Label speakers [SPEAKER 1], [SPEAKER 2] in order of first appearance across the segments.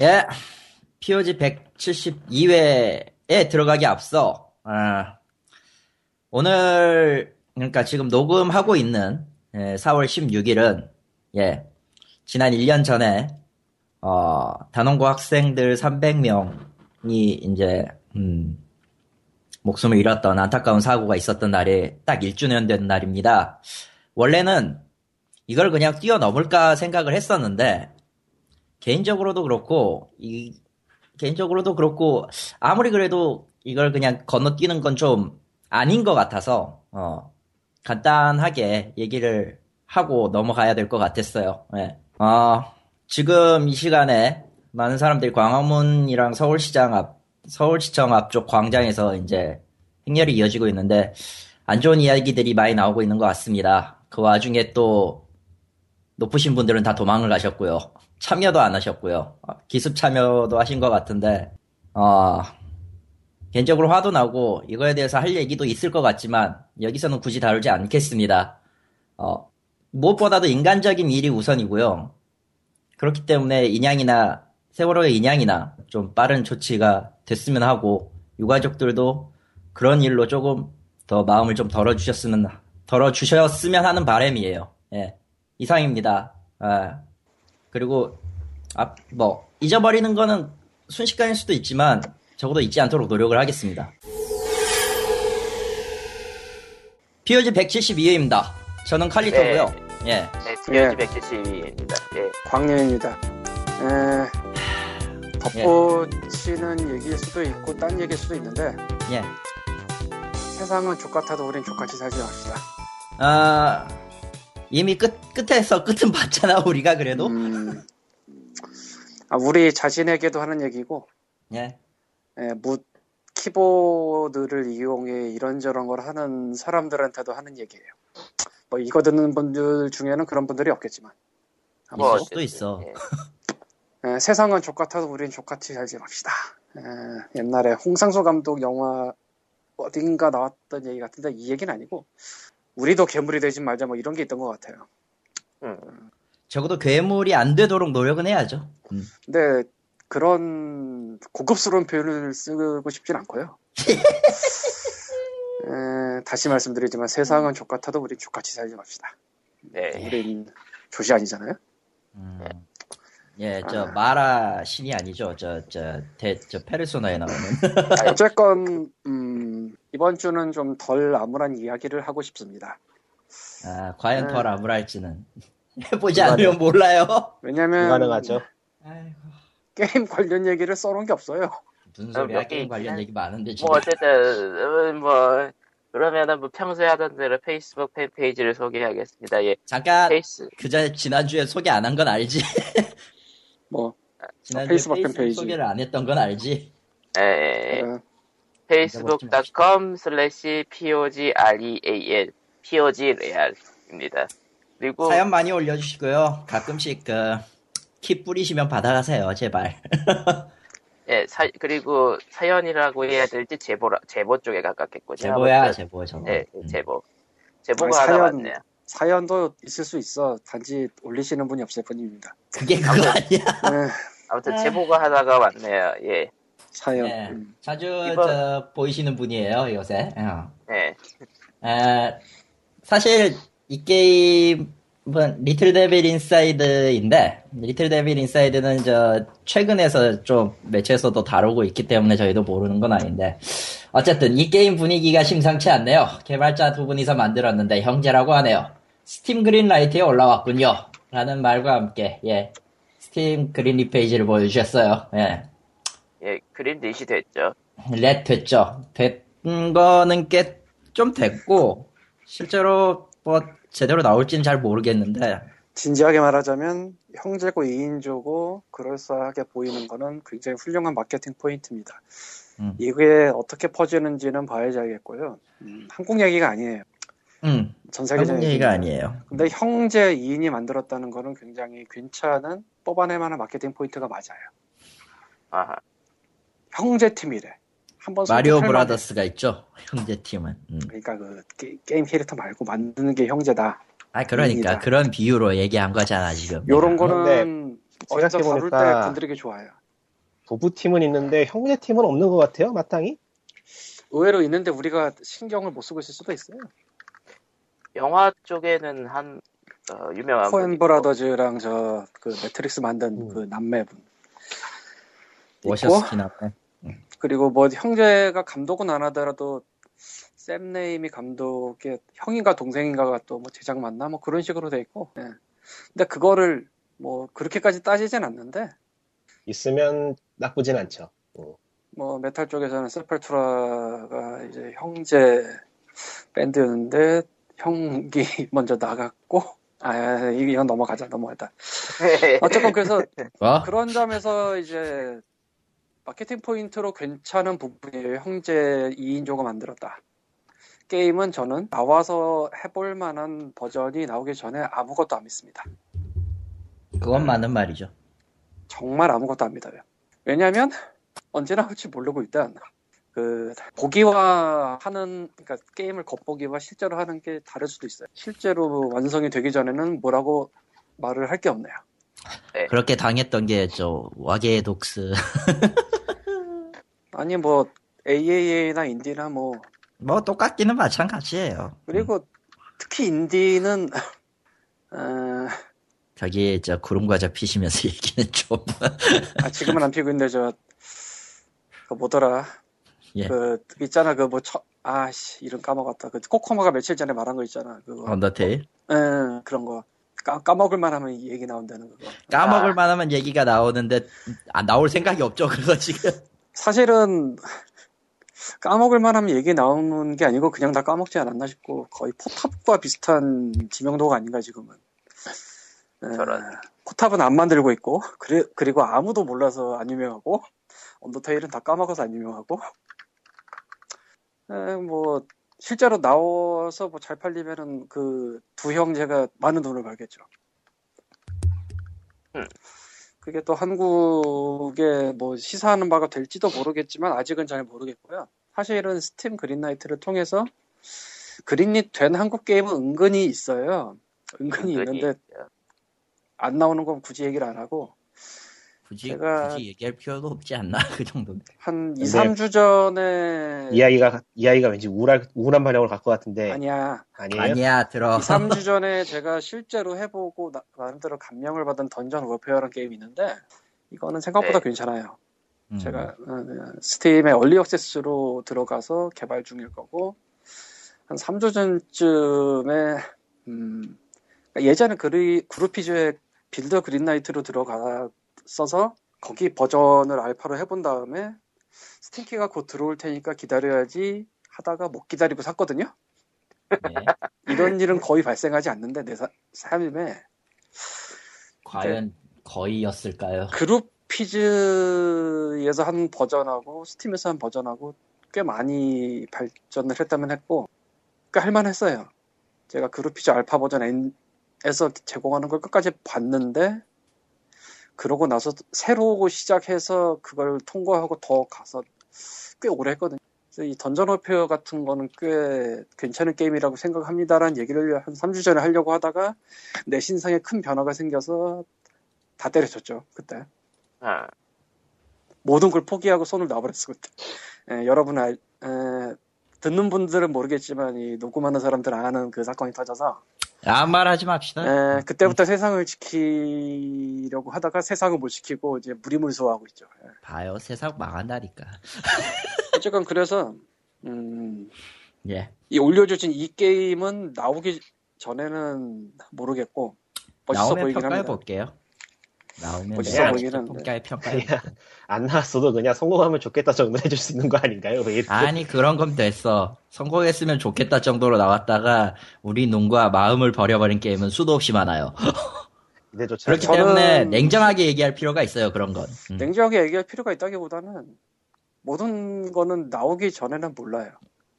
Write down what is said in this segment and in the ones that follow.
[SPEAKER 1] 예, POG 172회에 들어가기 앞서, 아, 오늘, 그러니까 지금 녹음하고 있는 예, 4월 16일은, 예, 지난 1년 전에, 어, 단원고 학생들 300명이 이제, 음, 목숨을 잃었던 안타까운 사고가 있었던 날이 딱 1주년 된 날입니다. 원래는 이걸 그냥 뛰어넘을까 생각을 했었는데, 개인적으로도 그렇고 이 개인적으로도 그렇고 아무리 그래도 이걸 그냥 건너뛰는 건 좀 아닌 것 같아서 어, 간단하게 얘기를 하고 넘어가야 될 것 같았어요. 예. 아, 지금 이 시간에 많은 사람들이 광화문이랑 서울시장 앞 서울시청 앞쪽 광장에서 이제 행렬이 이어지고 있는데 안 좋은 이야기들이 많이 나오고 있는 것 같습니다. 그 와중에 또 높으신 분들은 다 도망을 가셨고요. 참여도 안 하셨고요. 어, 기습 참여도 하신 것 같은데, 어, 개인적으로 화도 나고 이거에 대해서 할 얘기도 있을 것 같지만 여기서는 굳이 다루지 않겠습니다. 어, 무엇보다도 인간적인 일이 우선이고요. 그렇기 때문에 인양이나 세월호의 인양이나 좀 빠른 조치가 됐으면 하고 유가족들도 그런 일로 조금 더 마음을 좀 덜어주셨으면 덜어주셨으면 하는 바람이에요. 예. 이상입니다. 아, 그리고 아, 뭐 잊어버리는 거는 순식간일 수도 있지만 적어도 잊지 않도록 노력을 하겠습니다. POG 172회입니다. 저는 칼리터고요. 예.
[SPEAKER 2] 네,
[SPEAKER 3] 예.
[SPEAKER 2] TNG 172입니다. 예.
[SPEAKER 3] 광년입니다. 에, 덧붙이는 얘기일 수도 있고 딴 얘기일 수도 있는데
[SPEAKER 1] 예.
[SPEAKER 3] 세상은 족같아도 우린 족같이 살지 맙시다.
[SPEAKER 1] 아, 이미 끝 끝에서 끝은 봤잖아 우리가 그래도.
[SPEAKER 3] 음, 아, 우리 자신에게도 하는 얘기고
[SPEAKER 1] 예.
[SPEAKER 3] 에, 무 키보드를 이용해 이런저런 걸 하는 사람들한테도 하는 얘기예요. 뭐 이거 듣는 분들 중에는 그런 분들이 없겠지만
[SPEAKER 1] 뭐,
[SPEAKER 3] 뭐,
[SPEAKER 1] 있을 수도 있어.
[SPEAKER 2] 예.
[SPEAKER 3] 에, 세상은 족같아도 우린 족같이 살지 맙시다. 에, 옛날에 홍상수 감독 영화 어딘가 나왔던 얘기 같은데 이 얘기는 아니고 우리도 괴물이 되지 말자 뭐 이런 게 있던 것 같아요.
[SPEAKER 2] 음.
[SPEAKER 1] 적어도 괴물이 안 되도록 노력은 해야죠. 음.
[SPEAKER 3] 근데 그런 고급스러운 표현을 쓰고 싶진 않고요. 에, 다시 말씀드리지만 세상은 족같아도 우린 족같이 살지 맙시다.
[SPEAKER 1] 아, 예.
[SPEAKER 2] 네.
[SPEAKER 3] 우린 조시 아니잖아요.
[SPEAKER 1] 음. 예, 저 마라 신이 아니죠. 저 저대저 페르소나에 나오는.
[SPEAKER 4] 아, 예.
[SPEAKER 3] 어쨌건 음, 이번 주는 좀 덜 암울한 이야기를 하고 싶습니다.
[SPEAKER 1] 아, 과연
[SPEAKER 3] 음.
[SPEAKER 1] 덜 암울할지는 해보지 않으면 몰라요.
[SPEAKER 3] 왜냐면
[SPEAKER 4] 불가능하죠.
[SPEAKER 3] 게임 관련 얘기를 써놓은 게 없어요.
[SPEAKER 1] 무슨
[SPEAKER 2] 소리야.
[SPEAKER 3] 아,
[SPEAKER 1] 소리야?
[SPEAKER 2] 여기 게임 관련
[SPEAKER 1] 관련
[SPEAKER 2] 있긴
[SPEAKER 1] 얘기 많은데 지금.
[SPEAKER 2] 뭐 어쨌든 음, 뭐 그러면은 뭐 평소에 하던 대로 페이스북 팬페이지를 소개하겠습니다. 예.
[SPEAKER 3] 아.
[SPEAKER 1] 잠깐
[SPEAKER 3] 네.
[SPEAKER 2] 페이스
[SPEAKER 1] 그 전에 지난주에 소개 안 한 건 알지?
[SPEAKER 3] 뭐
[SPEAKER 1] 지난주에
[SPEAKER 3] 페이스북
[SPEAKER 1] 페이스북
[SPEAKER 3] 팬페이지.
[SPEAKER 1] 소개를 안 했던 건 알지?
[SPEAKER 2] 예, 예.
[SPEAKER 3] 어,
[SPEAKER 2] facebook.com slash E pogreal pogreal입니다. 그리고
[SPEAKER 1] 사연 많이 올려주시고요. 가끔씩 그키 뿌리시면 받아가세요, 제발.
[SPEAKER 2] 예, 사, 그리고 사연이라고 해야 될지 제보라 제보 쪽에 가깝겠군요.
[SPEAKER 1] 제보야,
[SPEAKER 2] 아무튼,
[SPEAKER 1] 제보 저거.
[SPEAKER 2] 예,
[SPEAKER 1] 음.
[SPEAKER 2] 제보. 제보가 하나
[SPEAKER 3] 아니, 사연-
[SPEAKER 2] 왔네요.
[SPEAKER 3] 사연도 있을 수 있어. 단지 올리시는 분이 없을 뿐입니다.
[SPEAKER 1] 그게 그거 아니야?
[SPEAKER 3] 에,
[SPEAKER 2] 아무튼 제보가 하나가 왔네요. 예.
[SPEAKER 3] 사연.
[SPEAKER 1] 예.
[SPEAKER 3] 음.
[SPEAKER 1] 자주
[SPEAKER 2] 이번-
[SPEAKER 1] 저, 보이시는 분이에요, 요새. 어.
[SPEAKER 2] 예.
[SPEAKER 1] 아, 사실 이 게임은 리틀 데빌 인사이드인데 리틀 데빌 인사이드는 저 최근에서 좀 매체에서도 다루고 있기 때문에 저희도 모르는 건 아닌데 어쨌든 이 게임 분위기가 심상치 않네요. 개발자 두 분이서 만들었는데 형제라고 하네요. 스팀 그린라이트에 올라왔군요. 라는 말과 함께 예 스팀 그린리 페이지를 보여주셨어요. 예.
[SPEAKER 2] 예, 그린 릿이 됐죠.
[SPEAKER 1] 렛 네, 됐죠. 된 거는 꽤 좀 됐고, 실제로 뭐 제대로 나올지는 잘 모르겠는데,
[SPEAKER 3] 진지하게 말하자면 형제고 2인조고 그럴싸하게 보이는 거는 굉장히 훌륭한 마케팅 포인트입니다.
[SPEAKER 1] 음.
[SPEAKER 3] 이게 어떻게 퍼지는지는 봐야지 알겠고요. 음, 한국 얘기가 아니에요.
[SPEAKER 1] 음,
[SPEAKER 3] 전 세계적인
[SPEAKER 1] 한국 얘기가 아니에요.
[SPEAKER 3] 근데 형제 2인이 만들었다는 거는 굉장히 괜찮은 뽑아낼 만한 마케팅 포인트가 맞아요.
[SPEAKER 2] 아하.
[SPEAKER 3] 형제 팀이래. 한번
[SPEAKER 1] 마리오
[SPEAKER 3] 선택할 만한-
[SPEAKER 1] 브라더스가 있죠. 형제 팀은. 음.
[SPEAKER 3] 그러니까 그 게, 임 캐릭터 말고 만드는 게 형제다.
[SPEAKER 1] 아, 그러니까.
[SPEAKER 3] 아닙니다.
[SPEAKER 1] 그런 비유로 얘기한 거잖아, 지금.
[SPEAKER 3] 요런
[SPEAKER 1] 내가.
[SPEAKER 3] 거는
[SPEAKER 4] 근데
[SPEAKER 3] 어디서 다룰
[SPEAKER 4] 생각해보니까-
[SPEAKER 3] 때 건드리기 좋아요.
[SPEAKER 4] 부부팀은 있는데 형제팀은 없는 것 같아요, 마땅히?
[SPEAKER 3] 의외로 있는데 우리가 신경을 못 쓰고 있을 수도 있어요.
[SPEAKER 2] 영화 쪽에는 한 어, 유명한
[SPEAKER 3] 코엔
[SPEAKER 2] 분이
[SPEAKER 3] 브라더즈랑 저 그 매트릭스 만든
[SPEAKER 4] 음.
[SPEAKER 3] 그 남매분
[SPEAKER 1] 워셔스키 나네. 뭐.
[SPEAKER 3] 그리고 뭐 형제가 감독은 안 하더라도 샘 네임이 감독의 형인가 동생인가가 또 뭐 제작 맞나 뭐 그런 식으로 돼 있고 예. 근데 그거를 뭐 그렇게까지 따지진 않는데
[SPEAKER 4] 있으면 나쁘진 않죠. 어.
[SPEAKER 3] 뭐 메탈 쪽에서는 세팔투라가 이제 형제 밴드였는데 형이 먼저 나갔고 아 이건 넘어가자 넘어가자 어쨌건 그래서
[SPEAKER 1] 뭐?
[SPEAKER 3] 그런 점에서 이제 마케팅 포인트로 괜찮은 부분이에요. 형제 2인조가 만들었다. 게임은 저는 나와서 해볼 만한 버전이 나오기 전에 아무것도 안 믿습니다.
[SPEAKER 1] 그건 맞는 말이죠.
[SPEAKER 3] 정말 아무것도 안 믿어요. 왜냐하면 언제 나올지 모르고 일단 그 보기와 하는 그러니까 게임을 겉보기와 실제로 하는 게 다를 수도 있어요. 실제로 완성이 되기 전에는 뭐라고 말을 할 게 없네요.
[SPEAKER 1] 그렇게 당했던 게 저 와게의 독스.
[SPEAKER 3] 아니 뭐 AAA나 인디나 뭐
[SPEAKER 1] 뭐 똑같기는 마찬가지예요.
[SPEAKER 3] 그리고 특히 인디는 어,
[SPEAKER 1] 저기 저 구름 과자 피시면서 얘기는 좀
[SPEAKER 3] 아, 지금은 안 피고 있는데 저 그 뭐더라
[SPEAKER 1] 예.
[SPEAKER 3] 그 있잖아 그 뭐 아씨 이름 까먹었다 그 코코마가 며칠 전에 말한 거 있잖아 그거
[SPEAKER 1] 어, 언더테일
[SPEAKER 3] 응, 예, 그런 거 까, 까먹을 만하면 이 얘기 나온다는 그거
[SPEAKER 1] 까먹을
[SPEAKER 2] 아.
[SPEAKER 1] 만하면 얘기가 나오는데 아, 나올 생각이 없죠 그거 지금.
[SPEAKER 3] 사실은 까먹을 만하면 얘기 나오는 게 아니고 그냥 다 까먹지 않았나 싶고 거의 포탑과 비슷한 지명도가 아닌가 지금은 에,
[SPEAKER 2] 저런.
[SPEAKER 3] 포탑은 안 만들고 있고 그래, 그리고 아무도 몰라서 안 유명하고 언더테일은 다 까먹어서 안 유명하고 에, 뭐 실제로 나와서 뭐 잘 팔리면은 그 두 형제가 많은 돈을 벌겠죠.
[SPEAKER 2] 음.
[SPEAKER 3] 그게 또 한국에 뭐 시사하는 바가 될지도 모르겠지만 아직은 잘 모르겠고요. 사실은 스팀 그린라이트를 통해서 그린이 된 한국 게임은 은근히 있어요. 은근히
[SPEAKER 2] 은근히
[SPEAKER 3] 있는데 안 나오는 건 굳이 얘기를 안 하고
[SPEAKER 1] 굳이
[SPEAKER 3] 제가-
[SPEAKER 1] 굳이 얘기할 필요도 없지 않나 그 정도면.
[SPEAKER 3] 한 2,
[SPEAKER 4] 근데
[SPEAKER 3] 3주 전에
[SPEAKER 4] 이야기가, 이야기가 왠지 우울할, 우울한 방향으로 갈 것 같은데.
[SPEAKER 3] 네. 아니야.
[SPEAKER 4] 아니에요?
[SPEAKER 1] 아니야 들어.
[SPEAKER 3] 2, 3주 전에 제가 실제로 해보고 나, 름대로 감명을 받은 던전 워페어라는 게임이 있는데 이거는 생각보다
[SPEAKER 2] 네.
[SPEAKER 3] 괜찮아요.
[SPEAKER 1] 음.
[SPEAKER 3] 제가 어, 스팀의 얼리 액세스로 들어가서 개발 중일 거고 한 3주 전쯤에 음, 그러니까 예전에 그리, 그루피즈의 빌더 그린라이트로 들어가서 거기 버전을 알파로 해본 다음에 스팀키가 곧 들어올 테니까 기다려야지 하다가 못 기다리고 샀거든요.
[SPEAKER 1] 예.
[SPEAKER 3] 이런 일은 거의 발생하지 않는데 내 사, 삶에
[SPEAKER 1] 과연 거의였을까요?
[SPEAKER 3] 그룹피즈에서 한 버전하고 스팀에서 한 버전하고 꽤 많이 발전을 했다면 했고 꽤 할만했어요. 제가 그룹피즈 알파 버전 N에서 제공하는 걸 끝까지 봤는데 그러고 나서 새로 시작해서 그걸 통과하고 더 가서 꽤 오래 했거든요. 그래서 이 던전 워페어 같은 거는 꽤 괜찮은 게임이라고 생각합니다라는 얘기를 한 3주 전에 하려고 하다가 내 신상에 큰 변화가 생겨서 다 때려쳤죠 그때.
[SPEAKER 2] 아,
[SPEAKER 3] 모든 걸 포기하고 손을 놔버렸어 그때. 예, 여러분 알, 에, 듣는 분들은 모르겠지만 이 녹음하는 사람들은 아는 그 사건이 터져서
[SPEAKER 1] 아무 말 하지 맙시다.
[SPEAKER 3] 에, 그때부터 세상을 지키려고 하다가 세상을 못 지키고 이제 무리물소하고 있죠. 예.
[SPEAKER 1] 봐요 세상 망한다니까.
[SPEAKER 3] 어쨌건 그래서 음,
[SPEAKER 1] 예.
[SPEAKER 3] 이 올려주신 이 게임은 나오기 전에는 모르겠고 멋있어
[SPEAKER 1] 나오면
[SPEAKER 3] 보이긴
[SPEAKER 1] 평가해
[SPEAKER 3] 합니다.
[SPEAKER 1] 볼게요. 나오면
[SPEAKER 3] 멋있어
[SPEAKER 1] 내가
[SPEAKER 3] 보이긴
[SPEAKER 1] 직접
[SPEAKER 3] 한데.
[SPEAKER 1] 평가해 평가해.
[SPEAKER 4] 안 나왔어도 그냥 성공하면 좋겠다 정도 해줄 수 있는 거 아닌가요? 왜 이렇게?
[SPEAKER 1] 아니 그런 건 됐어. 성공했으면 좋겠다 정도로 나왔다가 우리 눈과 마음을 버려버린 게임은 수도 없이 많아요.
[SPEAKER 4] 이래조차
[SPEAKER 1] 그렇기
[SPEAKER 3] 저는-
[SPEAKER 1] 때문에 냉정하게 얘기할 필요가 있어요 그런 건. 음.
[SPEAKER 3] 냉정하게 얘기할 필요가 있다기보다는 모든 거는 나오기 전에는 몰라요.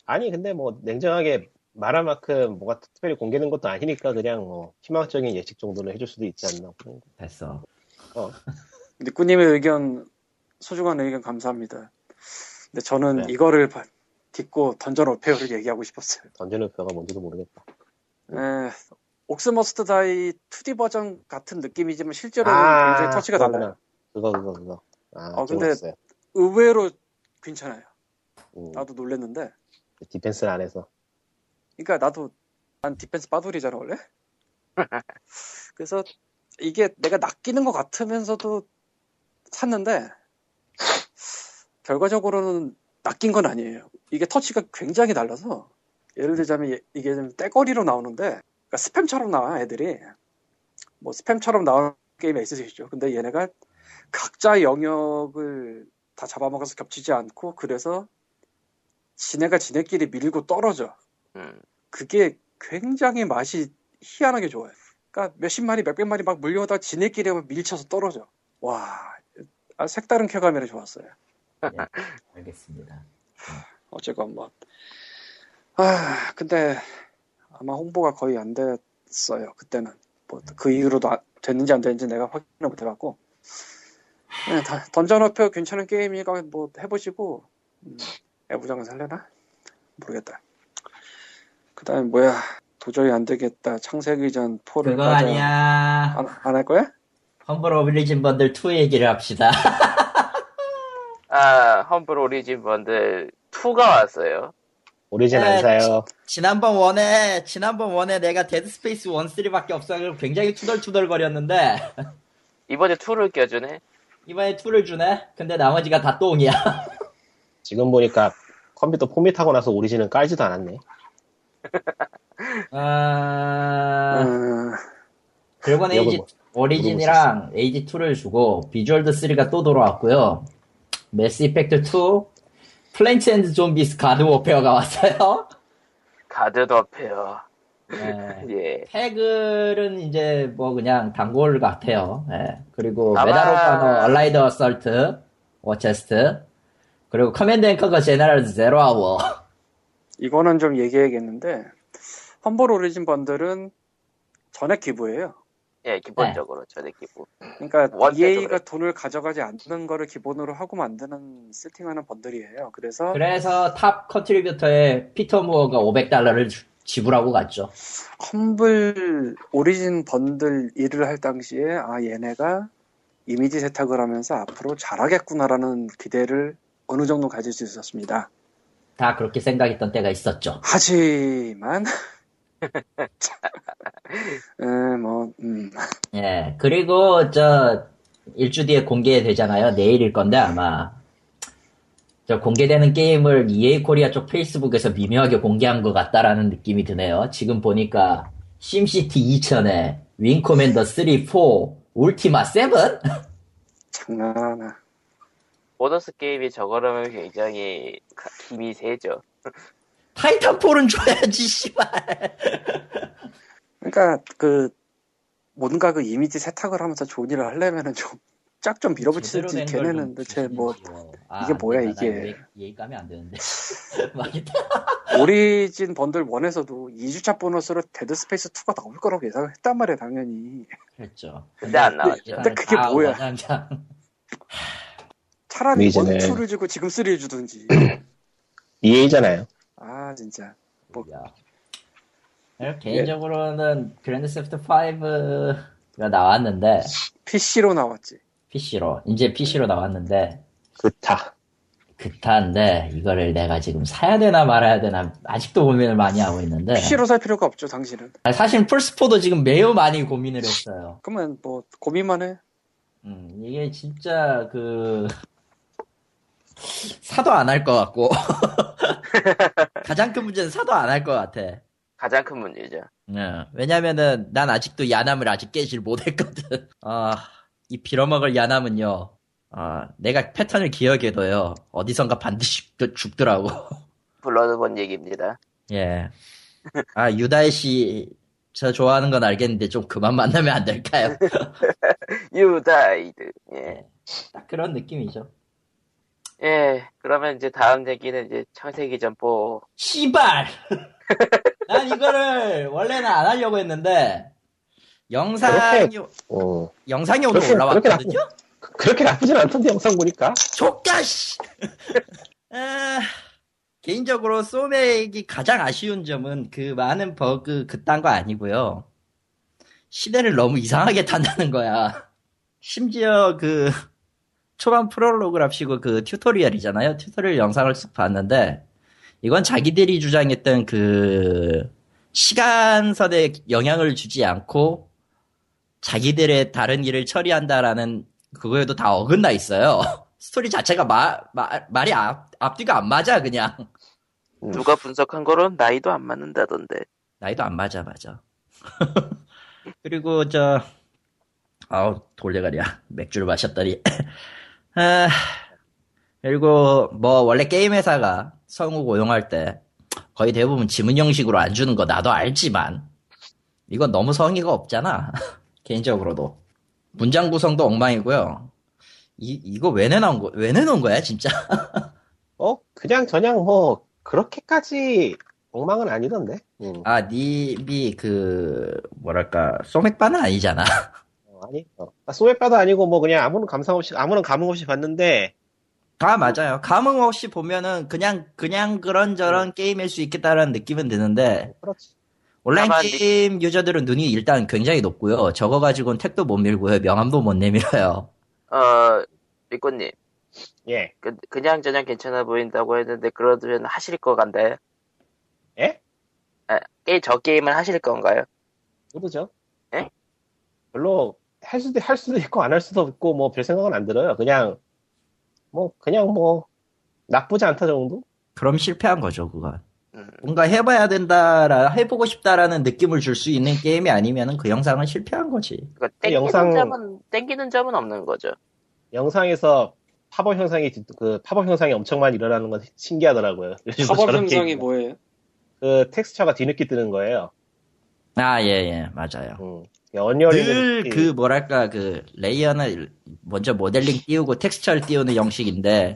[SPEAKER 4] 아니 근데 뭐 냉정하게 말할 만큼 뭐가 특별히 공개된 것도 아니니까 그냥 뭐 희망적인 예측 정도는 해줄 수도 있지 않나 그런 거.
[SPEAKER 1] 됐어.
[SPEAKER 3] 니꾸님의 의견 소중한 의견 감사합니다. 근데 저는
[SPEAKER 4] 네.
[SPEAKER 3] 이거를 바- 딛고 던전 오페어를 얘기하고 싶었어요.
[SPEAKER 4] 던전의 표가 뭔지도 모르겠다 네.
[SPEAKER 3] 에, 옥스머스트 다이 2D 버전 같은 느낌이지만 실제로는
[SPEAKER 4] 아,
[SPEAKER 3] 굉장히 터치가
[SPEAKER 4] 그거구나.
[SPEAKER 3] 달라요.
[SPEAKER 4] 그거 그거 그거 아,
[SPEAKER 3] 어, 근데-
[SPEAKER 4] 모르겠어요.
[SPEAKER 3] 의외로 괜찮아요.
[SPEAKER 4] 음,
[SPEAKER 3] 나도 놀랬는데.
[SPEAKER 4] 디펜스를 안 해서.
[SPEAKER 3] 그러니까 나도 난 디펜스 빠돌이잖아 원래. 그래서 이게 내가 낚이는 것 같으면서도 샀는데 결과적으로는 낚인 건 아니에요. 이게 터치가 굉장히 달라서 예를 들자면 이- 이게 좀 떼거리로 나오는데 그러니까 스팸처럼 나와 애들이 뭐 스팸처럼 나오는 게임에 있으시죠. 근데 얘네가 각자의 영역을 다 잡아먹어서 겹치지 않고 그래서 지네가 지네끼리 밀고 떨어져.
[SPEAKER 2] 음,
[SPEAKER 3] 그게 굉장히 맛이 희한하게 좋아요. 그러니까 몇십 마리, 몇백 마리 막 물려오다가 지네끼리 막 밀쳐서 떨어져. 와, 아, 색다른 쾌감이라 좋았어요.
[SPEAKER 1] 알겠습니다.
[SPEAKER 3] 어쨌건 뭐. 아, 근데 아마 홍보가 거의 안 됐어요. 그때는. 뭐 그 이후로도 아- 됐는지 안 됐는지 내가 확인을 못 해봤고. 네, 다- 던전어표 괜찮은 게임이니까 뭐 해보시고. 음, 애부장은 살려나? 모르겠다. 그 다음에 뭐야. 도저히 안 되겠다. 창세기전 4를
[SPEAKER 1] 그거 아니야.
[SPEAKER 3] 안할 거야?
[SPEAKER 1] 험블 오리진 번들 2 얘기를 합시다.
[SPEAKER 2] 아 험블 오리진 번들 2가 왔어요
[SPEAKER 4] 오리진
[SPEAKER 1] 에,
[SPEAKER 3] 네.
[SPEAKER 4] 안 사요.
[SPEAKER 1] 지난번 원에 지난번 원에 내가 데드 스페이스 1, 3밖에 없어서 굉장히 투덜투덜 거렸는데
[SPEAKER 2] 이번에 2를 껴주네
[SPEAKER 1] 이번에 2를 주네. 근데 나머지가 다 똥이야.
[SPEAKER 4] 지금 보니까 컴퓨터 포맷하고 나서 오리진은 깔지도 않았네.
[SPEAKER 1] 아...
[SPEAKER 3] 음,
[SPEAKER 1] 결국은
[SPEAKER 4] 이거
[SPEAKER 1] 에이지
[SPEAKER 4] 뭐-
[SPEAKER 1] 오리진이랑 에이지 2를 주고 비주얼드 3가 또 돌아왔고요. 메스 이펙트 2, 플랜츠 앤드 좀비스 가드 워페어가 왔어요.
[SPEAKER 2] 가드 덮여요
[SPEAKER 1] 네.
[SPEAKER 2] 예
[SPEAKER 1] 태글은 이제 뭐 그냥 단골 같아요. 예. 그리고
[SPEAKER 2] 아마-
[SPEAKER 1] 메달 오브 아너 얼라이더 어설트 워체스트 그리고 커맨드 앵커가 제너럴 제로 아워
[SPEAKER 3] 이거는 좀 얘기해야겠는데 험벌 오리진 번들은 전액 기부예요.
[SPEAKER 2] 예, 기본적으로 전액 기부.
[SPEAKER 3] 그러니까
[SPEAKER 2] 원대도
[SPEAKER 3] EA가
[SPEAKER 2] 그래.
[SPEAKER 3] 돈을 가져가지 않는 거를 기본으로 하고 만드는 세팅하는 번들이에요. 그래서
[SPEAKER 1] 그래서 탑 컨트리뷰터의 피터 무어가 500달러를 지불하고 갔죠.
[SPEAKER 3] 험블 오리진 번들 일을 할 당시에 아 얘네가 이미지 세탁을 하면서 앞으로 잘하겠구나라는 기대를 어느 정도 가질 수 있었습니다.
[SPEAKER 1] 다 그렇게 생각했던 때가 있었죠.
[SPEAKER 3] 하지만 음, 뭐 음.
[SPEAKER 1] 예. 그리고 저 일주 뒤에 공개되잖아요. 내일일 건데 아마 저 공개되는 게임을 EA 코리아 쪽 페이스북에서 미묘하게 공개한 것 같다라는 느낌이 드네요. 지금 보니까 심시티 2000에 윙 코맨더 3, 4, 울티마 7?
[SPEAKER 3] 장난하나.
[SPEAKER 2] 보너스 게임이 저거라면 굉장히 가- 힘이 세죠.
[SPEAKER 1] 타이탄 폴은 줘야지 씨발.
[SPEAKER 3] 그러니까 그 뭔가 그 이미지 세탁을 하면서 좋은 일을 하려면은 좀 짝 좀 밀어붙이지 걔네는 대체 뭐
[SPEAKER 1] 아,
[SPEAKER 3] 이게
[SPEAKER 1] 안
[SPEAKER 3] 뭐야,
[SPEAKER 1] 된다. 나
[SPEAKER 3] 이게.
[SPEAKER 1] EA 까면 안 되는데. 막 이따.
[SPEAKER 3] 오리진 번들 원에서도 2주차 보너스로 데드 스페이스 2가 나올 거라고 예상을 했단 말이야 당연히
[SPEAKER 1] 그랬죠.
[SPEAKER 2] 근데 안 나왔죠.
[SPEAKER 1] 예상을
[SPEAKER 3] 그게
[SPEAKER 1] 다
[SPEAKER 3] 뭐야.
[SPEAKER 1] 원한장.
[SPEAKER 3] 차라리
[SPEAKER 4] 이제는- 네.
[SPEAKER 3] 1, 2를 주고 지금 3를 주든지
[SPEAKER 4] EA잖아요.
[SPEAKER 3] 아 진짜 뭐. 예?
[SPEAKER 1] 야. 네, 개인적으로는 그랜드 세프트 5가 나왔는데
[SPEAKER 3] PC로 나왔지
[SPEAKER 1] PC로 이제 PC로 나왔는데
[SPEAKER 4] 그타.
[SPEAKER 1] 그타인데 이거를 내가 지금 사야 되나 말아야 되나 아직도 고민을 많이 하고 있는데
[SPEAKER 4] 네.
[SPEAKER 3] PC로 살 필요가 없죠 당신은
[SPEAKER 1] 아, 사실 플스4도 지금 매우 많이 고민을 했어요.
[SPEAKER 3] 그러면 뭐 고민만 해
[SPEAKER 1] 음, 이게 진짜 그 사도 안 할 것 같고 가장 큰 문제는 사도 안 할 것 같아.
[SPEAKER 2] 가장 큰 문제죠.
[SPEAKER 1] 예. 왜냐면은 난 아직도 야남을 아직 깨질 못했거든. 아, 이 빌어먹을 야남은요. 아, 내가 패턴을 기억해둬요. 어디선가 반드시 죽- 죽더라고.
[SPEAKER 2] 블러드본 얘기입니다.
[SPEAKER 1] 예. 아, 유다혜 씨, 저 좋아하는 건 알겠는데 좀 그만 만나면 안 될까요?
[SPEAKER 2] 유다이드. 예.
[SPEAKER 1] 딱 그런 느낌이죠.
[SPEAKER 2] 예. 그러면 이제 다음 얘기는 이제 창세기 전보.
[SPEAKER 1] 씨발! 난 이거를 원래는 안 하려고 했는데, 영상이,
[SPEAKER 4] 어.
[SPEAKER 1] 영상이 오늘
[SPEAKER 4] 그렇게- 그렇게
[SPEAKER 1] 올라왔거든요?
[SPEAKER 4] 그- 그렇게 나쁘진 않던데 영상 보니까.
[SPEAKER 1] 조까씨 아, 개인적으로 소맥이 가장 아쉬운 점은 그 많은 버그 그딴 거 아니고요. 시대를 너무 이상하게 탄다는 거야. 심지어 그 초반 프롤로그랍시고 그 튜토리얼이잖아요. 튜토리얼 영상을 쓱 봤는데 이건 자기들이 주장했던 그 시간선에 영향을 주지 않고 자기들의 다른 일을 처리한다라는 그거에도 다 어긋나 있어요. 스토리 자체가 마, 마- 말이 앞, 앞뒤가 안 맞아 그냥.
[SPEAKER 2] 누가 분석한 거론 나이도 안 맞는다던데.
[SPEAKER 1] 나이도 안 맞아 맞아. 그리고 저 아우 돌려가랴 맥주를 마셨더니 아, 그리고 뭐 원래 게임 회사가 성우 고용할 때 거의 대부분 지문 형식으로 안 주는 거 나도 알지만 이건 너무 성의가 없잖아 개인적으로도 문장 구성도 엉망이고요 이 이거 왜 내놓은 거 왜 내놓은 거야 진짜
[SPEAKER 4] 어 그냥 저냥 뭐 그렇게까지 엉망은 아니던데. 음.
[SPEAKER 1] 아 님이 그 뭐랄까 소맥반은 아니잖아
[SPEAKER 4] 어, 아니 어. 아, 소외바도 아니고 뭐 그냥 아무런 감상 없이 아무런 감흥 없이 봤는데
[SPEAKER 1] 아, 맞아요. 감흥 없이 보면은 그냥, 그냥 그런저런 게임일 수 있겠다라는 느낌은 드는데,
[SPEAKER 4] 그렇지.
[SPEAKER 1] 온라인
[SPEAKER 2] 다만
[SPEAKER 1] 게임 유저들은 눈이 일단 굉장히 높고요. 저거 가지고는 택도 못 밀고요. 명함도 못 내밀어요.
[SPEAKER 2] 어, 리꼬님.
[SPEAKER 4] 예.
[SPEAKER 2] 그, 그냥 저냥 괜찮아 보인다고 했는데, 그러면 하실 거 간대.
[SPEAKER 4] 예?
[SPEAKER 2] 아, 게, 저 게임은 하실 건가요?
[SPEAKER 4] 모르죠.
[SPEAKER 2] 예?
[SPEAKER 4] 별로 할 수도 할 수도 있고 안 할 수도 없고 뭐 별 생각은 안 들어요. 그냥 뭐 그냥 뭐 나쁘지 않다 정도.
[SPEAKER 1] 그럼 실패한 거죠, 그건.
[SPEAKER 2] 음.
[SPEAKER 1] 뭔가 해봐야 된다라, 해보고 싶다라는 느낌을 줄 수 있는 게임이 아니면은 그 영상은 실패한 거지.
[SPEAKER 2] 그러니까 땡기는
[SPEAKER 4] 영상-
[SPEAKER 2] 점은, 땡기는 점은 없는 거죠.
[SPEAKER 4] 영상에서 팝업 현상이 뒤- 그 팝업 현상이 엄청 많이 일어나는 건 신기하더라고요. 요즘
[SPEAKER 3] 팝업
[SPEAKER 4] 저런
[SPEAKER 3] 현상이
[SPEAKER 4] 게임.
[SPEAKER 3] 뭐예요?
[SPEAKER 4] 그 텍스처가 뒤늦게 뜨는 거예요.
[SPEAKER 1] 아, 예, 예, 맞아요.
[SPEAKER 4] 음. 언리얼이
[SPEAKER 1] 늘 그 뭐랄까 그 레이어는 먼저 모델링 띄우고 텍스처를 띄우는 형식인데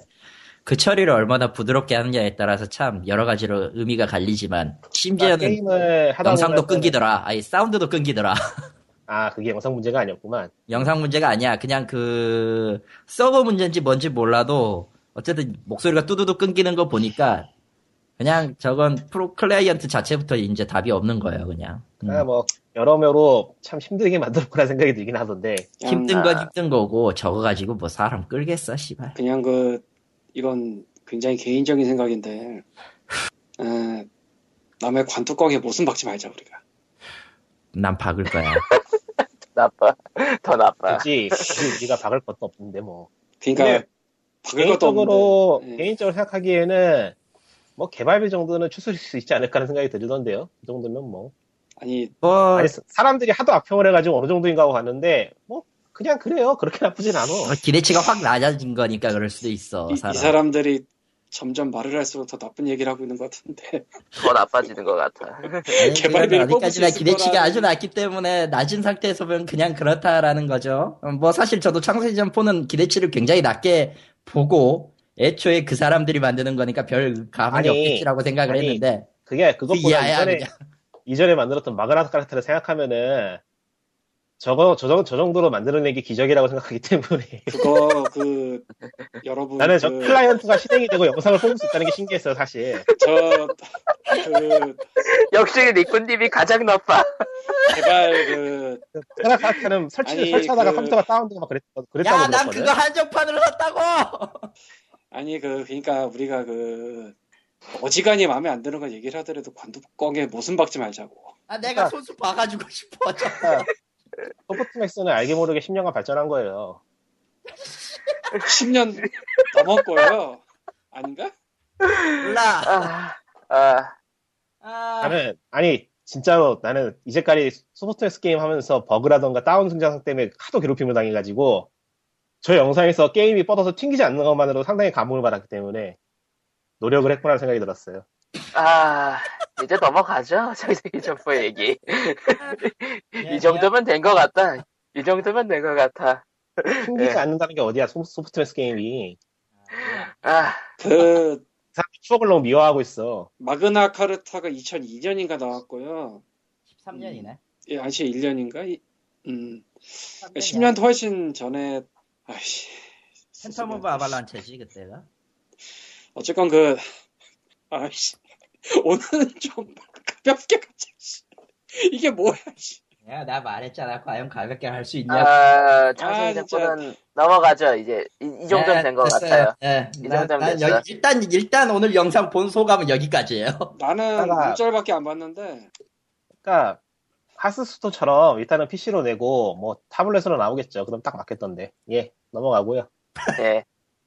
[SPEAKER 1] 그 처리를 얼마나 부드럽게 하느냐에 따라서 참 여러 가지로 의미가 갈리지만 심지어는
[SPEAKER 4] 아, 게임을 하다
[SPEAKER 1] 영상도
[SPEAKER 4] 보면은-
[SPEAKER 1] 끊기더라. 아니 사운드도 끊기더라.
[SPEAKER 4] 아 그게 영상 문제가 아니었구만.
[SPEAKER 1] 영상 문제가 아니야. 그냥 그 서버 문제인지 뭔지 몰라도 어쨌든 목소리가 뚜두두 끊기는 거 보니까 그냥 저건 프로 클라이언트 자체부터 이제 답이 없는 거예요, 그냥. 음.
[SPEAKER 4] 아, 뭐 여러모로 참 힘들게 만들었구나 생각이 들긴 하던데.
[SPEAKER 3] 그냥-
[SPEAKER 1] 힘든 건 힘든 거고 저거 가지고 뭐 사람 끌겠어, 씨발.
[SPEAKER 3] 그냥 그 이건 굉장히 개인적인 생각인데 에, 남의 관뚜껑에 모순 박지 말자 우리가
[SPEAKER 1] 난 박을 거야.
[SPEAKER 2] 나빠. 더
[SPEAKER 3] 아.
[SPEAKER 2] 나빠.
[SPEAKER 4] 굳이 굳이 우리가 박을 것도 없는데 뭐.
[SPEAKER 3] 그러니까 박을 것도 없는데
[SPEAKER 4] 개인적으로
[SPEAKER 3] 없는데. 예.
[SPEAKER 4] 개인적으로 생각하기에는 뭐 개발비 정도는 추스릴 수 있지 않을까 하는 생각이 들던데요. 그 정도면 뭐
[SPEAKER 3] 아니
[SPEAKER 1] 뭐,
[SPEAKER 4] 아니, 사- 사람들이 하도 악평을 해가지고 어느 정도인가 하고 갔는데 뭐 그냥 그래요. 그렇게 나쁘진 않아.
[SPEAKER 1] 어, 기대치가 확 낮아진 거니까 그럴 수도 있어.
[SPEAKER 3] 이,
[SPEAKER 1] 사람.
[SPEAKER 3] 이 사람들이 점점 말을 할수록 더 나쁜 얘기를 하고 있는 것 같은데
[SPEAKER 2] 더 나빠지는 것 같아.
[SPEAKER 1] 아니,
[SPEAKER 3] 개발비를
[SPEAKER 1] 네, 그건 어디까지나
[SPEAKER 3] 뽑을 수 있을
[SPEAKER 1] 기대치가
[SPEAKER 3] 거라는-
[SPEAKER 1] 아주 낮기 때문에 낮은 상태에서 보면 그냥 그렇다라는 거죠. 음, 뭐 사실 저도 창세전 4는 기대치를 굉장히 낮게 보고 애초에 그 사람들이 만드는 거니까 별
[SPEAKER 4] 아니,
[SPEAKER 1] 가망이 없겠지라고 생각을
[SPEAKER 4] 아니,
[SPEAKER 1] 했는데
[SPEAKER 4] 그게 그것보다
[SPEAKER 1] 야야
[SPEAKER 4] 이전에
[SPEAKER 1] 그냥
[SPEAKER 4] 이전에 만들었던 마그나스 카르텔을 생각하면은 저거 저, 정- 저 정도로 만들어내기 기적이라고 생각하기 때문에
[SPEAKER 3] 그거 그 여러분
[SPEAKER 4] 나는 저
[SPEAKER 3] 그-
[SPEAKER 4] 클라이언트가 실행이 되고 영상을 뽑을 수 있다는 게 신기했어요 사실.
[SPEAKER 3] 저, 그,
[SPEAKER 2] 역시 리꼬님이 가장 나빠.
[SPEAKER 3] 개발, 그,
[SPEAKER 4] 마그나스 카르텔은 설치
[SPEAKER 3] 아니,
[SPEAKER 4] 설치하다가
[SPEAKER 3] 그-
[SPEAKER 4] 컴퓨터가 다운되고 막 그랬, 그랬다고
[SPEAKER 1] 야 난
[SPEAKER 4] 들었거든.
[SPEAKER 1] 그거 한정판으로 샀다고.
[SPEAKER 3] 아니, 그, 그니까, 우리가 그, 어지간히 마음에 안 드는 걸 얘기를 하더라도 관두껑에 모순 박지 말자고.
[SPEAKER 1] 아 내가 손수 봐가지고 싶어. 저.
[SPEAKER 4] 소프트맥스는 알게 모르게 10년간 발전한 거예요.
[SPEAKER 3] 10년 넘었고요. 아닌가?
[SPEAKER 1] 몰라.
[SPEAKER 2] 아, 아,
[SPEAKER 1] 아,
[SPEAKER 4] 나는 아니 진짜로 나는 이제까지 소프트웨어 게임 하면서 버그라던가 다운 증상 때문에 하도 괴롭힘을 당해가지고 저 영상에서 게임이 뻗어서 튕기지 않는 것만으로도 상당히 감흥을 받았기 때문에 노력을 했구나 생각이 들었어요.
[SPEAKER 2] 아. 이제 넘어가죠. 자기 점프 얘기.
[SPEAKER 4] 예,
[SPEAKER 2] 이 정도면 된 것 같다. 이 정도면 된 것 같아. 예.
[SPEAKER 4] 튕기지 않는다는 게 어디야 소- 소프트웨어 게임이
[SPEAKER 2] 아,
[SPEAKER 3] 그,
[SPEAKER 4] 사람 추억을 너무 미워하고 있어.
[SPEAKER 3] 마그나 카르타가 2002년인가 나왔고요.
[SPEAKER 1] 13년이네.
[SPEAKER 3] 예, 아시 1년인가? 음, 10년 더 훨씬 전에, 아이씨.
[SPEAKER 1] 팬텀 오브 아발란체지 그때가.
[SPEAKER 3] 어쨌건 그, 아, 아이씨. 오늘은 좀 가볍게 가자, 씨. 이게 뭐야, 씨.
[SPEAKER 1] 야, 나 말했잖아. 과연 가볍게 할 수 있냐.
[SPEAKER 2] 아,
[SPEAKER 3] 아, 네,
[SPEAKER 2] 창세기
[SPEAKER 3] 진짜.
[SPEAKER 2] 작품은 넘어가죠. 이제 이, 이
[SPEAKER 1] 네,
[SPEAKER 2] 정도는 된 것 같아요.
[SPEAKER 1] 예,
[SPEAKER 2] 이
[SPEAKER 1] 난-
[SPEAKER 2] 정도면
[SPEAKER 1] 난
[SPEAKER 2] 됐어요.
[SPEAKER 1] 여기- 일단 일단 오늘 영상 본 소감은 여기까지예요.
[SPEAKER 3] 나는
[SPEAKER 4] 하다가-
[SPEAKER 3] 문자밖에 안 봤는데
[SPEAKER 4] 그러니까 하스스톤처럼 일단은 PC로 내고 뭐 타블렛으로 나오겠죠. 그럼 딱 맞겠던데. 예, 넘어가고요.
[SPEAKER 2] 예.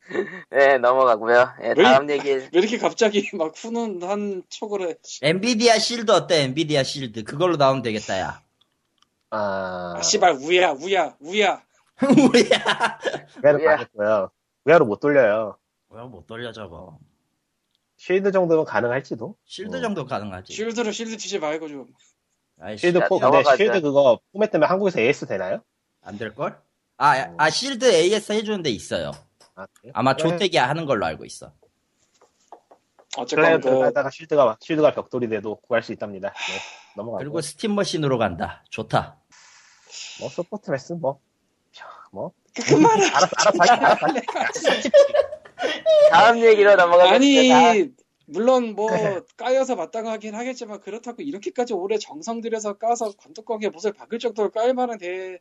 [SPEAKER 2] 네, 넘어가고요. 예, 다음 얘기.
[SPEAKER 3] 왜 이렇게 갑자기 막 훈훈한 촉을 해?
[SPEAKER 1] 엔비디아 실드 어때? 엔비디아 실드 그걸로 나오면 되겠다 야.
[SPEAKER 4] 아,
[SPEAKER 3] 아, 씨발 우야 우야 우야.
[SPEAKER 1] 뭐야?
[SPEAKER 4] 위아로
[SPEAKER 2] 예.
[SPEAKER 4] 가겠고요. 위아로 못 돌려요.
[SPEAKER 1] 뭐야 못 돌려 저거.
[SPEAKER 4] 쉴드 정도면 가능할지도.
[SPEAKER 1] 실드
[SPEAKER 4] 어.
[SPEAKER 1] 정도 가능하지.
[SPEAKER 3] 쉴드로 쉴드 치지 말고 좀.
[SPEAKER 1] 아이,
[SPEAKER 4] 쉴드
[SPEAKER 2] 야,
[SPEAKER 4] 4 근데
[SPEAKER 2] 넘어가자.
[SPEAKER 4] 쉴드 그거 포맷 때문에 한국에서 AS 되나요?
[SPEAKER 1] 안될 걸?
[SPEAKER 2] 어.
[SPEAKER 1] 아, 야, 아 실드 AS 해주는 데 있어요.
[SPEAKER 4] 아, 그래요?
[SPEAKER 1] 아마
[SPEAKER 2] 네.
[SPEAKER 4] 클라이-
[SPEAKER 1] 조태기 하는 걸로 알고 있어.
[SPEAKER 3] 어쨌건
[SPEAKER 4] 클라이언트를
[SPEAKER 3] 그
[SPEAKER 4] 하다가 쉴드가 쉴드가 벽돌이 돼도 구할 수 있답니다. 네, 넘어가고.
[SPEAKER 1] 그리고 스팀 머신으로 간다. 좋다.
[SPEAKER 4] 뭐 서포트 레스 뭐. 자, 뭐
[SPEAKER 3] 그만해.
[SPEAKER 4] 알아서 알아서 하시- 알아서 하시-
[SPEAKER 2] 다음 얘기로 넘어가겠습니다.
[SPEAKER 3] 아니 물론 뭐 까여서 마땅하긴 하겠지만 그렇다고 이렇게까지 오래 정성 들여서 까서 관뚜껑에 못을 박을 정도로 깔 만한 대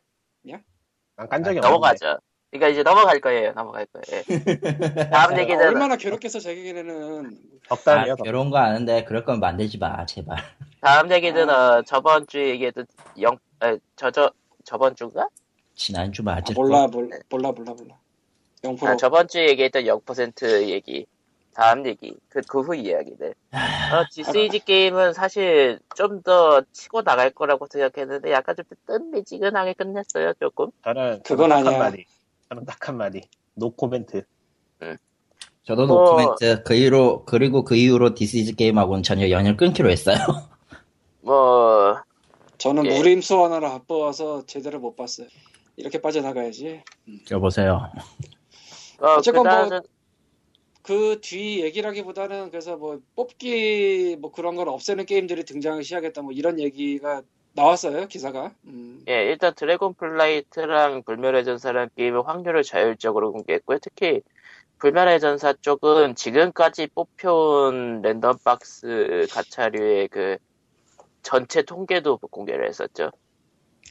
[SPEAKER 4] 안깐 적이 없는데.
[SPEAKER 2] 아, 넘어가죠. 그러니까 이제 넘어갈 거예요. 넘어갈 거예요. 예. 다음 얘기는
[SPEAKER 3] 얼마나 괴롭겠어 제게는
[SPEAKER 1] 아,
[SPEAKER 4] 덕담이요. 덕담.
[SPEAKER 1] 괴로운 거 아는데 그럴 거면 만들지 마 제발.
[SPEAKER 2] 다음 얘기는
[SPEAKER 3] 아.
[SPEAKER 2] 어, 저번 주에 얘기했던 영 에, 저저 저번 주인가?
[SPEAKER 1] 지난주 맞을 걸.
[SPEAKER 3] 아, 몰라 몰라 몰라 몰라 몰라 영프로
[SPEAKER 2] 아, 저번 주에 얘기했던 0% 얘기. 다음 얘기. 그 그 후 이야기들.
[SPEAKER 3] 아.
[SPEAKER 2] 어, DCG 게임은 사실 좀 더 치고 나갈 거라고 생각했는데 약간 좀 뜬미지근하게 끝냈어요. 조금.
[SPEAKER 4] 저는
[SPEAKER 3] 그건
[SPEAKER 4] 딱
[SPEAKER 3] 아니야.
[SPEAKER 4] 한마디. 저는 딱 한마디. 노 코멘트.
[SPEAKER 1] 저도
[SPEAKER 2] 뭐-
[SPEAKER 1] 노코멘트 그 이후로 그리고 그 이후로 디스이즈 게임하고는 전혀 연을 끊기로 했어요.
[SPEAKER 2] 뭐
[SPEAKER 3] 저는
[SPEAKER 2] 예.
[SPEAKER 3] 무림수 하나를 바빠서 제대로 못 봤어요 이렇게 빠져나가야지
[SPEAKER 1] 여보세요.
[SPEAKER 2] 어,
[SPEAKER 3] 어쨌건 뭐-
[SPEAKER 2] 그다음은
[SPEAKER 3] 그 뒤 얘기라기보다는 그래서 뭐 뽑기 뭐 그런 걸 없애는 게임들이 등장을 시작했다 뭐 이런 얘기가 나왔어요 기사가 음.
[SPEAKER 2] 예, 일단 드래곤 플라이트랑 불멸의 전사라는 게임의 확률을 자율적으로 공개했고요. 특히 불멸의 전사 쪽은 지금까지 뽑혀온 랜덤 박스 가차류의 그 전체 통계도 공개를 했었죠.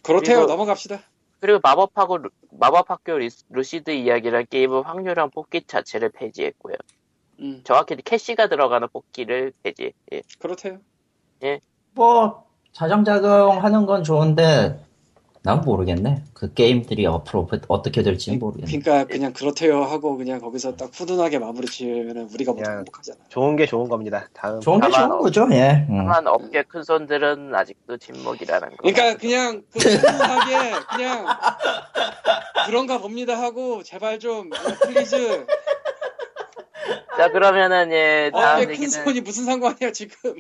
[SPEAKER 3] 그렇대요
[SPEAKER 2] 그리고-
[SPEAKER 3] 넘어갑시다
[SPEAKER 2] 그리고 마법하고 루- 마법학교 리- 루시드 이야기라는 게임은 확률형 뽑기 자체를 폐지했고요.
[SPEAKER 3] 음,
[SPEAKER 2] 정확히 캐시가 들어가는 뽑기를 폐지. 예.
[SPEAKER 3] 그렇대요
[SPEAKER 1] 뭐 자정작용 하는 건 좋은데 난 모르겠네. 그 게임들이 앞으로 어떻게 될지는 모르겠네.
[SPEAKER 3] 그러니까 그냥 그렇대요 하고 그냥 거기서 딱 훈훈하게 마무리 지으면 우리가 모두
[SPEAKER 4] 야.
[SPEAKER 3] 행복하잖아.
[SPEAKER 4] 좋은 게 좋은 겁니다. 다음.
[SPEAKER 1] 좋은 게 좋은
[SPEAKER 2] 다만
[SPEAKER 1] 거죠. 예. 음.
[SPEAKER 4] 아.
[SPEAKER 2] 다만 업계 큰 손들은 아직도 침묵이라는 거.
[SPEAKER 3] 그러니까 그냥 그 훈훈하게 그냥 그런가 봅니다 하고 제발 좀 아, 플리즈
[SPEAKER 2] 자 그러면은 예 다음
[SPEAKER 3] 어깨 큰
[SPEAKER 2] 얘기는
[SPEAKER 3] 손이 무슨 상관이야 지금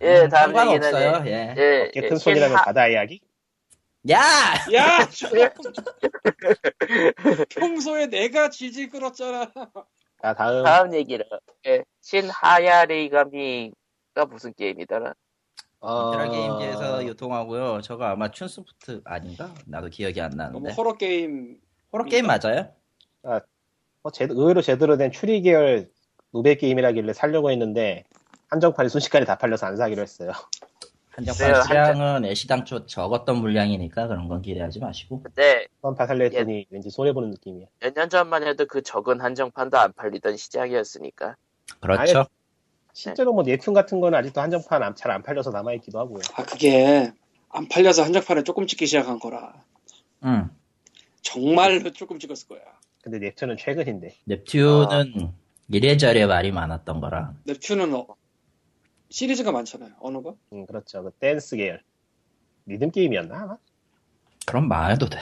[SPEAKER 2] 예 다음 얘기는 예,
[SPEAKER 1] 상관없어요. 예.
[SPEAKER 2] 예,
[SPEAKER 4] 이게 큰 손이라면
[SPEAKER 2] 신
[SPEAKER 4] 바다 이야기?
[SPEAKER 1] 야!
[SPEAKER 3] 야 평소에 내가 질질 끌었잖아
[SPEAKER 4] 자, 다음.
[SPEAKER 2] 다음 얘기를. 예, 신하야리가미가 무슨 게임이더라?
[SPEAKER 4] 어...
[SPEAKER 1] 베테랑 게임즈에서 유통하고요. 저거 아마 춘스프트 아닌가? 나도 기억이 안
[SPEAKER 3] 너무
[SPEAKER 1] 나는데.
[SPEAKER 3] 호러 게임
[SPEAKER 1] 호러 게임 맞아요?
[SPEAKER 4] 어, 제- 의외로 제대로 된 추리 계열 노벨 게임이라길래 살려고 했는데 한정판이 순식간에 다 팔려서 안 사기로 했어요.
[SPEAKER 2] 네,
[SPEAKER 1] 한정판 시장은 애시당초 적었던 물량이니까 그런 건 기대하지 마시고.
[SPEAKER 2] 그때
[SPEAKER 4] 한판 살려 했더니 왠지 손해 보는 느낌이야.
[SPEAKER 2] 몇 년 전만 해도 그 적은 한정판도 안 팔리던 시장이었으니까.
[SPEAKER 1] 그렇죠.
[SPEAKER 4] 아예- 실제로 뭐 예툰 같은 거는 아직도 한정판 잘 안 팔려서 남아 있기도 하고요.
[SPEAKER 3] 아 그게 안 팔려서 한정판에 조금 찍기 시작한 거라
[SPEAKER 1] 음.
[SPEAKER 3] 정말로 조금 찍었을 거야
[SPEAKER 4] 근데 넵툰은 최근인데.
[SPEAKER 1] 넵튠은 이래저래 말이 많았던 거라.
[SPEAKER 3] 넵튠은 어, 시리즈가 많잖아요 어느가
[SPEAKER 4] 음, 그렇죠. 그 댄스 계열. 리듬 게임이었나? 아마?
[SPEAKER 1] 그럼 말해도 돼.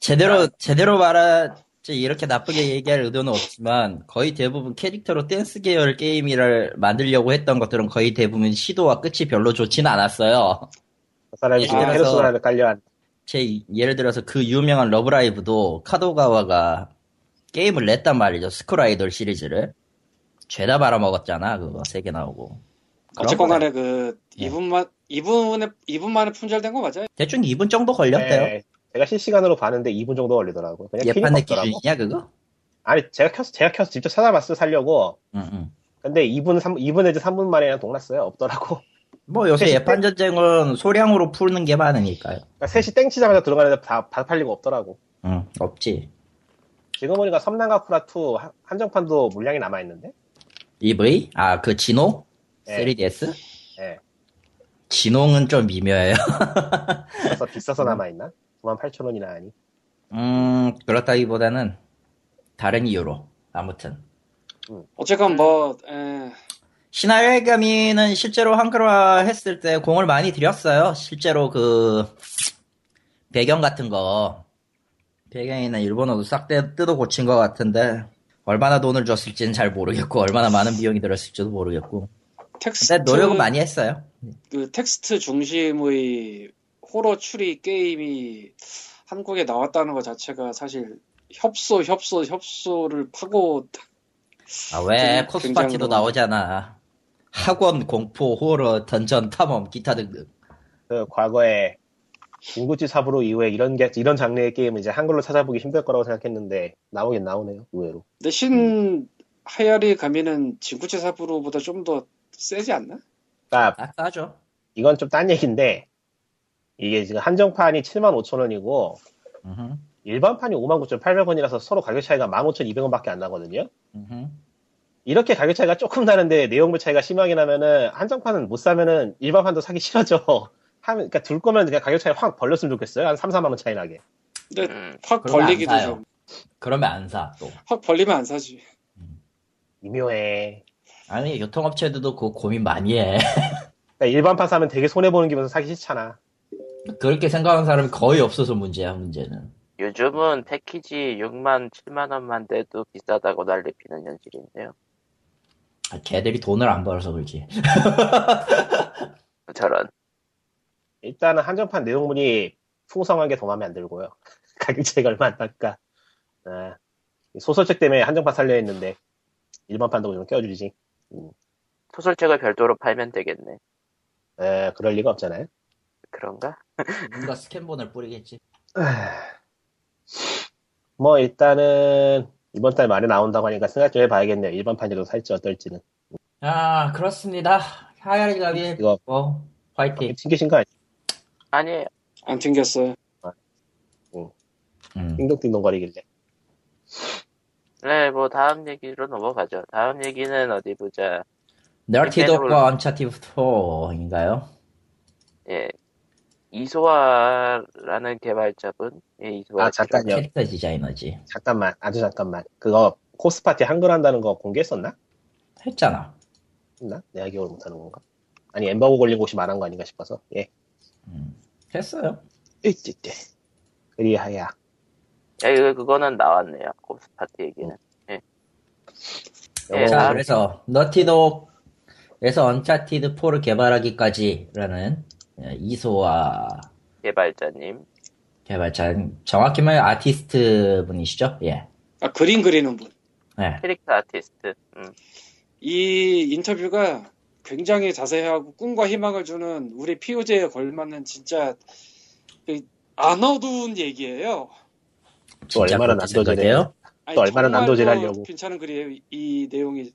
[SPEAKER 1] 제대로 제대로 말하지 이렇게 나쁘게 얘기할 의도는 없지만 거의 대부분 캐릭터로 댄스 계열 게임을 만들려고 했던 것들은 거의 대부분 시도와 끝이 별로 좋진 않았어요.
[SPEAKER 4] 그 사람이
[SPEAKER 1] 예,
[SPEAKER 4] 지금
[SPEAKER 1] 그래서-
[SPEAKER 4] 페르소나를 깔려한
[SPEAKER 1] 제 이- 예를 들어서 그 유명한 러브라이브도 카도가와가 게임을 냈단 말이죠. 스쿨 아이돌 시리즈를 죄다 말아먹었잖아. 그거 세 개 나오고. 그런
[SPEAKER 3] 어쨌건
[SPEAKER 1] 거네.
[SPEAKER 3] 간에 그
[SPEAKER 1] 예.
[SPEAKER 3] 이분만 이분에 이분만에 품절된 거 맞아요?
[SPEAKER 1] 대충 2분 정도 걸렸대요.
[SPEAKER 4] 네, 제가 실시간으로 봤는데 2분 정도 걸리더라고요. 그냥
[SPEAKER 1] 예판
[SPEAKER 4] 게임
[SPEAKER 1] 내기
[SPEAKER 4] 없더라고.
[SPEAKER 1] 중이냐 그거?
[SPEAKER 4] 아니 제가 켜서 제가 켜서 직접 찾아봤어요 살려고.
[SPEAKER 1] 응, 응.
[SPEAKER 4] 근데 2분 3 2분 내지 3분 만에 그냥 동났어요. 없더라고.
[SPEAKER 1] 뭐 요새
[SPEAKER 4] 셋이
[SPEAKER 1] 예판 전쟁은 소량으로 푸는 게 많으니까요.
[SPEAKER 4] 그러니까 셋이 땡치자마자 들어가는데 다, 다 팔리고 없더라고.
[SPEAKER 1] 응, 없지.
[SPEAKER 4] 지금 보니까 섬난과 프라2 한- 한정판도 물량이 남아있는데?
[SPEAKER 1] EV? 아, 그 진호?
[SPEAKER 4] 예.
[SPEAKER 1] 3DS?
[SPEAKER 4] 예.
[SPEAKER 1] 진홍은 좀 미묘해요.
[SPEAKER 4] 그래서 비싸서 남아있나? 98,000원이나 하니.
[SPEAKER 1] 음, 그렇다기보다는 다른 이유로. 아무튼. 네.
[SPEAKER 3] 어쨌건 뭐 에,
[SPEAKER 1] 신화의감이는 실제로 한글화 했을 때 공을 많이 들였어요. 실제로 그, 배경 같은 거. 배경이나 일본어도 싹 떼- 뜯어 고친 것 같은데, 얼마나 돈을 줬을지는 잘 모르겠고, 얼마나 많은 비용이 들었을지도 모르겠고.
[SPEAKER 3] 텍스트
[SPEAKER 1] 근데 노력은 많이 했어요.
[SPEAKER 3] 그 텍스트 중심의 호러 추리 게임이 한국에 나왔다는 것 자체가 사실 협소 협소 협소를 파고
[SPEAKER 1] 아, 왜?
[SPEAKER 3] 굉장히-
[SPEAKER 1] 코스파티도
[SPEAKER 3] 굉장히- 뭐
[SPEAKER 1] 나오잖아. 학원, 공포, 호러, 던전, 탐험, 기타 등등.
[SPEAKER 4] 그 과거에 인구치 사부로 이후에 이런 게 이런 장르의 게임을 이제 한글로 찾아보기 힘들 거라고 생각했는데 나오긴 나오네요 의외로
[SPEAKER 1] 음.
[SPEAKER 3] 근데 신 하야리 가면은 진구체 사부로보다 좀 더 세지 않나?
[SPEAKER 4] 그러니까
[SPEAKER 1] 아까죠.
[SPEAKER 4] 이건 좀 딴 얘기인데 이게 지금 한정판이 75,000원이고
[SPEAKER 1] 음흠,
[SPEAKER 4] 일반판이 59,800원이라서 서로 가격 차이가 15,200원밖에 안 나거든요
[SPEAKER 1] 음흠.
[SPEAKER 4] 이렇게 가격 차이가 조금 나는데 내용물 차이가 심하게 나면은 한정판은 못 사면은 일반판도 사기 싫어져 하면 그러니까 둘 거면 그냥 가격 차이 확 벌렸으면 좋겠어요 한 3, 4만 원 차이 나게
[SPEAKER 3] 근데
[SPEAKER 2] 음,
[SPEAKER 3] 확
[SPEAKER 1] 그러면 안
[SPEAKER 3] 벌리기도
[SPEAKER 1] 사요.
[SPEAKER 3] 좀 확
[SPEAKER 1] 그러면 안 사, 또.
[SPEAKER 3] 벌리면 안 사지.
[SPEAKER 4] 미묘해
[SPEAKER 1] 아니, 유통업체들도 그 고민 많이 해.
[SPEAKER 4] 그러니까 일반판 사면 되게 손해 보는 기분에서 사기 싫잖아
[SPEAKER 1] 그렇게 생각하는 사람이 거의 없어서 문제야, 문제는.
[SPEAKER 2] 요즘은 패키지 6만 7만 원만 돼도 비싸다고 난리 피는 현실인데요.
[SPEAKER 1] 아, 걔들이 돈을 안 벌어서 그렇지.
[SPEAKER 2] 저런
[SPEAKER 4] 일단은 한정판 내용물이 풍성한 게 더 마음에 안 들고요. 가격 차이가 얼마 안 날까. 아, 소설책 때문에 한정판 살려 했는데 일반판도 좀 껴주지.
[SPEAKER 2] 소설책을 별도로 팔면 되겠네.
[SPEAKER 4] 에, 그럴 리가 없잖아요.
[SPEAKER 2] 그런가?
[SPEAKER 1] 뭔가 스캔본을 뿌리겠지.
[SPEAKER 4] 아. 뭐 일단은 이번 달 말에 나온다고 하니까 생각 좀 해봐야겠네요. 일반판이라도 살지 어떨지는.
[SPEAKER 1] 아, 그렇습니다. 하야리 가비,
[SPEAKER 4] 이거
[SPEAKER 1] 뭐, 화이팅.
[SPEAKER 4] 튕기신 거 아니에요?
[SPEAKER 2] 아니
[SPEAKER 3] 안 튕겼어요.
[SPEAKER 1] 음.
[SPEAKER 4] 띵동띵동거리길래.
[SPEAKER 2] 네, 뭐 다음 얘기로 넘어가죠. 다음 얘기는 어디 보자.
[SPEAKER 1] 널티독과 언차티브 4인가요?
[SPEAKER 2] 예, 이소아라는 개발자분, 예, 이소아
[SPEAKER 4] 아 잠깐요.
[SPEAKER 1] 캐릭터 디자이너지.
[SPEAKER 4] 잠깐만. 아주 잠깐만. 그거 코스파티 한글 한다는 거 공개했었나?
[SPEAKER 1] 했잖아.
[SPEAKER 4] 했나? 내가 기억을 못하는 건가? 아니 엠버고 걸린 곳이 말한 거 아닌가 싶어서. 예.
[SPEAKER 1] 했어요.
[SPEAKER 4] 으이띠띠. 그리하야.
[SPEAKER 2] 예, 이거- 그거는 나왔네요. 곱스파트 얘기는.
[SPEAKER 4] 음.
[SPEAKER 2] 예,
[SPEAKER 4] 영어
[SPEAKER 1] 자,
[SPEAKER 2] 아.
[SPEAKER 1] 그래서 너티독에서 언차티드 4를 개발하기까지라는 예, 이소아
[SPEAKER 2] 개발자님.
[SPEAKER 1] 개발자, 정확히 말하면 아티스트 분이시죠? 예.
[SPEAKER 3] 아 그림 그리는 분.
[SPEAKER 1] 예.
[SPEAKER 2] 캐릭터 아티스트. 음.
[SPEAKER 3] 이 인터뷰가 굉장히 자세하고 꿈과 희망을 주는 우리 피오제에 걸맞는 진짜 그안 어두운 얘기예요.
[SPEAKER 4] 또 얼마나
[SPEAKER 1] 그렇게
[SPEAKER 4] 남겨져야
[SPEAKER 1] 생각해요?
[SPEAKER 3] 아니,
[SPEAKER 4] 또 얼마나
[SPEAKER 3] 정말
[SPEAKER 4] 난도질
[SPEAKER 3] 또
[SPEAKER 4] 하려고.
[SPEAKER 3] 괜찮은 글이에요. 이- 이 내용이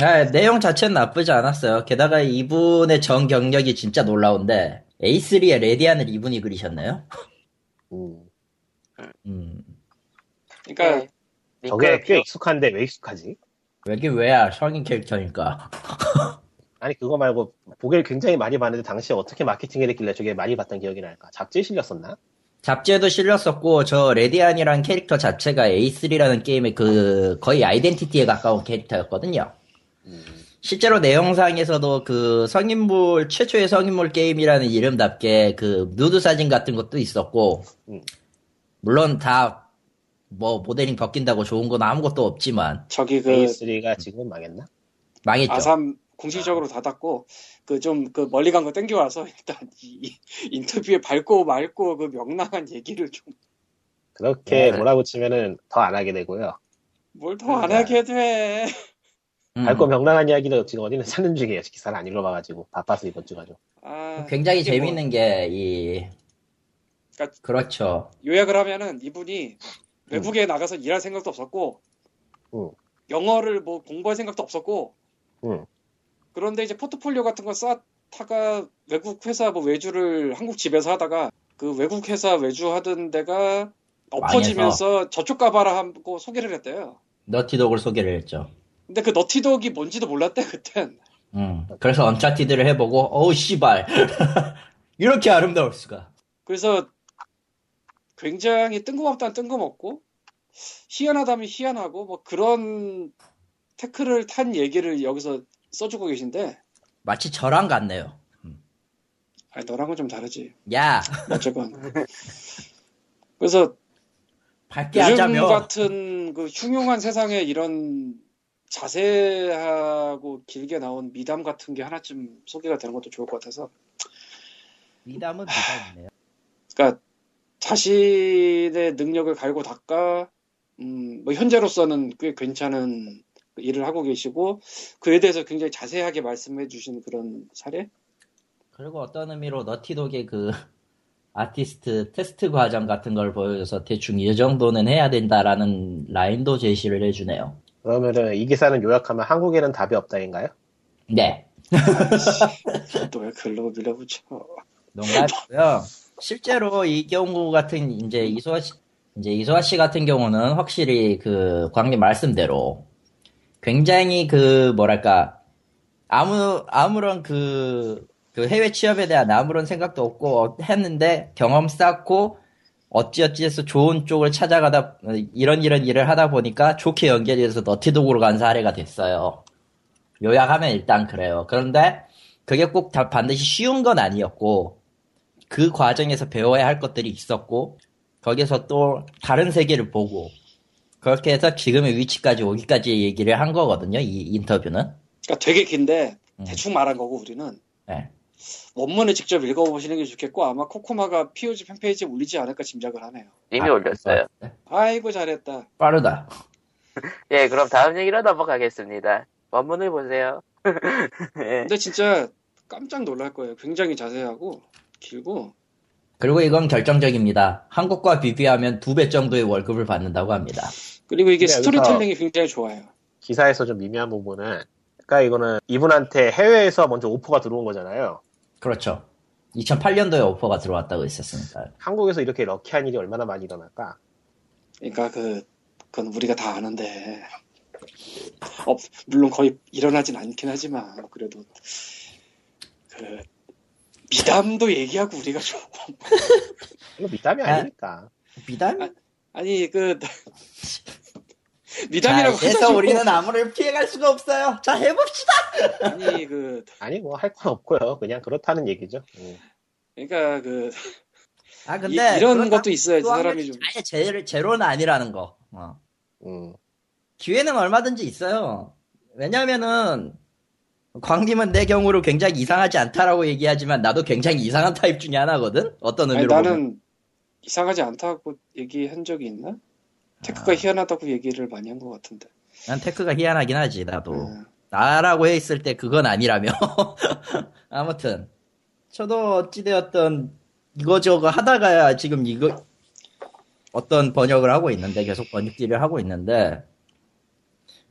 [SPEAKER 1] 아, 내용 자체는 나쁘지 않았어요. 게다가 이분의 전 경력이 진짜 놀라운데, A3의 레디안을 이분이 그리셨나요?
[SPEAKER 4] 음.
[SPEAKER 1] 음.
[SPEAKER 3] 그러니까
[SPEAKER 2] 예.
[SPEAKER 4] 저게
[SPEAKER 2] 링크를
[SPEAKER 4] 꽤
[SPEAKER 2] 표-
[SPEAKER 4] 익숙한데 왜 익숙하지?
[SPEAKER 1] 왜긴 왜야, 성인 캐릭터니까.
[SPEAKER 4] 아니 그거 말고 보기를 굉장히 많이 봤는데 당시에 어떻게 마케팅을 했길래 저게 많이 봤던 기억이 날까? 잡지에 실렸었나?
[SPEAKER 1] 잡지에도 실렸었고, 저 레디안이란 캐릭터 자체가 A3라는 게임의 그, 거의 아이덴티티에 가까운 캐릭터였거든요.
[SPEAKER 3] 음.
[SPEAKER 1] 실제로 내용상에서도 그 성인물, 최초의 성인물 게임이라는 이름답게 그 누드 사진 같은 것도 있었고,
[SPEAKER 4] 음.
[SPEAKER 1] 물론 다 뭐 모델링 벗긴다고 좋은 건 아무것도 없지만,
[SPEAKER 3] 저기 그
[SPEAKER 4] 네. A3가 지금 망했나?
[SPEAKER 1] 망했죠.
[SPEAKER 3] 아삼 공식적으로 닫았고 그 좀 그 멀리 간 거 땡겨 와서 일단 이 인터뷰에 밝고 맑고 그 명랑한 얘기를
[SPEAKER 4] 그렇게
[SPEAKER 2] 네.
[SPEAKER 4] 몰아붙이면은 더 안 하게 되고요.
[SPEAKER 3] 좀 뭘 더
[SPEAKER 4] 네.
[SPEAKER 3] 안 하게 돼.
[SPEAKER 1] 음.
[SPEAKER 4] 밝고 명랑한 이야기를 지금 어디는 찾는 중이에요. 기사를 안 읽어봐가지고 바빠서 이번 주가 좀.
[SPEAKER 3] 아,
[SPEAKER 1] 굉장히
[SPEAKER 3] 이게 뭐-
[SPEAKER 1] 재밌는 게, 이,
[SPEAKER 3] 그러니까-
[SPEAKER 1] 그렇죠.
[SPEAKER 3] 요약을 하면은 이분이 외국에 나가서 일할 생각도 없었고
[SPEAKER 4] 음.
[SPEAKER 3] 영어를 뭐 공부할 생각도 없었고
[SPEAKER 4] 음.
[SPEAKER 3] 그런데 이제 포트폴리오 같은 거 쌓 타가 외국 회사 뭐 외주를 한국 집에서 하다가 그 외국 회사 외주 하던 데가 엎어지면서 저쪽 가봐라 하고 소개를 했대요.
[SPEAKER 1] 너티독을 소개를 했죠.
[SPEAKER 3] 근데 그 너티독이 뭔지도 몰랐대 그땐.
[SPEAKER 1] 음. 그래서 언차티드를 해보고 어우 씨발 이렇게 아름다울 수가.
[SPEAKER 3] 그래서 굉장히 뜬금없다면 뜬금없고 희한하다면 희한하고 뭐 그런 태클을 탄 얘기를 여기서 써주고 계신데
[SPEAKER 1] 마치 저랑 같네요.
[SPEAKER 3] 아니, 너랑은 좀 다르지
[SPEAKER 1] 야
[SPEAKER 3] 어쨌건 그래서
[SPEAKER 1] 밝게
[SPEAKER 3] 요즘
[SPEAKER 1] 하자며.
[SPEAKER 3] 같은 그 흉흉한 세상에 이런 자세하고 길게 나온 미담 같은 게 하나쯤 소개가 되는 것도 좋을 것 같아서
[SPEAKER 1] 미담은 미담이네요.
[SPEAKER 3] 그러니까 자신의 능력을 갈고 닦아 음, 뭐 현재로서는 꽤 괜찮은 일을 하고 계시고 그에 대해서 굉장히 자세하게 말씀해 주신 그런 사례?
[SPEAKER 1] 그리고 어떤 의미로 너티독의 그 아티스트 테스트 과정 같은 걸 보여줘서 대충 이 정도는 해야 된다라는 라인도 제시를 해주네요.
[SPEAKER 4] 그러면은 이 기사는 요약하면 한국에는 답이 없다인가요?
[SPEAKER 1] 네.
[SPEAKER 3] 또 왜 글로 밀어붙여? 그러니까
[SPEAKER 1] 농담이고요. 실제로 이 경우 같은 이제 이소아 씨, 이제 이소아 씨 같은 경우는 확실히 그 광님 말씀대로 굉장히 그 뭐랄까 아무 아무런 그, 그 해외 취업에 대한 아무런 생각도 없고 어- 했는데 경험 쌓고 어찌어찌해서 좋은 쪽을 찾아가다 어, 이런 이런 일을 하다 보니까 좋게 연결돼서 너티독으로 간 사례가 됐어요. 요약하면 일단 그래요. 그런데 그게 꼭 다 반드시 쉬운 건 아니었고 그 과정에서 배워야 할 것들이 있었고 거기서 또 다른 세계를 보고 그렇게 해서 지금의 위치까지 오기까지 얘기를 한 거거든요. 이 인터뷰는.
[SPEAKER 3] 그러니까 되게 긴데
[SPEAKER 1] 음.
[SPEAKER 3] 대충 말한 거고 우리는
[SPEAKER 1] 네.
[SPEAKER 3] 원문을 직접 읽어보시는 게 좋겠고 아마 코코마가 POG 팬페이지에 올리지 않을까 짐작을 하네요.
[SPEAKER 2] 이미
[SPEAKER 1] 아,
[SPEAKER 2] 올렸어요.
[SPEAKER 3] 아이고 잘했다.
[SPEAKER 1] 빠르다.
[SPEAKER 2] 예, 그럼 다음 얘기로 넘어가겠습니다. 원문을 보세요. 예.
[SPEAKER 3] 근데 진짜 깜짝 놀랄 거예요. 굉장히 자세하고 길고
[SPEAKER 1] 그리고 이건 결정적입니다. 한국과 비교하면 두 배 정도의 월급을 받는다고 합니다.
[SPEAKER 3] 그리고 이게
[SPEAKER 4] 네,
[SPEAKER 3] 스토리텔링이 굉장히 좋아요.
[SPEAKER 4] 기사에서 좀 미미한 부분은 그러니까 이거는 이분한테 해외에서 먼저 오퍼가 들어온 거잖아요.
[SPEAKER 1] 그렇죠. 2008년도에 오퍼가 들어왔다고 했었으니까.
[SPEAKER 4] 한국에서 이렇게 럭키한 일이 얼마나 많이 일어날까?
[SPEAKER 3] 그러니까 그 그건 우리가 다 아는데 어, 물론 거의 일어나진 않긴 하지만 그래도 그 미담도 얘기하고 우리가 좀
[SPEAKER 4] 이거 밑담이
[SPEAKER 1] 아,
[SPEAKER 4] 뭐 아니니까.
[SPEAKER 1] 비단?
[SPEAKER 3] 아니 그
[SPEAKER 1] 자,
[SPEAKER 3] 미담이라고
[SPEAKER 1] 그래서
[SPEAKER 3] 하자고
[SPEAKER 1] 우리는 아무를 피해갈 수가 없어요. 자, 해봅시다.
[SPEAKER 3] 아니 그
[SPEAKER 4] 아니 뭐 할 건 없고요. 그냥 그렇다는 얘기죠. 음.
[SPEAKER 3] 그러니까 그
[SPEAKER 1] 아,
[SPEAKER 3] 이,
[SPEAKER 1] 근데.
[SPEAKER 3] 런
[SPEAKER 1] 그런
[SPEAKER 3] 것도 있어야지
[SPEAKER 1] 또
[SPEAKER 3] 사람이
[SPEAKER 1] 하면
[SPEAKER 3] 좀
[SPEAKER 1] 아예 제, 제로는 아니라는 거. 어.
[SPEAKER 4] 음.
[SPEAKER 1] 기회는 얼마든지 있어요. 왜냐면은 광님은 내 경우로 굉장히 이상하지 않다라고 얘기하지만 나도 굉장히 이상한 타입 중에 하나거든. 어떤
[SPEAKER 3] 아니
[SPEAKER 1] 의미로 보면.
[SPEAKER 3] 나는 이상하지 않다고 얘기한 적이 있나? 테크가
[SPEAKER 1] 아.
[SPEAKER 3] 희한하다고 얘기를 많이 한 것 같은데.
[SPEAKER 1] 난 테크가 희한하긴 하지 나도.
[SPEAKER 3] 음.
[SPEAKER 1] 나라고 했을 때 그건 아니라며. 아무튼 저도 어찌되었던 이거저거 하다가 지금 이거 어떤 번역을 하고 있는데 계속 번역질을 하고 있는데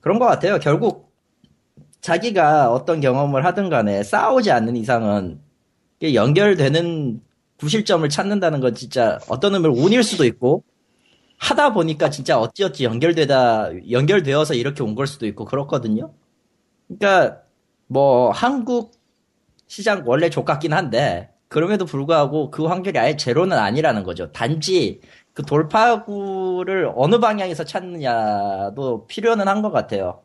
[SPEAKER 1] 그런 것 같아요. 결국 자기가 어떤 경험을 하든 간에 싸우지 않는 이상은 이게 연결되는 구실점을 찾는다는 건 진짜 어떤 의미로 운일 수도 있고 하다 보니까 진짜 어찌어찌 연결되다 연결되어서 이렇게 온 걸 수도 있고 그렇거든요. 그러니까 뭐 한국 시장 원래 족같긴 한데 그럼에도 불구하고 그 확률이 아예 제로는 아니라는 거죠. 단지 그 돌파구를 어느 방향에서 찾느냐도 필요는 한 것 같아요.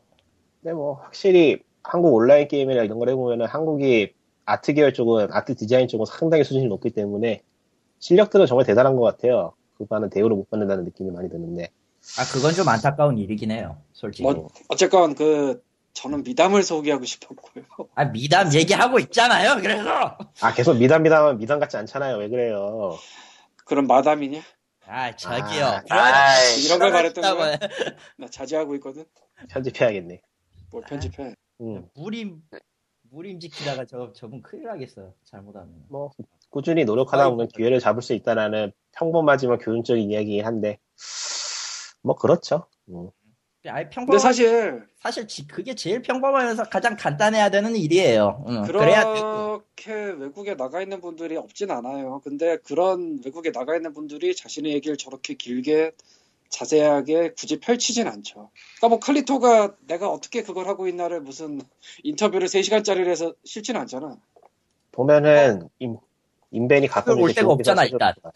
[SPEAKER 4] 근데 뭐 확실히 한국 온라인 게임이나 이런 걸 해보면은 한국이 아트 계열 쪽은 아트 디자인 쪽은 상당히 수준이 높기 때문에 실력들은 정말 대단한 것 같아요. 그거는 대우를 못 받는다는 느낌이 많이 드는데
[SPEAKER 1] 아 그건 좀 안타까운 일이긴 해요. 솔직히.
[SPEAKER 3] 뭐 어쨌건 그 저는 미담을 소개하고 싶었고요.
[SPEAKER 1] 아 미담 얘기하고 있잖아요. 그래서
[SPEAKER 4] 아 계속 미담 미담은 미담 같지 않잖아요. 왜 그래요?
[SPEAKER 3] 그럼 마담이냐?
[SPEAKER 1] 아 저기요.
[SPEAKER 4] 아,
[SPEAKER 1] 그런
[SPEAKER 2] 아이,
[SPEAKER 3] 이런 걸 말했던
[SPEAKER 1] 사람이
[SPEAKER 3] 거야?
[SPEAKER 1] 있다고 해.
[SPEAKER 3] 나 자제하고 있거든.
[SPEAKER 4] 편집해야겠네.
[SPEAKER 1] 아.
[SPEAKER 3] 뭘
[SPEAKER 1] 어.
[SPEAKER 3] 편집해?
[SPEAKER 4] 음,
[SPEAKER 1] 무림 무림지키다가 저 저분 큰일 나겠어요. 잘못하면.
[SPEAKER 4] 뭐 꾸준히 노력하다 보면 기회를 잡을 수 있다라는 평범하지만 교훈적인 이야기긴 한데 뭐 그렇죠. 음.
[SPEAKER 1] 아예 평범.
[SPEAKER 3] 근데 사실
[SPEAKER 1] 사실 지- 그게 제일 평범하면서 가장 간단해야 되는 일이에요. 응, 어, 그래야 되고.
[SPEAKER 3] 그렇게 외국에 나가 있는 분들이 없진 않아요. 근데 그런 외국에 나가 있는 분들이 자신의 얘기를 저렇게 길게 자세하게 굳이 펼치진 않죠. 그러니까 뭐 칼리토가 내가 어떻게 그걸 하고 있나를 무슨 인터뷰를 3시간짜리를 해서 싫진 않잖아.
[SPEAKER 4] 보면은 임 인벤이 가끔
[SPEAKER 1] 어. 그걸 올
[SPEAKER 4] 이렇게
[SPEAKER 1] 데가
[SPEAKER 4] 좋은 기사
[SPEAKER 1] 없잖아,
[SPEAKER 4] 써줘서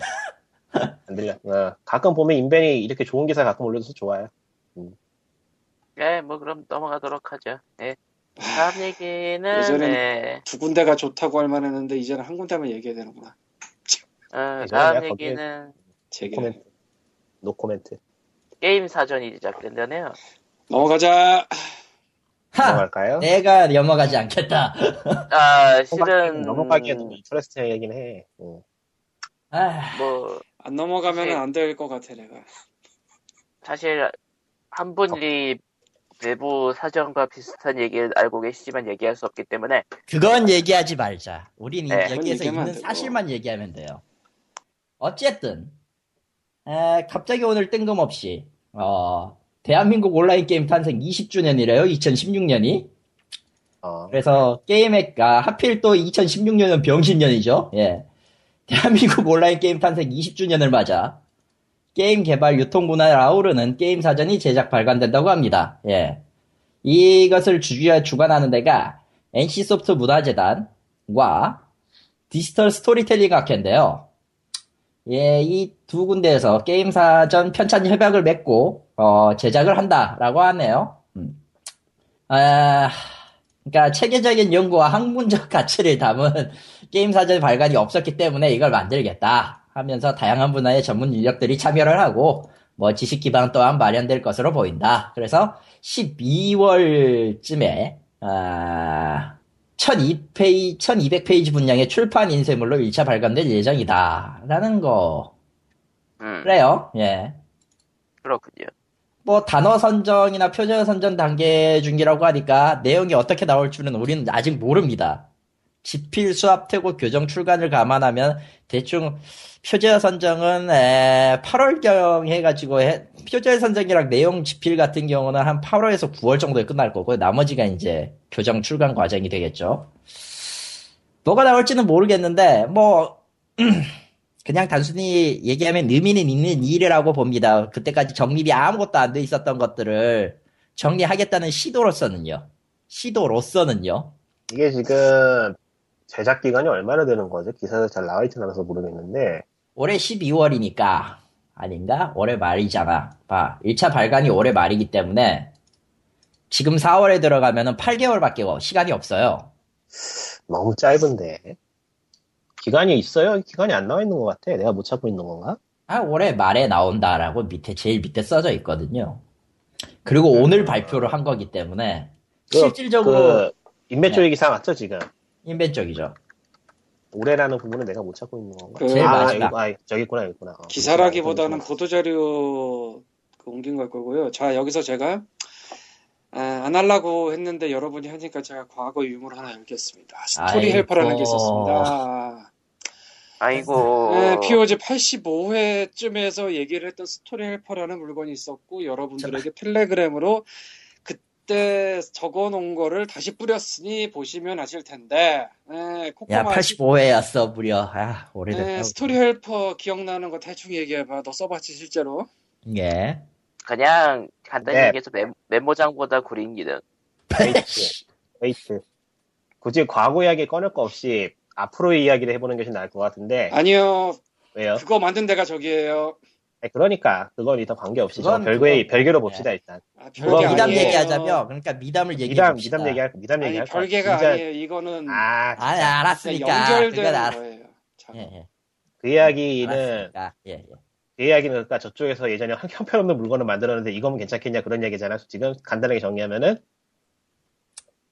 [SPEAKER 4] 좋아요. 안 들려. 어, 가끔 보면 인벤이 이렇게 좋은 기사 가끔 올려줘서 좋아요.
[SPEAKER 2] 예, 뭐 그럼 넘어가도록 하죠. 예. 다음 얘기는
[SPEAKER 3] 예전엔-
[SPEAKER 2] 예.
[SPEAKER 3] 두 군데가 좋다고 할 만했는데 이제는 한 군데만 얘기해야 되는구나.
[SPEAKER 2] 어,
[SPEAKER 4] 예전에
[SPEAKER 2] 다음
[SPEAKER 4] 내가
[SPEAKER 2] 얘기는
[SPEAKER 1] 네. 예.
[SPEAKER 3] 제게
[SPEAKER 4] 코멘트. 노 코멘트.
[SPEAKER 2] 게임 사전이 제작된다네요.
[SPEAKER 3] 넘어가자.
[SPEAKER 1] 하!
[SPEAKER 4] 넘어갈까요?
[SPEAKER 1] 내가 넘어가지 않겠다.
[SPEAKER 2] 아,
[SPEAKER 4] 넘어가기엔-
[SPEAKER 2] 실은
[SPEAKER 4] 넘어가기엔 너무 인터레스팅 얘긴 해. 어. 응.
[SPEAKER 1] 아,
[SPEAKER 2] 뭐
[SPEAKER 3] 안 넘어가면
[SPEAKER 2] 네.
[SPEAKER 3] 안 될 것 같아 내가.
[SPEAKER 2] 사실 한 분이 내부 사정과 비슷한 얘기를 알고 계시지만 얘기할 수 없기 때문에
[SPEAKER 1] 그건 얘기하지 말자. 우린 이
[SPEAKER 2] 네,
[SPEAKER 3] 그건
[SPEAKER 1] 여기에서
[SPEAKER 3] 얘기하면 안
[SPEAKER 1] 있는
[SPEAKER 3] 되고.
[SPEAKER 1] 사실만 얘기하면 돼요. 어쨌든, 아, 갑자기 오늘 뜬금없이, 어, 대한민국 온라인 게임 탄생 20주년이래요, 2016년이.
[SPEAKER 4] 어.
[SPEAKER 1] 그래서 게임의 아, 하필 또 2016년은 병신년이죠. 예. 대한민국 온라인 게임 탄생 20주년을 맞아 게임 개발 유통 문화를 아우르는 게임 사전이 제작 발간된다고 합니다. 예. 이것을 주주야 주관하는 데가 NC 소프트 문화재단과 디지털 스토리텔링 학회인데요. 예, 이 두 군데에서 게임 사전 편찬 협약을 맺고 어, 제작을 한다라고 하네요. 음. 아, 그러니까 체계적인 연구와 학문적 가치를 담은 게임 사전 발간이 없었기 때문에 이걸 만들겠다 하면서 다양한 분야의 전문 인력들이 참여를 하고 뭐 지식 기반 또한 마련될 것으로 보인다. 그래서 12월쯤에 아, 1200페이지, 1200페이지 분량의 출판 인쇄물로 1차 발간될 예정이다. 라는 거.
[SPEAKER 2] 음,
[SPEAKER 1] 그래요. 예.
[SPEAKER 2] 그렇군요.
[SPEAKER 1] 뭐 단어 선정이나 표절 선정 단계 중이라고 하니까 내용이 어떻게 나올 줄은 우리는 아직 모릅니다. 지필 수합 퇴고 교정 출간을 감안하면 대충 표절 선정은 8월경 해가지고 해- 표절 선정이랑 내용 지필 같은 경우는 한 8월에서 9월 정도에 끝날 거고 나머지가 이제 교정 출간 과정이 되겠죠. 뭐가 나올지는 모르겠는데 뭐 그냥 단순히 얘기하면 의미는 있는 일이라고 봅니다. 그때까지 정립이 아무것도 안 돼 있었던 것들을 정리하겠다는 시도로서는요. 시도로서는요.
[SPEAKER 4] 이게 지금 제작 기간이 얼마나 되는 거죠? 기사도 잘 나와 있진 않아서 모르겠는데
[SPEAKER 1] 올해 12월이니까 아닌가? 올해 말이잖아. 봐. 1차 발간이 올해 말이기 때문에 지금 4월에 들어가면은 8개월밖에 시간이 없어요.
[SPEAKER 4] 너무 짧은데 기간이 있어요? 기간이 안 나와 있는 것 같아. 내가 못 찾고 있는 건가?
[SPEAKER 1] 아, 올해 말에 나온다라고 밑에 제일 밑에 써져 있거든요. 그리고 오늘 발표를 한 거기 때문에
[SPEAKER 4] 네. 그-
[SPEAKER 1] 실질적으로
[SPEAKER 4] 그 인맥
[SPEAKER 3] 네.
[SPEAKER 4] 조이 기사 맞죠 지금?
[SPEAKER 1] 인벤 쪽이죠.
[SPEAKER 4] 올해라는 부분은 내가 못 찾고 있는 건가?
[SPEAKER 3] 그- 제일
[SPEAKER 4] 아,
[SPEAKER 1] 마지막.
[SPEAKER 4] 여기, 아 저기 있구나 여기 있구나. 어,
[SPEAKER 3] 기사라기보다는
[SPEAKER 4] 그렇구나.
[SPEAKER 3] 보도자료 그 옮긴 걸 거고요. 자 여기서 제가 아, 안 하려고 했는데 여러분이 하니까 제가 과거 유물 하나 읽겠습니다. 스토리
[SPEAKER 1] 아이고.
[SPEAKER 3] 헬퍼라는 게 있었습니다.
[SPEAKER 2] 아이고.
[SPEAKER 4] 그
[SPEAKER 3] 네, POG 85회쯤에서 얘기를 했던 스토리 헬퍼라는 물건이 있었고 여러분들에게 텔레그램으로 그때 적어놓은 거를 다시 뿌렸으니 보시면 아실 텐데 네,
[SPEAKER 1] 야,
[SPEAKER 3] 코코마
[SPEAKER 1] 85회였어, 무려. 아, 오래됐다.
[SPEAKER 3] 네, 스토리 헬퍼 기억나는 거 대충 얘기해봐. 너 써봤지 실제로?
[SPEAKER 1] 예.
[SPEAKER 2] 그냥 간단히
[SPEAKER 4] 네.
[SPEAKER 2] 얘기해서 메, 메모장보다 구린 기능.
[SPEAKER 4] 웨이트. 웨이트. 그 굳이 과거 이야기 꺼낼 거 없이 앞으로의 이야기를 해보는 것이 나을 것 같은데
[SPEAKER 3] 아니요.
[SPEAKER 4] 왜요?
[SPEAKER 3] 그거 만든 데가 저기예요.
[SPEAKER 4] 아니, 그러니까 그건 일단 관계없이 저
[SPEAKER 1] 그건
[SPEAKER 4] 별개의
[SPEAKER 3] 뭐,
[SPEAKER 1] 그건-
[SPEAKER 4] 별개로 봅시다 일단.
[SPEAKER 3] 아,
[SPEAKER 1] 그거
[SPEAKER 3] 별게
[SPEAKER 4] 그건
[SPEAKER 1] 미담
[SPEAKER 3] 아니에요.
[SPEAKER 1] 얘기하자면, 그러니까 미담을 얘기해
[SPEAKER 4] 미담
[SPEAKER 1] 봅시다.
[SPEAKER 4] 미담 얘기할 미담
[SPEAKER 3] 아니
[SPEAKER 4] 얘기할 거
[SPEAKER 3] 별개가
[SPEAKER 4] 진짜-
[SPEAKER 3] 아니에요. 이거는
[SPEAKER 4] 아,
[SPEAKER 1] 아,
[SPEAKER 4] 진짜.
[SPEAKER 1] 알았으니까. 그건
[SPEAKER 3] 연결되는
[SPEAKER 1] 알았-
[SPEAKER 3] 거예요. 자,
[SPEAKER 1] 예, 예.
[SPEAKER 4] 그 이야기는
[SPEAKER 1] 알았으니까. 예, 예.
[SPEAKER 4] 그 이야기는 그러니까 저쪽에서 예전에 한- 형편없는 물건을 만들었는데 이거면 괜찮겠냐 그런 얘기잖아. 지금 간단하게 정리하면은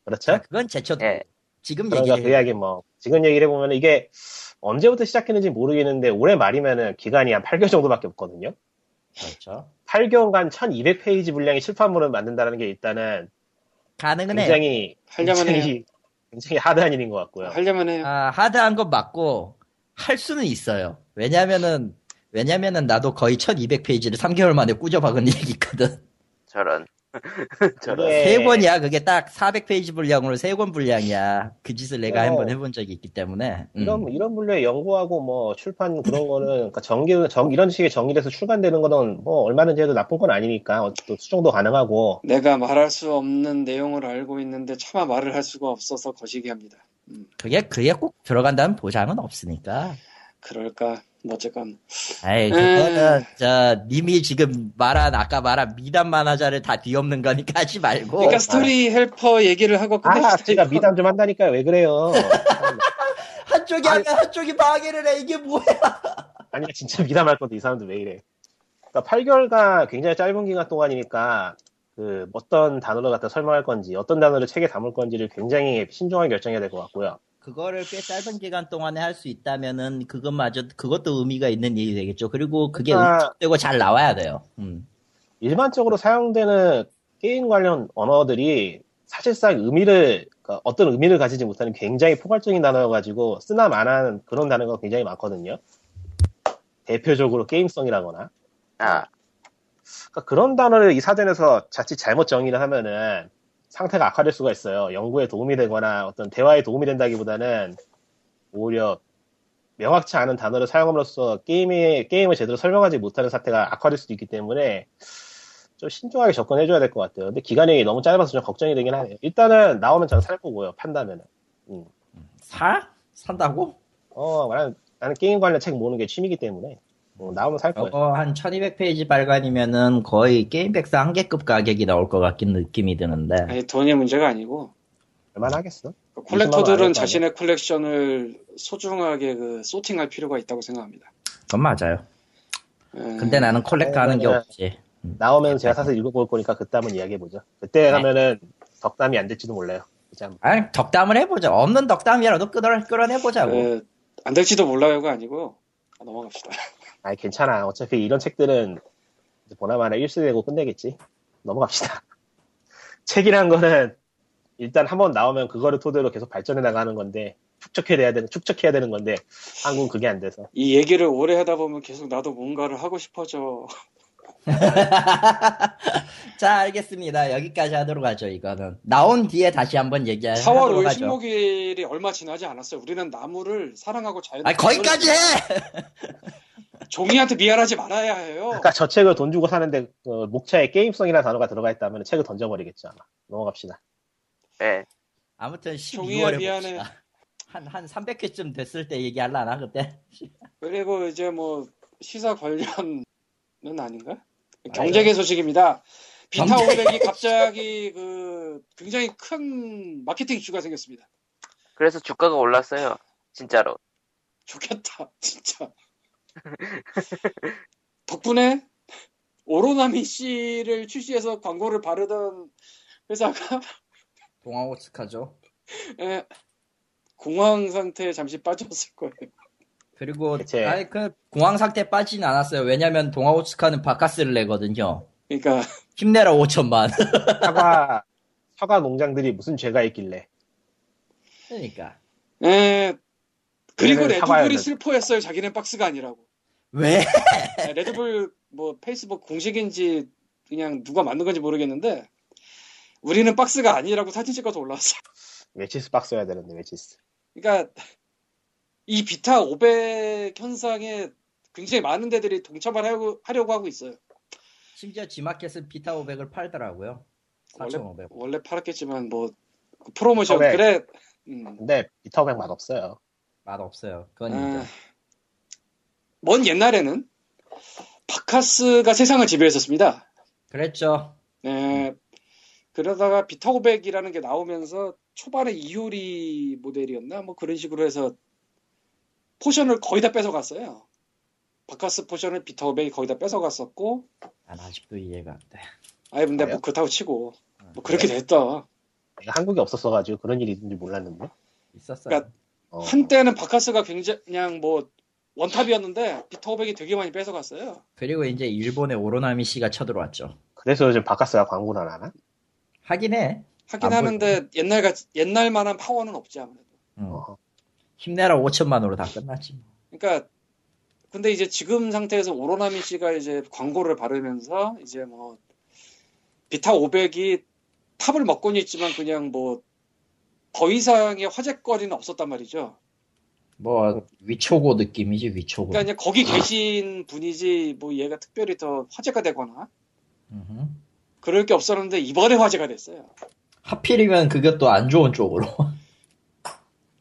[SPEAKER 4] 그렇죠?
[SPEAKER 1] 아, 그건 제초.
[SPEAKER 2] 예.
[SPEAKER 1] 지금
[SPEAKER 4] 그러니까
[SPEAKER 1] 얘기를.
[SPEAKER 4] 그 이야기 뭐 지금 얘기를 해보면 이게 언제부터 시작했는지 모르겠는데 올해 말이면은 기간이 한 8개월 정도밖에 없거든요.
[SPEAKER 1] 그렇죠.
[SPEAKER 4] 8개월간 1200페이지 분량의 출판물을 만든다는 게 일단은
[SPEAKER 1] 가능은 해요.
[SPEAKER 4] 굉장히
[SPEAKER 3] 하려면 해요.
[SPEAKER 4] 굉장히, 굉장히 하드한 일인 것 같고요.
[SPEAKER 3] 하려면 해요.
[SPEAKER 1] 아, 하드한 건 맞고, 할 수는 있어요. 왜냐면은, 왜냐면은 나도 거의 1200페이지를 3개월 만에 꾸져박은 일이 있거든.
[SPEAKER 2] 저런. 저런.
[SPEAKER 4] 네.
[SPEAKER 1] 세 권이야. 그게 딱 400페이지 분량으로 세 권 분량이야. 그 짓을 내가
[SPEAKER 4] 어.
[SPEAKER 1] 한번 해본 적이 있기 때문에. 음.
[SPEAKER 4] 이런 이런 분류의 연구하고 뭐 출판 그런 거는 그러니까 정기 정 이런 식의 정일에서 출간되는 거는 뭐 얼마든지 해도 나쁜 건 아니니까 어, 또 수정도 가능하고
[SPEAKER 3] 내가 말할 수 없는 내용을 알고 있는데 차마 말을 할 수가 없어서 거시기 합니다.
[SPEAKER 1] 그게 그게 꼭 들어간다는 보장은 없으니까.
[SPEAKER 3] 그럴까? 뭐 어쨌건
[SPEAKER 1] 에이, 그거는 저 님이 지금 말한 아까 말한 미담 만화자를 다 뒤엎는 거니까 하지 말고.
[SPEAKER 3] 그러니까 스토리 헬퍼 얘기를 하고
[SPEAKER 4] 뭐, 아
[SPEAKER 3] 끝냅시다.
[SPEAKER 4] 제가 미담 좀 한다니까 왜 그래요?
[SPEAKER 1] 한쪽이 하면 한쪽이 방해를 해. 이게 뭐야?
[SPEAKER 4] 아니 진짜 미담할 건데 이 사람들 왜 이래? 그러니까 8개월간 굉장히 짧은 기간 동안이니까 그 어떤 단어를 갖다 설명할 건지 어떤 단어를 책에 담을 건지를 굉장히 신중하게 결정해야 될 것 같고요.
[SPEAKER 1] 그거를 꽤 짧은 기간 동안에 할 수 있다면은 그것마저 그것도 의미가 있는 일이 되겠죠. 그리고 그게
[SPEAKER 4] 아.
[SPEAKER 1] 응축되고 잘 나와야 돼요. 음.
[SPEAKER 4] 일반적으로 사용되는 게임 관련 언어들이 사실상 의미를 그러니까 어떤 의미를 가지지 못하는 굉장히 포괄적인 단어여가지고 쓰나 마나한 그런 단어가 굉장히 많거든요. 대표적으로 게임성이라거나
[SPEAKER 2] 아,
[SPEAKER 4] 그러니까 그런 단어를 이 사전에서 자칫 잘못 정의를 하면은 상태가 악화될 수가 있어요. 연구에 도움이 되거나 어떤 대화에 도움이 된다기보다는 오히려 명확치 않은 단어를 사용함으로써 게임의 게임을 제대로 설명하지 못하는 사태가 악화될 수도 있기 때문에 좀 신중하게 접근해줘야 될 것 같아요. 근데 기간이 너무 짧아서 좀 걱정이 되긴 하네요. 일단은 나오면 저는 살 거고요. 판다면은.
[SPEAKER 1] 사? 산다고?
[SPEAKER 4] 어, 나는, 나는 게임 관련 책 모으는 게 취미이기 때문에 어, 나오면 살 거예요.
[SPEAKER 1] 저거 한 1200페이지 발간이면은 거의 게임 백사 한 개급 가격이 나올 것 같긴 느낌이 드는데.
[SPEAKER 3] 아니, 돈의 문제가 아니고
[SPEAKER 4] 얼마나 하겠어?
[SPEAKER 3] 그
[SPEAKER 4] 이십만 원
[SPEAKER 3] 콜렉터들은
[SPEAKER 4] 아니었다네.
[SPEAKER 3] 자신의 콜렉션을 소중하게 그 소팅할 필요가 있다고 생각합니다. 예.
[SPEAKER 1] 그건 맞아요.
[SPEAKER 3] 에,
[SPEAKER 1] 근데 나는 콜렉터 하는 게 없지.
[SPEAKER 4] 나오면 제가 사서 읽어볼 거니까 그땀은 이야기해보죠. 그때 하면은 덕담이 안 될지도 몰라요. 그냥
[SPEAKER 1] 아니, 덕담을 해보자. 없는 덕담이라도 끌어, 끌어내보자고.
[SPEAKER 3] 에, 그 안 될지도 몰라요가 아니고 아, 넘어갑시다.
[SPEAKER 4] 아이 괜찮아. 어차피 이런 책들은 이제 보나마나 1세대고 끝내겠지. 넘어갑시다. 책이란 거는 일단 한 번 나오면 그거를 토대로 계속 발전해 나가는 건데 축적해야 되는 축적해야 되는 건데 한국은 그게 안 돼서
[SPEAKER 3] 이 얘기를 오래 하다 보면 계속 나도 뭔가를 하고 싶어져. 네.
[SPEAKER 1] 자, 알겠습니다. 여기까지 하도록 하죠, 이거는. 나온 뒤에 다시 한번 얘기하도록
[SPEAKER 3] 4월 5일
[SPEAKER 1] 하죠.
[SPEAKER 3] 식목일이 얼마 지나지 않았어요. 우리는 나무를 사랑하고 자연을
[SPEAKER 1] 아, 거기까지 해!
[SPEAKER 3] 종이한테 미안하지 말아야 해요.
[SPEAKER 4] 그러니까 저 책을 돈 주고 사는데 어, 목차에 게임성이라는 단어가 들어가 있다면 책을 던져버리겠죠 아마 넘어갑시다.
[SPEAKER 2] 예.
[SPEAKER 1] 아무튼
[SPEAKER 3] 종이야,
[SPEAKER 1] 12월에
[SPEAKER 3] 미안해.
[SPEAKER 1] 봅시다. 한, 한 300회쯤 됐을 때 얘기하려나, 그때?
[SPEAKER 3] 그리고 이제 뭐 시사 관련은 아닌가? 경제계 소식입니다. 비타
[SPEAKER 1] 경제계
[SPEAKER 3] 500이 갑자기 그 굉장히 큰 마케팅 이슈가 생겼습니다.
[SPEAKER 2] 그래서 주가가 올랐어요. 진짜로.
[SPEAKER 3] 좋겠다, 진짜. 덕분에 오로나미 씨를 출시해서 광고를 바르던 회사가
[SPEAKER 1] 동아오츠카죠.
[SPEAKER 3] 예, 공황 상태에 잠시 빠졌을 거예요.
[SPEAKER 1] 그리고,
[SPEAKER 4] 대체.
[SPEAKER 1] 아니, 그, 공황 상태 빠지진 않았어요. 왜냐면 동아오츠카는 바카스를 내거든요.
[SPEAKER 3] 그러니까
[SPEAKER 1] 힘내라, 5천만.
[SPEAKER 4] 사과 사과 농장들이 무슨 죄가 있길래
[SPEAKER 1] 그러니까.
[SPEAKER 3] 예, 그리고
[SPEAKER 4] 얘는 사과해야
[SPEAKER 3] 레드불이
[SPEAKER 4] 돼.
[SPEAKER 3] 슬퍼했어요. 자기는 박스가 아니라고.
[SPEAKER 1] 왜?
[SPEAKER 3] 네, 레드불 뭐 페이스북 공식인지 그냥 누가 만든 건지 모르겠는데 우리는 박스가 아니라고 사진 찍어서 올라왔어.
[SPEAKER 4] 웨치스 박스여야 되는데 웨치스.
[SPEAKER 3] 그러니까 이 비타 500 현상에 굉장히 많은 데들이 동참을 하려고, 하려고 하고 있어요.
[SPEAKER 1] 심지어 지마켓은 비타 500을 팔더라고요.
[SPEAKER 3] 원래
[SPEAKER 1] 4,500.
[SPEAKER 3] 원래 팔았겠지만 뭐그 프로모션
[SPEAKER 4] 그래.
[SPEAKER 3] 그래. 음.
[SPEAKER 4] 근데 비타오백 맛 없어요.
[SPEAKER 1] 맛 없어요. 그건
[SPEAKER 3] 아,
[SPEAKER 1] 이제.
[SPEAKER 3] 먼 옛날에는 바카스가 세상을 지배했었습니다.
[SPEAKER 1] 그랬죠.
[SPEAKER 3] 네. 그러다가 비타고백이라는 게 나오면서 초반에 이효리 모델이었나 뭐 그런 식으로 해서 포션을 거의 다 뺏어갔어요. 바카스 포션을 비타고백이 거의 다 뺏어갔었고,
[SPEAKER 1] 난 아직도 이해가 안 돼.
[SPEAKER 3] 아예 근데
[SPEAKER 4] 그래요?
[SPEAKER 3] 뭐 그렇다고 치고 뭐 그렇게 됐다.
[SPEAKER 4] 내가 한국에 없었어가지고 그런 일이 있는지 몰랐는데.
[SPEAKER 1] 있었어요.
[SPEAKER 3] 그러니까
[SPEAKER 4] 어.
[SPEAKER 3] 한때는 바카스가 굉장히 그냥 뭐 원탑이었는데 비타고백이 되게 많이 뺏어갔어요.
[SPEAKER 1] 그리고 이제 일본의 오로나미 씨가 쳐들어왔죠.
[SPEAKER 4] 그래서 요즘 바카스가 광고를 안 하나?
[SPEAKER 1] 하긴 해.
[SPEAKER 3] 하긴
[SPEAKER 1] 안
[SPEAKER 3] 하는데 옛날 같 옛날만한 파워는 없지 아무래도.
[SPEAKER 1] 응.
[SPEAKER 4] 어.
[SPEAKER 1] 힘내라 5천만으로 다 끝났지.
[SPEAKER 3] 그러니까 근데 이제 지금 상태에서 오로나미 씨가 이제 광고를 바르면서 이제 뭐 비타 500이 탑을 먹고는 있지만 그냥 뭐 더 이상의 화제거리는 없었단 말이죠.
[SPEAKER 1] 뭐 위초고 느낌이지 위초고.
[SPEAKER 3] 그러니까 그냥 거기 계신 분이지 뭐 얘가 특별히 더 화제가 되거나
[SPEAKER 1] 음흠.
[SPEAKER 3] 그럴 게 없었는데 이번에 화제가 됐어요.
[SPEAKER 1] 하필이면 그게 또 안 좋은 쪽으로.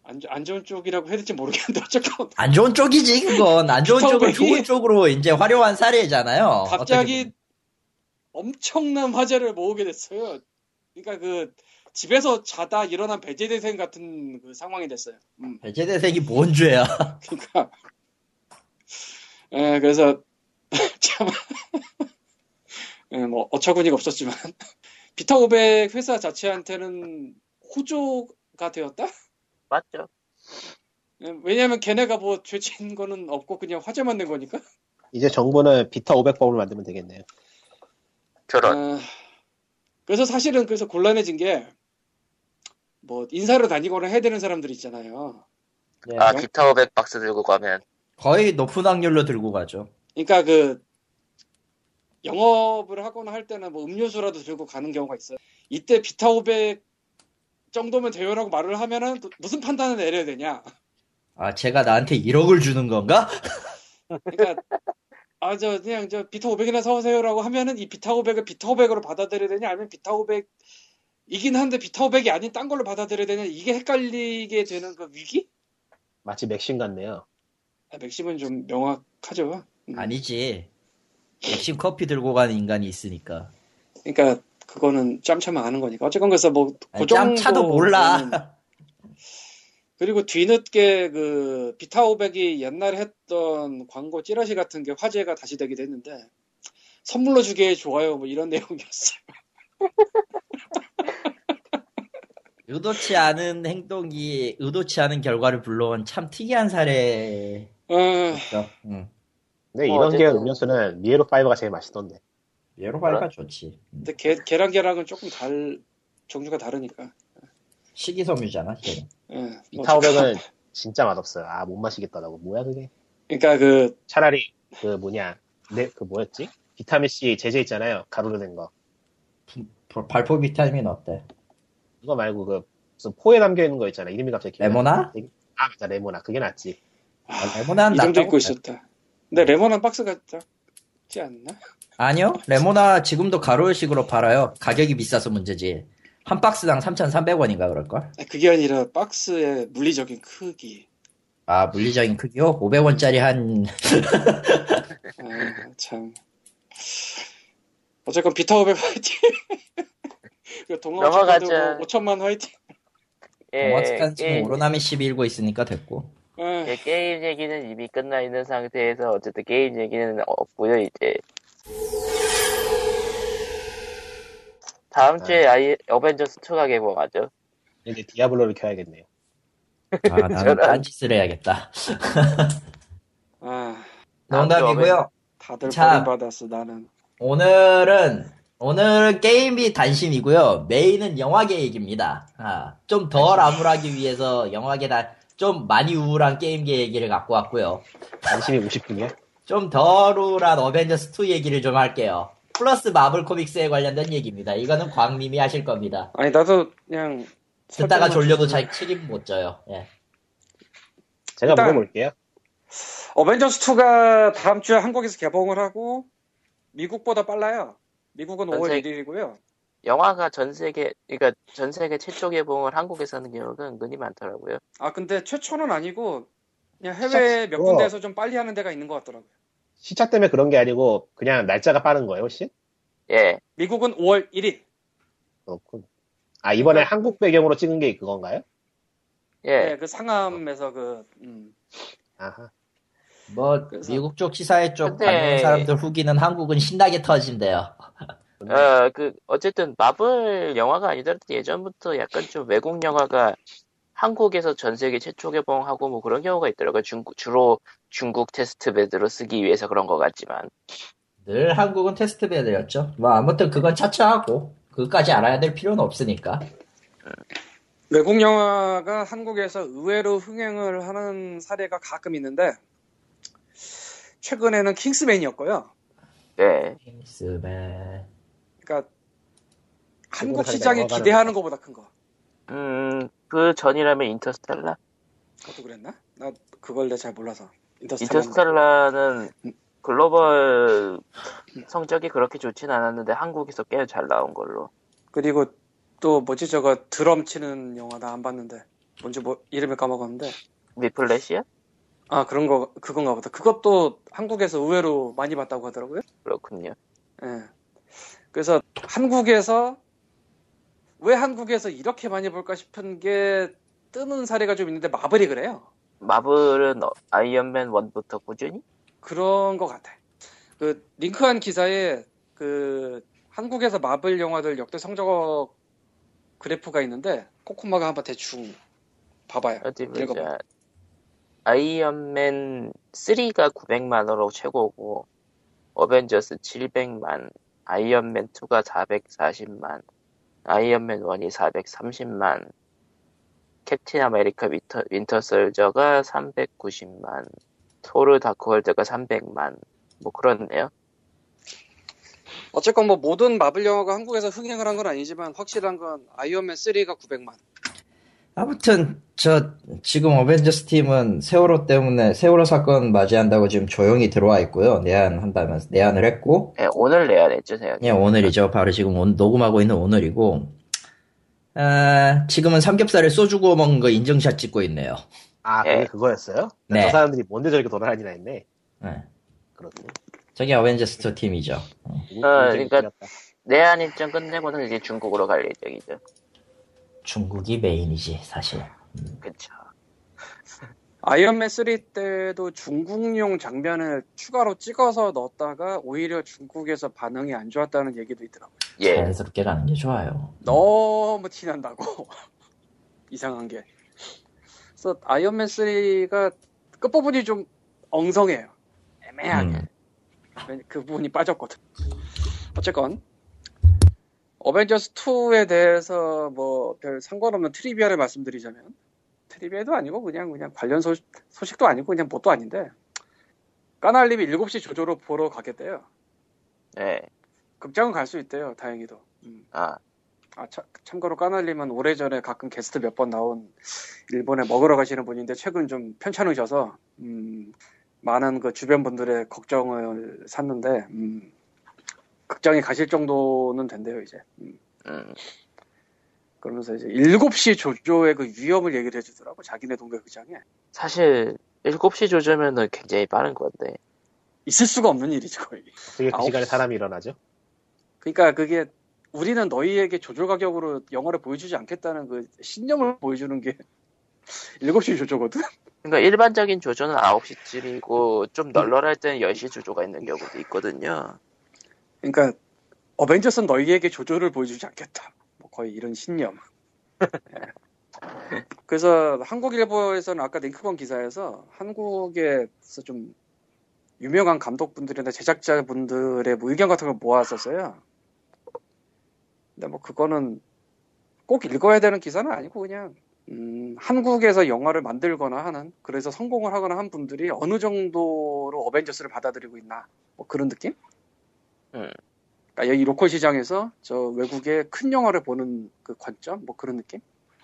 [SPEAKER 3] 안, 좋- 안 좋은 쪽이라고 해야 될지 모르겠는데 어쨌건
[SPEAKER 1] 안 좋은 쪽이지 그건 안 좋은 쪽을
[SPEAKER 3] 성공이-
[SPEAKER 1] 좋은 쪽으로 이제 화려한 사례잖아요. 어떻게
[SPEAKER 3] 갑자기
[SPEAKER 1] 보면.
[SPEAKER 3] 엄청난 화제를 모으게 됐어요. 그러니까 그 집에서 자다 일어난 배제대생 같은 그 상황이 됐어요. 음.
[SPEAKER 1] 배제 대생이 뭔 죄야?
[SPEAKER 3] 그러니까 예, 그래서 참 예, 뭐 어처구니가 없었지만 비타 500 회사 자체한테는 호조가 되었다.
[SPEAKER 2] 맞죠?
[SPEAKER 3] 예, 왜냐하면 걔네가 뭐 죄진 거는 없고 그냥 화제만 낸 거니까.
[SPEAKER 4] 이제 정부는 비타 500법을 만들면 되겠네요.
[SPEAKER 2] 결혼.
[SPEAKER 3] 아, 그래서 사실은 그래서 곤란해진 게 뭐 인사로 다니거나 해야 되는 사람들 있잖아요.
[SPEAKER 4] 네,
[SPEAKER 2] 아,
[SPEAKER 3] 영-
[SPEAKER 2] 기타 500 박스 들고 가면.
[SPEAKER 1] 거의 높은 확률로 들고 가죠.
[SPEAKER 3] 그러니까 그 영업을 하거나 할 때는 뭐 음료수라도 들고 가는 경우가 있어요. 이때 비타 500 정도면 대여라고 말을 하면은 또 무슨 판단을 내려야 되냐?
[SPEAKER 1] 아 제가 나한테 1억을 주는 건가?
[SPEAKER 3] 그러니까 아 저 그냥 저 비타 500이나 사오세요라고 하면은 이 비타 500을 비타 500으로 받아들여야 되냐 아니면 비타 500 이긴 한데 비타 500이 아닌 딴 걸로 받아들여야 되냐 이게 헷갈리게 되는 그 위기?
[SPEAKER 4] 마치 맥심 같네요.
[SPEAKER 3] 아, 맥심은 좀 명확하죠. 음.
[SPEAKER 1] 아니지. 역시 커피 들고 가는 인간이 있으니까.
[SPEAKER 3] 그러니까 그거는 짬차만 아는 거니까. 어쨌건 그래서 뭐그
[SPEAKER 1] 아니,
[SPEAKER 3] 정도
[SPEAKER 1] 짬차도 몰라.
[SPEAKER 3] 그리고 뒤늦게 그 비타 500이 옛날에 했던 광고 찌라시 같은 게 화제가 다시 되기도 했는데 선물로 주기에 좋아요 뭐 이런 내용이었어요.
[SPEAKER 1] 의도치 않은 행동이 의도치 않은 결과를 불러온 참 특이한 사례.
[SPEAKER 3] 어,
[SPEAKER 1] 응.
[SPEAKER 4] 근데
[SPEAKER 2] 뭐
[SPEAKER 4] 이런 게
[SPEAKER 2] 어쨌든-
[SPEAKER 4] 음료수는 미에로 5가 제일 맛있던데.
[SPEAKER 1] 예로 말가 좋지. 음.
[SPEAKER 3] 근데 계, 계란 계란은 조금 달 종류가 다르니까.
[SPEAKER 1] 식이섬유잖아. 걔는.
[SPEAKER 3] 예, 뭐
[SPEAKER 4] 비타 500은 진짜 맛없어요. 아 못 마시겠다라고. 뭐야 그게?
[SPEAKER 3] 그러니까 그
[SPEAKER 4] 차라리 그 뭐냐 네, 그 뭐였지? 비타민 C 제제 있잖아요. 가루로 된 거.
[SPEAKER 1] 부- 발포 비타민 어때?
[SPEAKER 4] 그거 말고 그 무슨 포에 담겨 있는 거 있잖아. 이름이 갑자기 기억나.
[SPEAKER 1] 레모나?
[SPEAKER 4] 아 맞아 레모나. 그게 낫지.
[SPEAKER 1] 아, 레모나는
[SPEAKER 3] 이름도
[SPEAKER 1] 낫다고
[SPEAKER 3] 입고
[SPEAKER 1] 생각-
[SPEAKER 3] 있었다. 근데 레몬한 박스 같지 않나?
[SPEAKER 1] 아니요. 레모나 지금도 가로식으로 팔아요. 가격이 비싸서 문제지. 한 박스당 3,300원인가 그럴걸?
[SPEAKER 3] 아, 그게 아니라 박스의 물리적인 크기.
[SPEAKER 1] 아, 물리적인 크기요? 500원짜리 한,
[SPEAKER 3] 아, 참. 어쨌건 비타 500 화이팅. 그 동화
[SPEAKER 2] 넘어가자.
[SPEAKER 3] 5천만 화이팅.
[SPEAKER 2] 예,
[SPEAKER 1] 어머스칸 지금
[SPEAKER 2] 게임,
[SPEAKER 1] 오로나미 11고 있으니까 됐고.
[SPEAKER 3] 아,
[SPEAKER 2] 예, 게임 얘기는 이미 끝나 있는 상태에서 어쨌든 게임 얘기는 없고요 이제. 다음
[SPEAKER 1] 네.
[SPEAKER 2] 주에 아이 어벤져스 뭐 2가 개봉하죠.
[SPEAKER 4] 이제 디아블로를 켜야겠네요.
[SPEAKER 1] 아, 나는
[SPEAKER 2] 저런.
[SPEAKER 1] 딴짓을 해야겠다.
[SPEAKER 3] 아,
[SPEAKER 1] 농담이고요.
[SPEAKER 3] 다들
[SPEAKER 1] 자.
[SPEAKER 3] 버림받았어 나는.
[SPEAKER 1] 오늘은 오늘은 게임이 단신이고요. 메인은 영화계 얘기입니다. 아, 좀 덜 암울하기 위해서 영화계 다좀 많이 우울한 게임계 얘기를 갖고 왔고요.
[SPEAKER 4] 관심이 50분이야?
[SPEAKER 1] 좀 덜 우울한 어벤져스 2 얘기를 좀 할게요. 플러스 마블 코믹스에 관련된 얘기입니다. 이거는 광님이 하실 겁니다.
[SPEAKER 3] 아니 나도 그냥
[SPEAKER 1] 듣다가
[SPEAKER 3] 설명만
[SPEAKER 1] 졸려도
[SPEAKER 3] 듣고.
[SPEAKER 1] 잘 책임 못 져요. 예.
[SPEAKER 4] 제가
[SPEAKER 3] 일단-
[SPEAKER 4] 물어볼게요.
[SPEAKER 3] 어벤져스 2가 다음 주에 한국에서 개봉을 하고 미국보다 빨라요. 미국은
[SPEAKER 2] 전세-
[SPEAKER 3] 5월 1일이고요.
[SPEAKER 2] 영화가 전 세계, 그러니까 전 세계 최초 개봉을 한국에서 하는 경우가 은근히 많더라고요.
[SPEAKER 3] 아 근데 최초는 아니고 그냥 해외
[SPEAKER 4] 시작-
[SPEAKER 3] 몇
[SPEAKER 4] 어.
[SPEAKER 3] 군데에서 좀 빨리 하는 데가 있는 것 같더라고요.
[SPEAKER 4] 시차 때문에 그런 게 아니고 그냥 날짜가 빠른 거예요, 훨씬?
[SPEAKER 2] 예,
[SPEAKER 3] 미국은 5월 1일.
[SPEAKER 4] 그렇군. 아 이번에 한국 배경으로 찍은 게 그건가요?
[SPEAKER 2] 예.
[SPEAKER 3] 네, 그 상암에서 그 음.
[SPEAKER 4] 아하.
[SPEAKER 1] 뭐
[SPEAKER 3] 그래서-
[SPEAKER 1] 미국 쪽 시사회 쪽
[SPEAKER 2] 근데-
[SPEAKER 1] 관련 사람들 후기는 한국은 신나게 터진대요.
[SPEAKER 2] 어, 그, 어쨌든 마블 영화가 아니더라도 예전부터 약간 좀 외국 영화가 한국에서 전 세계 최초 개봉하고 뭐 그런 경우가 있더라고요. 중, 주로 중국 테스트베드로 쓰기 위해서 그런 것 같지만.
[SPEAKER 1] 늘 한국은 테스트 배드였죠. 뭐 아무튼 그건 차차하고 그까지 알아야 될 필요는 없으니까.
[SPEAKER 3] 외국 영화가 한국에서 의외로 흥행을 하는 사례가 가끔 있는데 최근에는 킹스맨이었고요.
[SPEAKER 2] 네.
[SPEAKER 1] 킹스맨.
[SPEAKER 3] 그러니까 한국
[SPEAKER 4] 사람들이
[SPEAKER 3] 시장에
[SPEAKER 4] 넘어가는
[SPEAKER 3] 기대하는 것보다 큰 거.
[SPEAKER 2] 음, 그 전이라면 인터스텔라?
[SPEAKER 3] 그것도 그랬나? 나 그걸 내가 잘 몰라서. 인터스텔라.
[SPEAKER 2] 인터스텔라는 글로벌 성적이 그렇게 좋진 않았는데 한국에서 꽤 잘 나온 걸로.
[SPEAKER 3] 그리고 또 뭐지 저거 드럼 치는 영화 나 안 봤는데 뭔지 뭐 이름을 까먹었는데
[SPEAKER 2] 미플래시야?
[SPEAKER 3] 아 그런 거 그건가 보다. 그것도 한국에서 의외로 많이 봤다고 하더라고요.
[SPEAKER 2] 그렇군요.
[SPEAKER 3] 예. 그래서 한국에서 왜 한국에서 이렇게 많이 볼까 싶은 게 뜨는 사례가 좀 있는데 마블이 그래요.
[SPEAKER 2] 마블은 어- 아이언맨 1부터 꾸준히?
[SPEAKER 3] 그런 것 같아. 그 링크한 기사에 그 한국에서 마블 영화들 역대 성적 그래프가 있는데 코코마가 한번 대충 봐봐요.
[SPEAKER 2] 어디
[SPEAKER 3] 읽어봐.
[SPEAKER 2] 보자. 아이언맨 3가 900만으로 최고고, 어벤져스 700만, 아이언맨 2가 440만, 아이언맨 1이 430만, 캡틴 아메리카 위터, 윈터솔저가 390만, 토르 다크월드가 300만, 뭐 그렇네요.
[SPEAKER 3] 어쨌건 뭐 모든 마블 영화가 한국에서 흥행을 한 건 아니지만 확실한 건 아이언맨 3가 900만.
[SPEAKER 1] 아무튼 저 지금 어벤져스 팀은 세월호 때문에 세월호 사건 맞이한다고 지금 조용히 들어와 있고요. 내한한다면 내한을 했고
[SPEAKER 2] 예, 오늘 내야 냈죠, 생각
[SPEAKER 1] 예, 오늘이죠. 바로 지금 온- 녹음하고 있는 오늘이고 아, 지금은 삼겹살에 소주 구워 먹은 거 인증샷 찍고 있네요.
[SPEAKER 4] 아, 그게
[SPEAKER 2] 예.
[SPEAKER 4] 그거였어요?
[SPEAKER 1] 네.
[SPEAKER 4] 저 사람들이 뭔데 저렇게 돌아다니나 했네.
[SPEAKER 1] 예.
[SPEAKER 4] 그렇군.
[SPEAKER 1] 저게 어벤져스 2 팀이죠.
[SPEAKER 4] 아,
[SPEAKER 2] 그러니까- 내한 일정 끝내고는 이제 중국으로 갈 예정이죠.
[SPEAKER 1] 중국이 메인이지 사실.
[SPEAKER 2] 그쵸.
[SPEAKER 3] 아이언맨 3 때도 중국용 장면을 추가로 찍어서 넣었다가 오히려 중국에서 반응이 안 좋았다는 얘기도 있더라고요.
[SPEAKER 2] 예.
[SPEAKER 1] 자연스럽게 가는 게 좋아요.
[SPEAKER 3] 너무 티난다고. 이상한 게. 그래서 아이언맨 3가 끝부분이 좀 엉성해요. 애매하게.
[SPEAKER 1] 음.
[SPEAKER 3] 그 부분이 빠졌거든. 어쨌건 어벤져스 2에 대해서 뭐 별 상관없는 트리비아를 말씀드리자면 트리비아도 아니고 그냥 그냥 관련 소식, 소식도 아니고 그냥 뭣도 아닌데 까날림이 7시 조조로 보러 가겠대요.
[SPEAKER 2] 예.
[SPEAKER 3] 극장은 갈 수 있대요. 다행히도. 음.
[SPEAKER 2] 아,
[SPEAKER 3] 아, 참, 참고로 까날림은 오래전에 가끔 게스트 몇 번 나온 일본에 먹으러 가시는 분인데 최근 좀 편찮으셔서 음, 많은 그 주변 분들의 걱정을 샀는데 음, 극장에 가실 정도는 된대요 이제 음,
[SPEAKER 2] 음,
[SPEAKER 3] 그러면서 이제 7시 조조의 그 위험을 얘기를 해주더라고 자기네 동네 극장에
[SPEAKER 2] 사실 7시 조조면은 굉장히 빠른 건데
[SPEAKER 3] 있을 수가 없는 일이죠 거의
[SPEAKER 4] 되게 그
[SPEAKER 3] 아홉
[SPEAKER 4] 시간에
[SPEAKER 3] 시-
[SPEAKER 4] 사람이 일어나죠.
[SPEAKER 3] 그러니까 그게 우리는 너희에게 조조 가격으로 영화를 보여주지 않겠다는 그 신념을 보여주는 게 7시 조조거든
[SPEAKER 2] 그러니까 일반적인 조조는 9시쯤이고 좀 널널할 때는 10시 조조가 있는 경우도 있거든요
[SPEAKER 3] 그러니까 어벤져스는 너희에게 조조를 보여주지 않겠다. 뭐 거의 이런 신념. 예. 그래서 한국일보에서는 아까 링크건 기사에서 한국에서 좀 유명한 감독분들이나 제작자분들의 뭐 의견 같은 걸 모았었어요. 근데 뭐 그거는 꼭 읽어야 되는 기사는 아니고 그냥 음, 한국에서 영화를 만들거나 하는 그래서 성공을 하거나 한 분들이 어느 정도로 어벤져스를 받아들이고 있나 뭐 그런 느낌? 그러니까 여기 로컬 시장에서 저 외국의 큰 영화를 보는 그 관점 뭐 그런 느낌?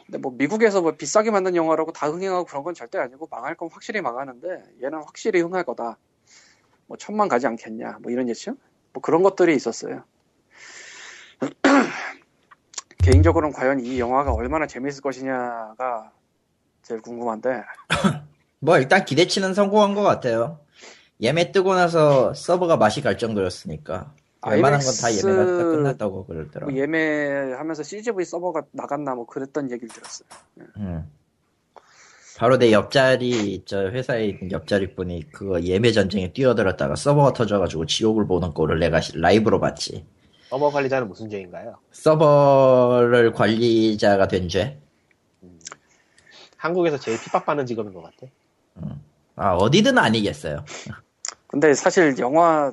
[SPEAKER 3] 근데 뭐 미국에서 뭐 비싸게 만든 영화라고 다 흥행하고 그런 건 절대 아니고 망할 건 확실히 망하는데 얘는 확실히 흥할 거다. 뭐 천만 가지 않겠냐 뭐 이런 예측? 뭐 그런 것들이 있었어요. 개인적으로는 과연 이 영화가 얼마나 재밌을 것이냐가 제일 궁금한데
[SPEAKER 1] 뭐 일단 기대치는 성공한 것 같아요. 예매 뜨고 나서 서버가 맛이 갈 정도였으니까 웬만한 건 다 예매가 다
[SPEAKER 3] IMAX
[SPEAKER 1] 끝났다고 그러더라고.
[SPEAKER 3] 뭐 예매하면서 CGV 서버가 나갔나 뭐 그랬던 얘기를 들었어요.
[SPEAKER 1] 음. 바로 내 옆자리 저 회사에 있는 옆자리 분이 그거 예매 전쟁에 뛰어들었다가 서버가 터져가지고 지옥을 보는 꼴을 내가 시- 라이브로 봤지.
[SPEAKER 4] 서버 관리자는 무슨 죄인가요?
[SPEAKER 1] 서버를 관리자가 된 죄.
[SPEAKER 4] 한국에서 제일 핍박받는 직업인 것 같아.
[SPEAKER 1] 아 어디든 아니겠어요.
[SPEAKER 3] 근데 사실 영화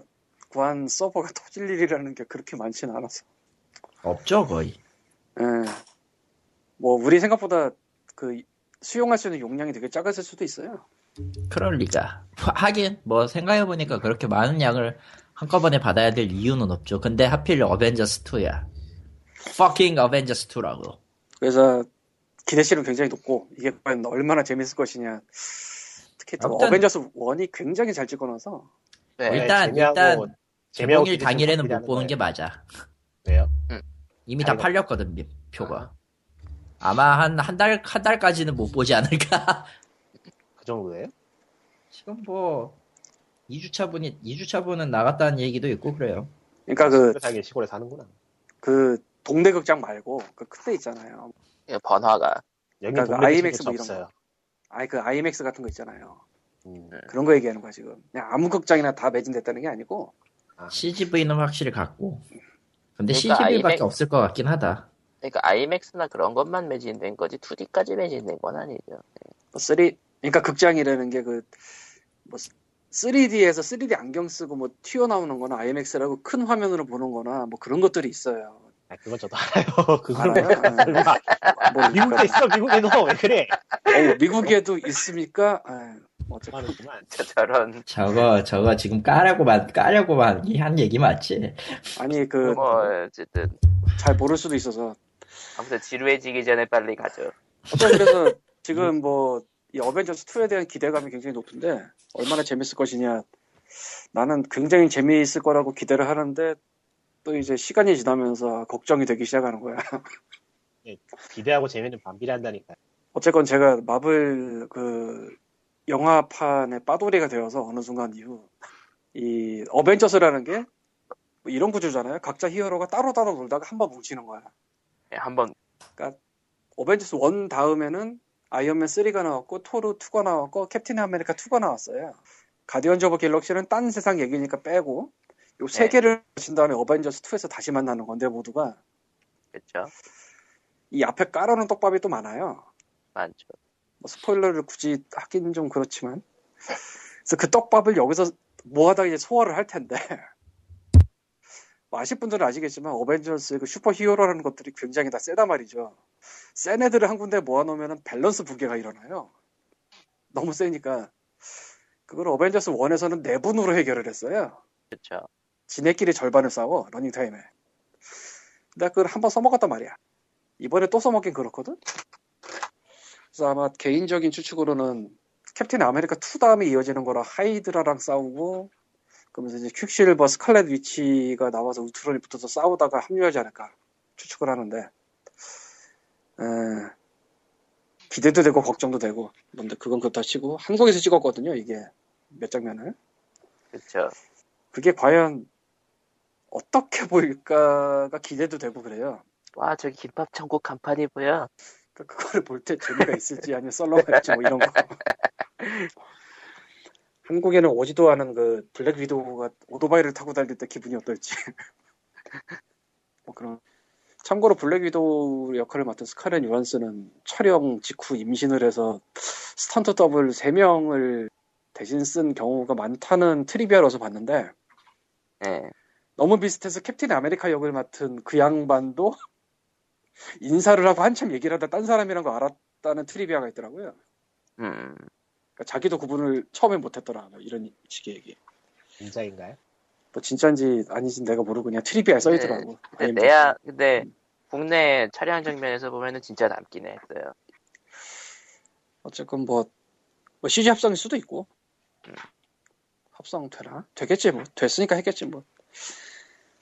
[SPEAKER 3] 구한 서버가 터질 일이라는 게 그렇게 많지는 않아서.
[SPEAKER 1] 없죠 거의.
[SPEAKER 3] 예. 뭐 우리 생각보다 그 수용할 수 있는 용량이 되게 작았을 수도 있어요.
[SPEAKER 1] 그럴 리가. 하긴 뭐 생각해 보니까 그렇게 많은 양을 한꺼번에 받아야 될 이유는 없죠. 근데 하필 어벤져스 2야. fucking Avengers 2라고.
[SPEAKER 3] 그래서 기대치는 굉장히 높고 이게 과연 얼마나 재밌을 것이냐. 특히 또
[SPEAKER 1] 아무튼-
[SPEAKER 3] 어벤져스 1이 굉장히 잘 찍어놔서
[SPEAKER 2] 네.
[SPEAKER 1] 일단,
[SPEAKER 4] 재미하고-
[SPEAKER 1] 일단
[SPEAKER 4] 재미하고
[SPEAKER 1] 공일
[SPEAKER 4] 기대치는
[SPEAKER 1] 당일에는
[SPEAKER 4] 확실히
[SPEAKER 1] 못 보는
[SPEAKER 4] 하는
[SPEAKER 1] 게 맞아.
[SPEAKER 4] 거예요.
[SPEAKER 1] 이미 다
[SPEAKER 4] 아이고.
[SPEAKER 1] 팔렸거든 미-
[SPEAKER 4] 아.
[SPEAKER 1] 표가. 아마 한 한 달 한 달까지는 못 보지 않을까.
[SPEAKER 4] 그 정도예요?
[SPEAKER 1] 지금 뭐 2주차 분이 2주차 분은 나갔다는 얘기도 있고 그래요.
[SPEAKER 3] 그러니까 그,
[SPEAKER 4] 그사기 시골에 사는구나.
[SPEAKER 3] 그 동네 극장 말고 그 큰 데 있잖아요.
[SPEAKER 2] 예, 번화가.
[SPEAKER 4] 여기
[SPEAKER 3] 그러니까
[SPEAKER 4] 동네
[SPEAKER 3] IMAX
[SPEAKER 4] 친구도
[SPEAKER 3] 뭐 이런
[SPEAKER 4] 없어요.
[SPEAKER 3] 아이 그 IMAX 같은 거 있잖아요.
[SPEAKER 4] 음.
[SPEAKER 1] 네.
[SPEAKER 3] 그런 거 얘기하는 거야 지금. 그냥 아무 극장이나 다 매진됐다는 게 아니고
[SPEAKER 1] CGV는 확실히 같고. 근데
[SPEAKER 2] 그러니까
[SPEAKER 1] CGV밖에
[SPEAKER 2] 아이맥-
[SPEAKER 1] 없을 것 같긴 하다.
[SPEAKER 2] 그러니까 아이맥스나 그런 것만 매진된 거지 2D까지 매진된 건 아니죠.
[SPEAKER 3] 뭐 3, 그러니까 극장이라는 게 그 뭐 3D에서 3D 안경 쓰고 뭐 튀어나오는 거나 IMAX라고 큰 화면으로 보는 거나 뭐 그런 것들이 있어요.
[SPEAKER 4] 아, 그건 저도 알아요. 그거는
[SPEAKER 3] 알아요?
[SPEAKER 4] 설마
[SPEAKER 3] 뭐
[SPEAKER 4] 미국에 있어 미국에도 왜 그래?
[SPEAKER 3] 어우, 미국에도 있습니까? 아, 뭐 어쨌든
[SPEAKER 4] 하는구만.
[SPEAKER 2] 저- 저런
[SPEAKER 1] 저거 저거 지금 까려고만 까려고만 이- 한 얘기 맞지?
[SPEAKER 3] 아니 그 잘
[SPEAKER 2] 뭐 어쨌든
[SPEAKER 3] 모를 수도 있어서
[SPEAKER 2] 아무튼 지루해지기 전에 빨리 가죠.
[SPEAKER 3] 어떤 그래서 지금 뭐 이 어벤져스 2에 대한 기대감이 굉장히 높은데 얼마나 재밌을 것이냐 나는 굉장히 재미있을 거라고 기대를 하는데 또 이제 시간이 지나면서 걱정이 되기 시작하는 거야.
[SPEAKER 4] 기대하고 재미는 반비례한다니까.
[SPEAKER 3] 어쨌건 제가 마블 그 영화판의 빠돌이가 되어서 어느 순간 이후 이 어벤져스라는 게뭐 이런 구조잖아요. 각자 히어로가 따로따로 놀다가 한 번 뭉치는 거야.
[SPEAKER 2] 예, 한번
[SPEAKER 3] 어벤져스 1 다음에는 아이언맨 3가 나왔고 토르 2가 나왔고 캡틴 아메리카 2가 나왔어요. 가디언즈 오브 갤럭시는 딴 세상 얘기니까 빼고 요 세
[SPEAKER 2] 네.
[SPEAKER 3] 개를 친 다음에 어벤져스 2에서 다시 만나는 건데 모두가
[SPEAKER 2] 그렇죠.
[SPEAKER 3] 이 앞에 깔아놓은 떡밥이 또 많아요.
[SPEAKER 2] 많죠.
[SPEAKER 3] 뭐 스포일러를 굳이 하긴 좀 그렇지만 그래서 그 떡밥을 여기서 뭐하다 이제 소화를 할 텐데 뭐 아실 분들은 아시겠지만 어벤져스 그 슈퍼히어로라는 것들이 굉장히 다 세다 말이죠 센 애들을 한 군데 모아놓으면 밸런스 붕괴가 일어나요 너무 세니까 그걸 어벤져스 1에서는 네 분으로 해결을 했어요
[SPEAKER 2] 그렇죠.
[SPEAKER 3] 지네끼리 절반을 싸워 러닝타임에 근데 그걸 한 번 써먹었단 말이야 이번에 또 써먹긴 그렇거든 그래서 아마 개인적인 추측으로는 캡틴 아메리카 2 다음에 이어지는 거라 하이드라랑 싸우고 그러면서 이제 퀵실버 스칼렛 위치가 나와서 울트론이 붙어서 싸우다가 합류하지 않을까 추측을 하는데 에, 기대도 되고 걱정도 되고 근데 그건 그렇다 치고 한국에서 찍었거든요 이게 몇 장면을
[SPEAKER 2] 그렇죠.
[SPEAKER 3] 그게 과연 어떻게 보일까가 기대도 되고 그래요.
[SPEAKER 2] 와 저기 김밥 천국 간판이 보여.
[SPEAKER 3] 그- 그거를 볼 때 재미가 있을지 아니면 썰러가 있지 뭐 이런 거. 한국에는 오지도 않은 그 블랙 위도우가 오토바이를 타고 달릴 때 기분이 어떨지. 뭐 그런. 참고로 블랙 위도우 역할을 맡은 스카렌 요한스는 촬영 직후 임신을 해서 스턴트 더블 3명을 대신 쓴 경우가 많다는 트리비아로서 봤는데
[SPEAKER 2] 예.
[SPEAKER 3] 너무 비슷해서 캡틴 아메리카 역을 맡은 그 양반도 인사를 하고 한참 얘기를 하다 딴 사람이란 거 알았다는 트리비아가 있더라고요.
[SPEAKER 2] 음.
[SPEAKER 3] 그러니까 자기도 구분을 처음에 못했더라. 뭐 이런 식의 얘기.
[SPEAKER 4] 인자인가요?
[SPEAKER 3] 뭐 진짜인지 아닌지 내가 모르고 그냥 트리비아에 써있더라고.
[SPEAKER 2] 네. 근데
[SPEAKER 3] IMDb.
[SPEAKER 2] 내야 근데 국내 촬영 장면에서 보면은 진짜 남긴 했어요.
[SPEAKER 3] 어쨌건 뭐, 뭐 CG 합성일 수도 있고
[SPEAKER 1] 음.
[SPEAKER 3] 합성 되나? 되겠지 뭐 됐으니까 했겠지 뭐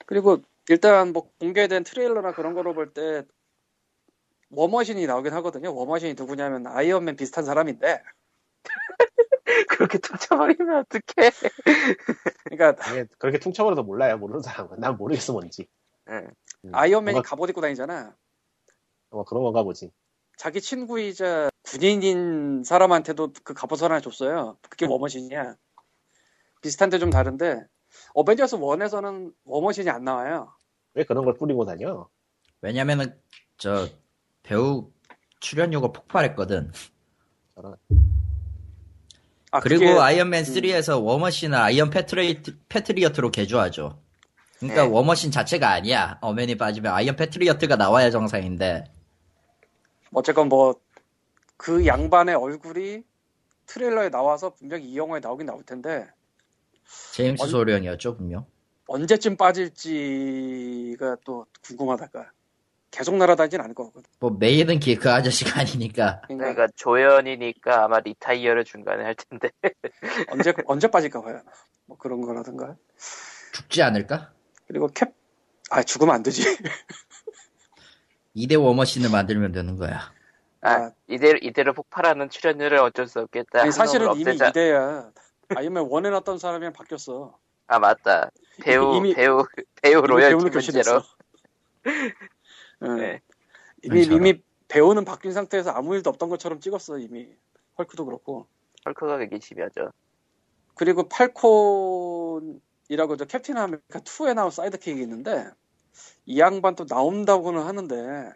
[SPEAKER 3] 그리고 일단 뭐 공개된 트레일러나 그런 거로 볼 때 워머신이 나오긴 하거든요 워머신이 누구냐면 아이언맨 비슷한 사람인데
[SPEAKER 2] 그렇게 툭쳐버리면 어떡해?
[SPEAKER 3] 그러니까
[SPEAKER 4] 이게 그렇게 퉁쳐버려서 몰라요. 모르는 사람은 난 모르겠어 뭔지.
[SPEAKER 3] 네.
[SPEAKER 2] 예.
[SPEAKER 4] 음,
[SPEAKER 3] 아이언맨이
[SPEAKER 4] 뭔가-
[SPEAKER 3] 갑옷 입고 다니잖아
[SPEAKER 4] 뭐 그런 건가 보지.
[SPEAKER 3] 자기 친구이자 군인인 사람한테도 그 갑옷을 하나 줬어요 그게 워머신이야 비슷한데 좀 다른데 어벤져스 1에서는 워머신이 안 나와요
[SPEAKER 4] 왜 그런 걸 뿌리고 다녀?
[SPEAKER 1] 왜냐면은 저 배우 출연료가 폭발했거든.
[SPEAKER 4] 저런.
[SPEAKER 3] 아,
[SPEAKER 1] 그리고
[SPEAKER 3] 그게-
[SPEAKER 1] 아이언맨 3에서 워머신을 아이언 패트리, 패트리어트로 개조하죠. 그러니까
[SPEAKER 2] 네.
[SPEAKER 1] 워머신 자체가 아니야. 어맨이 빠지면 아이언 패트리어트가 나와야 정상인데.
[SPEAKER 3] 어쨌건 뭐 그 양반의 얼굴이 트레일러에 나와서 분명히 이 영화에 나오긴 나올 텐데
[SPEAKER 1] 제임스
[SPEAKER 3] 아니-
[SPEAKER 1] 소련이었죠, 분명.
[SPEAKER 3] 언제쯤 빠질지가 또 궁금하달까. 계속 날아다니진 않을 거거든.
[SPEAKER 1] 뭐 메인은 기- 그 아저씨가 아니니까
[SPEAKER 3] 그러니까
[SPEAKER 2] 그러니까 조연이니까 아마 리타이어를 중간에 할 텐데. 네,
[SPEAKER 3] 언제 언제 빠질까 봐요. 뭐 그런 거라든가.
[SPEAKER 1] 죽지 않을까?
[SPEAKER 3] 그리고 캡, 아 죽으면 안 되지.
[SPEAKER 2] 네,
[SPEAKER 1] 2대 워머신을 만들면 되는 거야.
[SPEAKER 2] 아,
[SPEAKER 3] 아.
[SPEAKER 2] 이대로, 이대로 폭발하는 출연료를 어쩔 수 없겠다.
[SPEAKER 3] 아니, 사실은
[SPEAKER 2] 한놈을
[SPEAKER 3] 이미
[SPEAKER 2] 없애자.
[SPEAKER 3] 이대야. 아이언맨 원에 났던 사람이 바뀌었어.
[SPEAKER 2] 아, 맞다. 배우,
[SPEAKER 3] 이미-
[SPEAKER 2] 배우, 배우
[SPEAKER 3] 이미
[SPEAKER 2] 그 로열
[SPEAKER 3] 배우는
[SPEAKER 2] 김문재로.
[SPEAKER 3] 교체됐어. 응.
[SPEAKER 2] 네.
[SPEAKER 3] 이미
[SPEAKER 1] 괜찮아.
[SPEAKER 3] 이미 배우는 바뀐 상태에서 아무 일도 없던 것처럼 찍었어 이미 헐크도 그렇고
[SPEAKER 2] 헐크가 그게 심하죠.
[SPEAKER 3] 그리고 팔콘이라고 저 캡틴 아메리카 2에 나온 사이드킥이 있는데 이 양반 또 나온다고는 하는데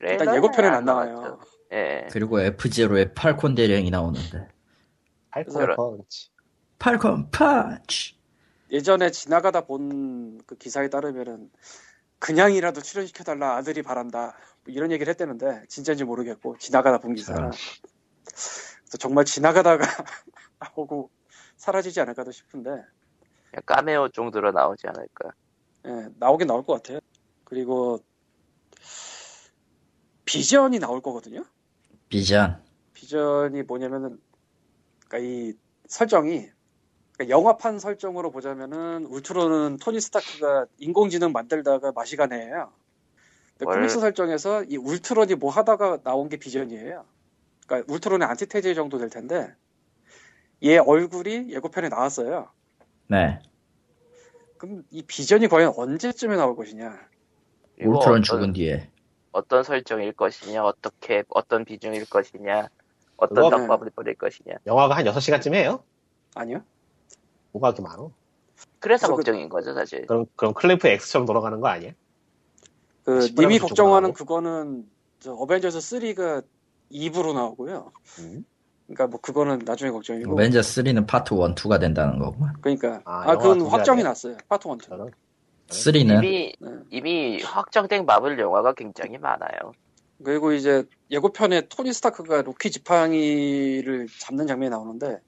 [SPEAKER 3] 일단 예고편엔 안 나와요.
[SPEAKER 2] 예.
[SPEAKER 1] 그리고 F0에 팔콘 대령이 나오는데.
[SPEAKER 4] 팔콘
[SPEAKER 2] 그래서-
[SPEAKER 4] 펀치.
[SPEAKER 1] 팔콘 파치!
[SPEAKER 3] 예전에 지나가다 본 그 기사에 따르면은 그냥이라도 출연시켜달라 아들이 바란다 뭐 이런 얘기를 했대는데 진짜인지 모르겠고 지나가다 본 기사라
[SPEAKER 1] 아.
[SPEAKER 3] 그래서 정말 지나가다가 나오고 사라지지 않을까도 싶은데
[SPEAKER 2] 그냥 까메오 정도로 나오지 않을까.
[SPEAKER 3] 예, 나오긴 나올 것 같아요 그리고 비전이 나올 거거든요
[SPEAKER 1] 비전.
[SPEAKER 3] 비전이 뭐냐면은 그러니까 이 설정이 그러니까 영화판 설정으로 보자면은 울트론은 토니 스타크가 인공지능 만들다가 마시간에예요. 근데
[SPEAKER 2] 월-
[SPEAKER 3] 코믹스 설정에서 이 울트론이 뭐 하다가 나온 게 비전이에요. 그러니까 울트론의 안티테제 정도 될 텐데 얘 얼굴이 예고편에 나왔어요.
[SPEAKER 1] 네.
[SPEAKER 3] 그럼 이 비전이 과연 언제쯤에 나올 것이냐?
[SPEAKER 2] 그리고
[SPEAKER 1] 울트론
[SPEAKER 2] 어떤-
[SPEAKER 1] 죽은 뒤에.
[SPEAKER 2] 어떤 설정일 것이냐, 어떻게, 어떤 비중일 것이냐, 어떤
[SPEAKER 3] 뭐?
[SPEAKER 4] 그거-
[SPEAKER 2] 떡밥을 뿌릴 것이냐.
[SPEAKER 4] 영화가 한 6시간쯤 해요?
[SPEAKER 3] 아니요?
[SPEAKER 4] 뭐가 그렇게 많어?
[SPEAKER 2] 그래서
[SPEAKER 3] 그래서 그-
[SPEAKER 2] 걱정인 거죠, 사실.
[SPEAKER 4] 그럼, 그럼 클램프 X처럼 돌아가는 거 아니야?
[SPEAKER 3] 그
[SPEAKER 4] 아, 시바라도
[SPEAKER 3] 님이
[SPEAKER 4] 좀
[SPEAKER 3] 걱정하는
[SPEAKER 4] 나오고.
[SPEAKER 3] 그거는 저 어벤져스 3가 2부로 나오고요.
[SPEAKER 4] 음.
[SPEAKER 3] 그러니까 뭐 그거는 나중에 걱정이고.
[SPEAKER 1] 어벤져 3는 파트 1, 2가 된다는 거구만.
[SPEAKER 3] 그러니까
[SPEAKER 4] 아,
[SPEAKER 3] 아,
[SPEAKER 4] 영화
[SPEAKER 3] 그건
[SPEAKER 4] 두개
[SPEAKER 3] 확정이
[SPEAKER 4] 아니야?
[SPEAKER 3] 났어요. 파트 1.
[SPEAKER 4] 저는.
[SPEAKER 1] 3는
[SPEAKER 2] 이미,
[SPEAKER 3] 네.
[SPEAKER 2] 이미 확정된 마블 영화가 굉장히 많아요.
[SPEAKER 3] 그리고 이제 예고편에 토니 스타크가 로키 지팡이를 잡는 장면이 나오는데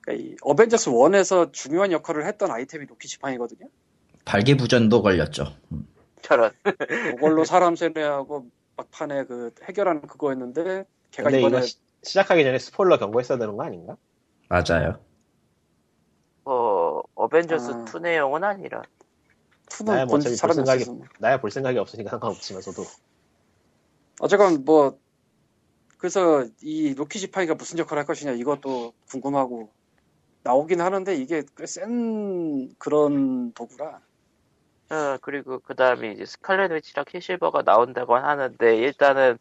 [SPEAKER 3] 그러니까 이 어벤져스 1에서 중요한 역할을 했던 아이템이 로키 지팡이거든요.
[SPEAKER 1] 발기부전도 걸렸죠. 음.
[SPEAKER 2] 저런.
[SPEAKER 3] 그걸로 사람 세뇌하고 막판에 그 해결하는 그거였는데 걔가
[SPEAKER 4] 근데 이거
[SPEAKER 3] 이번에
[SPEAKER 4] 시, 시작하기 전에 스포일러 경고했어야 되는 거 아닌가?
[SPEAKER 1] 맞아요.
[SPEAKER 2] 어, 어벤져스
[SPEAKER 4] 음.
[SPEAKER 3] 아.
[SPEAKER 2] 2 내용은 아니라.
[SPEAKER 3] 투는
[SPEAKER 4] 나야 뭐
[SPEAKER 3] 본
[SPEAKER 4] 어차피 볼
[SPEAKER 3] 사람이
[SPEAKER 4] 생각이,
[SPEAKER 3] 없어서 뭐.
[SPEAKER 4] 나야 볼 생각이 없으니까 상관없지만서도.
[SPEAKER 3] 어쨌건 뭐 그래서 이 로키 지팡이가 무슨 역할을 할 것이냐 이것도 궁금하고 나오긴 하는데 이게 꽤센 그런 도구라
[SPEAKER 2] 어, 그리고 그 다음에 이제 스칼렛 위치랑 캐실버가 나온다고 하는데, 일단은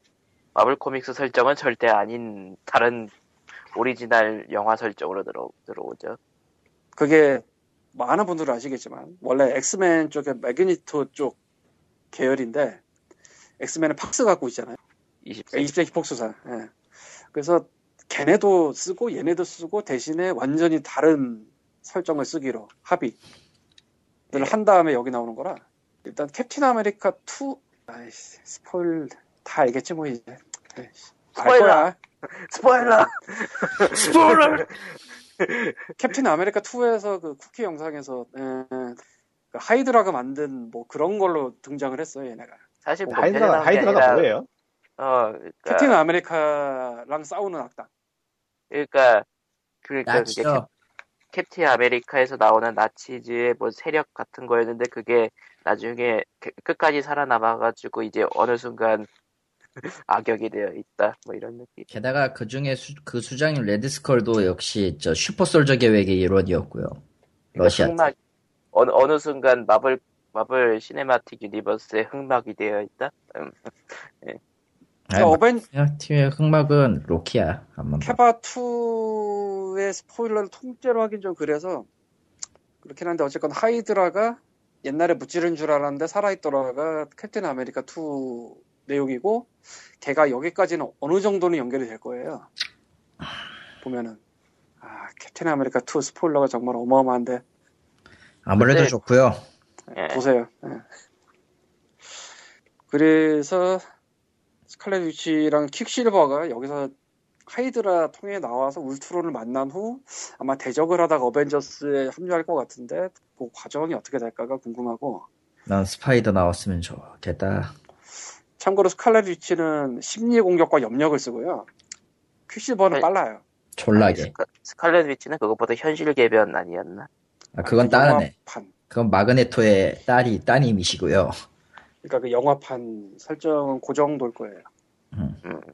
[SPEAKER 2] 마블 코믹스 설정은 절대 아닌 다른 오리지널 영화 설정으로 들어, 들어오죠.
[SPEAKER 3] 그게 뭐 아는 분들은 아시겠지만 원래 엑스맨 쪽에 매그니토 쪽 계열인데 엑스맨은 팍스 갖고 있잖아요.
[SPEAKER 2] 20세.
[SPEAKER 3] 20세기 폭수사. 예. 그래서 걔네도 쓰고 얘네도 쓰고 대신에 완전히 다른 설정을 쓰기로 합의를 한 다음에 여기 나오는 거라 일단 캡틴 아메리카 2 아이씨 스포일 다 알겠지 뭐 이제 아이씨, 알 거야.
[SPEAKER 2] 스포일러! 스포일러!
[SPEAKER 3] 캡틴 아메리카 2에서 그 쿠키 영상에서 에, 그 하이드라가 만든 뭐 그런 걸로 등장을 했어요 얘네가
[SPEAKER 2] 사실 본편에 나온
[SPEAKER 4] 하이드라가,
[SPEAKER 2] 게
[SPEAKER 4] 하이드라가
[SPEAKER 2] 아니라,
[SPEAKER 4] 뭐예요?
[SPEAKER 2] 어, 그러니까,
[SPEAKER 3] 캡틴 아메리카랑 싸우는 악당
[SPEAKER 2] 그러니까, 그러니까 그게 캡-
[SPEAKER 1] 나죠.
[SPEAKER 2] 캡틴 아메리카에서 나오는 나치즈의 뭐 세력 같은 거였는데 그게 나중에 그- 끝까지 살아남아가지고 이제 어느 순간 악역이 되어 있다 뭐 이런 느낌.
[SPEAKER 1] 게다가 그 중에 수, 그 수장인 레드스컬도 역시 저 슈퍼솔저 계획의 일원이었고요.
[SPEAKER 2] 어.
[SPEAKER 1] 러시아.
[SPEAKER 2] 흑막 어느 어느 순간 마블 마블 시네마틱 유니버스의 흑막이 되어 있다. 음,
[SPEAKER 1] 아니,
[SPEAKER 3] 그러니까 어벤
[SPEAKER 1] 팀의 흑막은 로키야. 한번 봐.
[SPEAKER 3] 케바 2의 스포일러를 통째로 하긴 좀 그래서 그렇긴 한데 어쨌건 하이드라가 옛날에 무찌른 줄 알았는데 살아있더라가 캡틴 아메리카 2 내용이고 걔가 여기까지는 어느 정도는 연결이 될 거예요. 보면은 아 캡틴 아메리카 2 스포일러가 정말 어마어마한데
[SPEAKER 1] 아무래도
[SPEAKER 2] 근데-
[SPEAKER 1] 좋고요.
[SPEAKER 2] 예.
[SPEAKER 3] 보세요. 예. 그래서 스칼렛 위치랑 킥실버가 여기서 하이드라 통해 나와서 울트론을 만난 후 아마 대적을 하다가 어벤져스에 합류할 것 같은데 그 과정이 어떻게 될까가 궁금하고
[SPEAKER 1] 난 스파이더 나왔으면 좋겠다.
[SPEAKER 3] 참고로 스칼렛 위치는 심리 공격과 염력을 쓰고요. 퀵실버는
[SPEAKER 2] 아니,
[SPEAKER 3] 빨라요.
[SPEAKER 2] 아니,
[SPEAKER 1] 졸라게.
[SPEAKER 2] 스카- 스칼렛 위치는 그것보다 현실 개변 아니었나?
[SPEAKER 1] 아, 그건 다른 애.
[SPEAKER 3] 영화판.
[SPEAKER 1] 그건 마그네토의 딸이 따님이시고요.
[SPEAKER 3] 그러니까 그 영화판 설정은 그 정도일 거예요.
[SPEAKER 1] 음.
[SPEAKER 2] 음.
[SPEAKER 3] 그러니까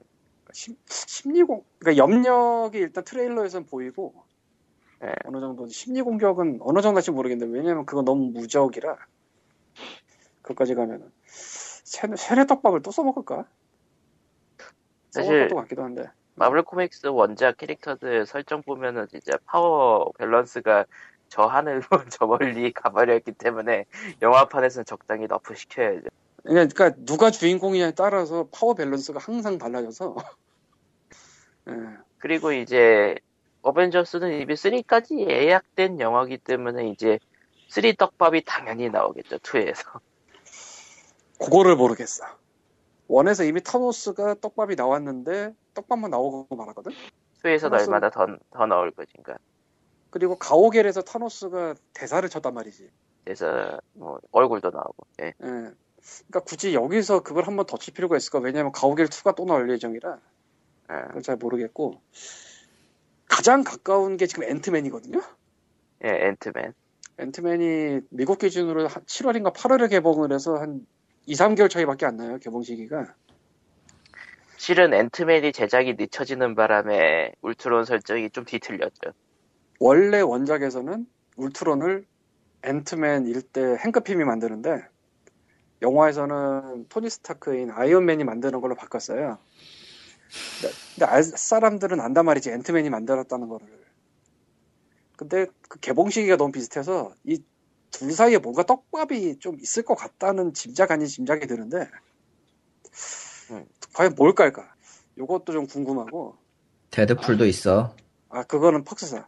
[SPEAKER 3] 심, 심리 공, 그러니까 염력이 일단 트레일러에선 보이고
[SPEAKER 2] 예.
[SPEAKER 3] 어느 정도 심리 공격은 어느 정도인지 모르겠는데 왜냐면 그건 너무 무적이라 그까지 가면은 세, 세례떡밥을 또 써먹을까? 써먹을
[SPEAKER 2] 사실-
[SPEAKER 3] 것도 같기도 한데
[SPEAKER 2] 마블 코믹스 원작 캐릭터들 설정 보면은 진짜 파워 밸런스가 저 하늘로 저 멀리 가버려 있기 때문에 영화판에서는 적당히 너프 시켜야죠.
[SPEAKER 3] 그러니까 누가 주인공이냐에 따라서 파워 밸런스가 항상 달라져서 예.
[SPEAKER 2] 그리고 이제 어벤져스는 이미 3까지 예약된 영화기 때문에 이제 3 떡밥이 당연히 나오겠죠 2에서
[SPEAKER 3] 그거를 모르겠어. 원에서 이미 타노스가 떡밥이 나왔는데 떡밥만 나오고 말았거든.
[SPEAKER 2] 2에서
[SPEAKER 3] 그래서-
[SPEAKER 2] 얼마나 더, 더 나올 것인가
[SPEAKER 3] 그리고 가오겔에서 타노스가 대사를 쳤단 말이지.
[SPEAKER 2] 그래서 뭐 얼굴도 나오고 예.
[SPEAKER 3] 예. 그러니까 굳이 여기서 그걸 한번 더 칠 필요가 있을까? 왜냐하면 가오겔 2가 또 나올 예정이라
[SPEAKER 2] 예.
[SPEAKER 3] 그걸 잘 모르겠고 가장 가까운 게 지금 앤트맨이거든요.
[SPEAKER 2] 예, 앤트맨
[SPEAKER 3] 앤트맨이 미국 기준으로 한 7월인가 8월에 개봉을 해서 한 2, 3개월 차이밖에 안 나요. 개봉 시기가.
[SPEAKER 2] 실은 앤트맨이 제작이 늦춰지는 바람에 울트론 설정이 좀 뒤틀렸죠
[SPEAKER 3] 원래 원작에서는 울트론을 앤트맨 일대 행크핌이 만드는데 영화에서는 토니 스타크인 아이언맨이 만드는 걸로 바꿨어요. 근데, 근데 알 사람들은 안단 말이지 앤트맨이 만들었다는 거를. 근데 그 개봉 시기가 너무 비슷해서 이 둘 사이에 뭔가 떡밥이 좀 있을 것 같다는 짐작 아닌 짐작이 드는데
[SPEAKER 2] 음.
[SPEAKER 3] 과연 뭘까일까? 요것도 좀 궁금하고
[SPEAKER 1] 데드풀도 있어.
[SPEAKER 3] 아 그거는 팍스사.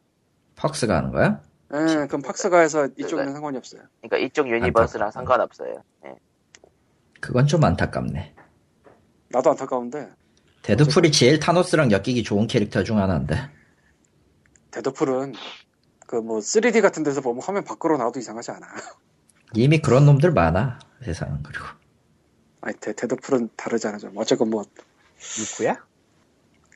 [SPEAKER 1] 팍스가 하는 거야?
[SPEAKER 3] 예, 그럼 팍스가 해서
[SPEAKER 2] 네.
[SPEAKER 3] 이쪽에는 상관이 없어요.
[SPEAKER 2] 그러니까 이쪽 유니버스랑 상관없어요 예.
[SPEAKER 1] 그건 좀 안타깝네.
[SPEAKER 3] 나도 안타까운데
[SPEAKER 1] 데드풀이 제일 타노스랑 엮이기 좋은 캐릭터 중 하나인데.
[SPEAKER 3] 데드풀은 그 뭐 3D 같은 데서 보면 화면 밖으로 나와도 이상하지 않아.
[SPEAKER 1] 이미 그런 놈들 많아. 세상은 그리고.
[SPEAKER 3] 아니 데, 데드풀은 다르잖아 좀. 어쨌건 뭐
[SPEAKER 4] 유쿠야?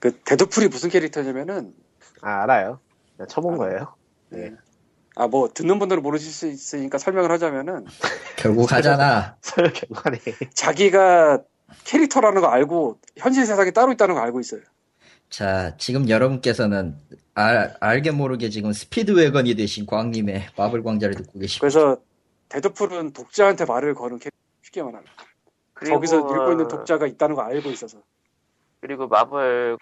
[SPEAKER 3] 그 데드풀이 무슨 캐릭터냐면은
[SPEAKER 4] 아, 알아요. 그냥 쳐본 거예요. 네.
[SPEAKER 3] 아 뭐 듣는 분들은 모르실 수 있으니까 설명을 하자면은
[SPEAKER 1] 결국 하잖아.
[SPEAKER 4] 서열 결과네.
[SPEAKER 3] 자기가 캐릭터라는 거 알고 현실 세상에 따로 있다는 거 알고 있어요.
[SPEAKER 1] 자, 지금 여러분께서는 알, 알게 모르게 지금 스피드웨건이 되신 광님의 마블 광자를 듣고 계시고.
[SPEAKER 3] 그래서 데드풀은 독자한테 말을 거는 캐릭터 쉽게 말하면 저기서 읽고 있는 독자가 있다는 거 알고 있어서
[SPEAKER 2] 그리고 마블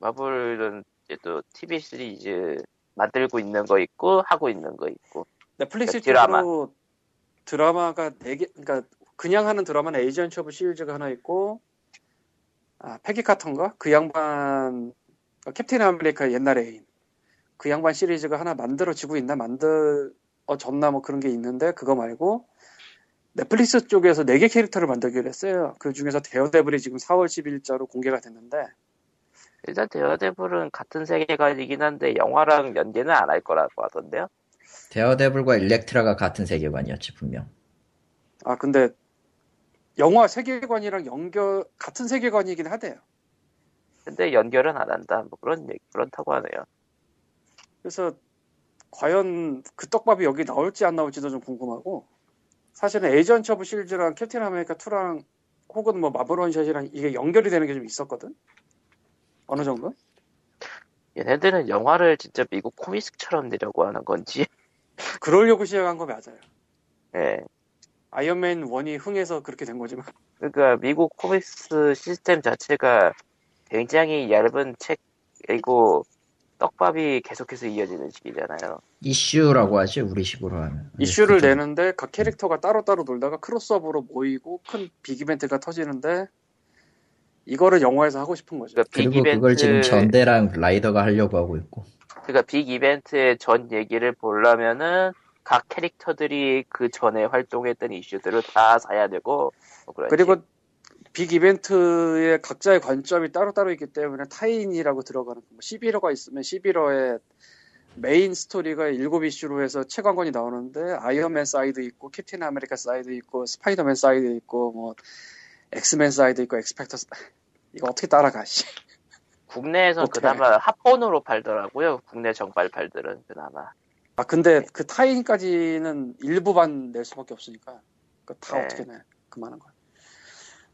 [SPEAKER 2] 마블은 이제 또 TV 시리즈 만들고 있는 거 있고 하고 있는 거 있고
[SPEAKER 3] 네, 넷플릭스
[SPEAKER 2] 그 드라마.
[SPEAKER 3] 쪽으로 그러니까 드라마가 네 개, 그러니까 그냥 하는 드라마는 에이전 셔브 시리즈가 E 하나 있고, 아, 패기 카턴가? 그 양반, 그러니까 캡틴 아메리카 옛날 애인. 그 양반 시리즈가 하나 만들어지고 있나, 만들어졌나, 뭐 그런 게 있는데, 그거 말고, 넷플릭스 쪽에서 네 개 캐릭터를 만들기로 했어요. 그 중에서 데어데블이 지금 4월 10일자로 공개가 됐는데,
[SPEAKER 2] 일단 데어데블은 같은 세계관이긴 한데 영화랑 연계는 안 할 거라고 하던데요.
[SPEAKER 1] 데어데블과 일렉트라가 같은 세계관이었지, 분명.
[SPEAKER 3] 아, 근데, 영화 세계관이랑 연결, 같은 세계관이긴 하대요.
[SPEAKER 2] 근데 연결은 안 한다. 뭐 그런 얘기 그렇다고 하네요.
[SPEAKER 3] 그래서 과연 그 떡밥이 여기 나올지 안 나올지도 좀 궁금하고 사실은 에이전트 오브 실즈랑 캡틴 아메리카 2랑 혹은 뭐 마블 원샷이랑 이게 연결이 되는 게 좀 있었거든 어느 정도
[SPEAKER 2] 얘네들은 영화를 진짜 미국 코믹스처럼 내려고 하는 건지.
[SPEAKER 3] 그러려고 시작한 거 맞아요
[SPEAKER 2] 예.
[SPEAKER 3] 아이언맨 1이 흥해서 그렇게 된 거지만
[SPEAKER 2] 그러니까 미국 코믹스 시스템 자체가 굉장히 얇은 책이고 떡밥이 계속해서 이어지는 식이잖아요.
[SPEAKER 1] 이슈라고 하지, 우리식으로 하면.
[SPEAKER 3] 이슈를 내는데 각 캐릭터가 따로따로 놀다가 크로스업으로 모이고 큰 빅이벤트가 터지는데 이거를 영화에서 하고 싶은 거죠
[SPEAKER 2] 그러니까 빅
[SPEAKER 1] 그리고 그걸 지금
[SPEAKER 2] 이벤트-
[SPEAKER 1] 전대랑 라이더가 하려고 하고 있고.
[SPEAKER 2] 그러니까 빅 이벤트의 전 얘기를 보려면은 각 캐릭터들이 그 전에 활동했던 이슈들을 다 사야 되고 뭐 그런
[SPEAKER 3] 그리고
[SPEAKER 2] 식.
[SPEAKER 3] 빅 이벤트의 각자의 관점이 따로따로 있기 때문에 타인이라고 들어가는 뭐 11호가 있으면 11호의 메인 스토리가 일곱 이슈로 해서 최강권이 나오는데 아이언맨 사이드 있고 캡틴 아메리카 사이드 있고 스파이더맨 사이드 있고 뭐 엑스맨 사이드 있고 엑스팩터 사 이거 어떻게 따라가 씨.
[SPEAKER 2] 국내에서
[SPEAKER 3] 오케이.
[SPEAKER 2] 그나마 합본으로 팔더라고요. 국내 정발팔들은 그나마.
[SPEAKER 3] 아 근데 그 타인까지는 일부만 낼 수밖에 없으니까 그 다
[SPEAKER 2] 네.
[SPEAKER 3] 어떻게 내 그만한 거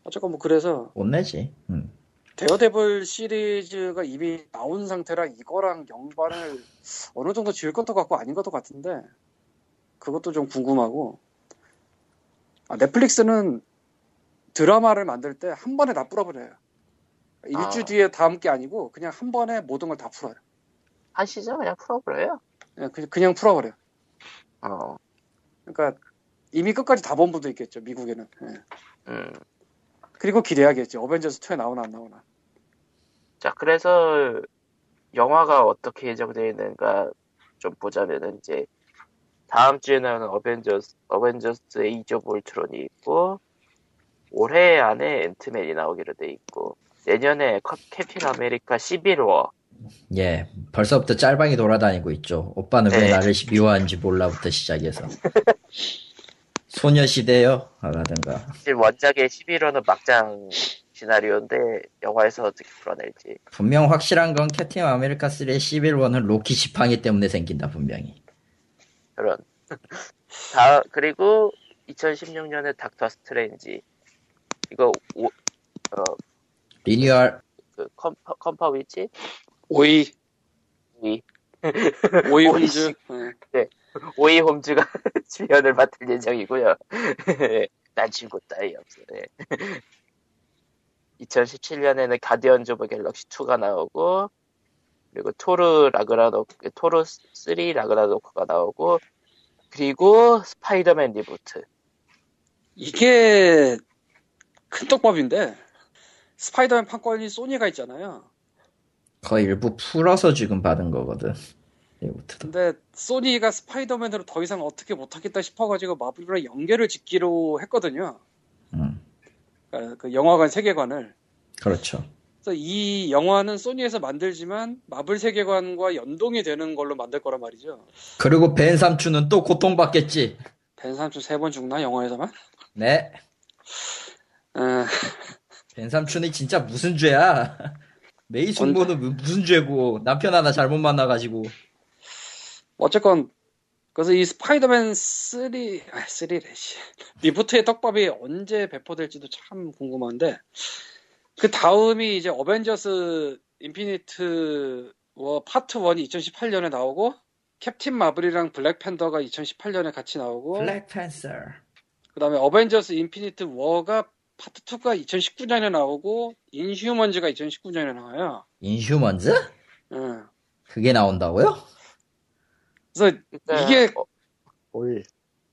[SPEAKER 3] 어쨌건 뭐 그래서
[SPEAKER 1] 못 내지. 음.
[SPEAKER 3] 데어데블 시리즈가 이미 나온 상태라 이거랑 연관을 어느 정도 지을 것도 같고 아닌 것도 같은데 그것도 좀 궁금하고 아, 넷플릭스는 드라마를 만들 때 한 번에 다 풀어버려요 일주
[SPEAKER 2] 아.
[SPEAKER 3] 뒤에 다음 게 아니고 그냥 한 번에 모든 걸 다 풀어요 예,
[SPEAKER 2] 한 시즌 그냥 풀어버려요.
[SPEAKER 3] 그냥- 그냥 풀어버려요
[SPEAKER 2] 어.
[SPEAKER 3] 그러니까 이미 끝까지 다 본 분도 있겠죠 미국에는 예.
[SPEAKER 2] 음.
[SPEAKER 3] 그리고 기대하겠지 어벤져스 2에 나오나 안 나오나
[SPEAKER 2] 자, 그래서 영화가 어떻게 예정되어 있는가 좀 보자면은 이제 다음 주에 나오는 어벤져스, 어벤져스의 이조 볼트론이 있고 올해 안에 앤트맨이 나오기로 돼 있고 내년에 컵- 캡틴 아메리카 11월
[SPEAKER 1] 예. 벌써부터 짤방이 돌아다니고 있죠. 오빠는 왜
[SPEAKER 2] 네.
[SPEAKER 1] 나를 미워하는지 몰라부터 시작해서. 소녀시대요? 라든가.
[SPEAKER 2] 사실 원작의 11월은 막장 시나리오인데 영화에서 어떻게 풀어낼지
[SPEAKER 1] 분명 확실한 건 캡틴 아메리카 3의 11원은 로키 지팡이 때문에 생긴다, 분명히.
[SPEAKER 2] 그런 다 그리고 2016년에 닥터 스트레인지 이거 오, 어,
[SPEAKER 1] 리뉴얼,
[SPEAKER 2] 그 컴파, 컴파 위치?
[SPEAKER 3] 오이
[SPEAKER 2] 오이. 오이
[SPEAKER 3] 오이 홈즈 예.
[SPEAKER 2] 오이 홈즈가 주연을 맡을 예정이고요. 난 친구 따위 없어. 예. 2017년에는 가디언즈 오브 갤럭시 2가 나오고 그리고 토르 라그라노크, 토르 3 라그라노크가 나오고 그리고 스파이더맨 리부트.
[SPEAKER 3] 이게 큰 떡밥인데 스파이더맨 판권이 소니가 있잖아요.
[SPEAKER 1] 거의 일부 풀어서 지금 받은 거거든. 이부터도.
[SPEAKER 3] 근데 소니가 스파이더맨으로 더 이상 어떻게 못하겠다 싶어가지고 마블이랑 연계를 짓기로 했거든요.
[SPEAKER 1] 음,
[SPEAKER 3] 그러니까 그 영화관 세계관을.
[SPEAKER 1] 그렇죠.
[SPEAKER 3] 그래서 이 영화는 소니에서 만들지만 마블 세계관과 연동이 되는 걸로 만들 거란 말이죠.
[SPEAKER 1] 그리고 벤 삼촌은 또 고통받겠지.
[SPEAKER 3] 벤 삼촌 세 번 죽나 영화에서만?
[SPEAKER 1] 네.
[SPEAKER 3] 아,
[SPEAKER 1] 벤 삼촌이 진짜 무슨 죄야? 메이 숙모는 무- 무슨 죄고 남편 하나 잘못 만나가지고
[SPEAKER 3] 어쨌건 그래서 이 스파이더맨 3, 아 3래 씨. 리부트의 떡밥이 언제 배포될지도 참 궁금한데 그 다음이 이제 어벤져스 인피니트 워 파트 1이 2018년에 나오고 캡틴 마블이랑 블랙팬더가 2018년에 같이 나오고
[SPEAKER 1] 블랙팬서
[SPEAKER 3] 그다음에 어벤져스 인피니트 워가 파트 2가 2019년에 나오고 인휴먼즈가 2019년에 나와요. 예.
[SPEAKER 1] 인휴먼즈?
[SPEAKER 3] 응.
[SPEAKER 1] 그게 나온다고요?
[SPEAKER 3] 그래서
[SPEAKER 2] 그러니까
[SPEAKER 3] 이게
[SPEAKER 2] 어,
[SPEAKER 4] 올.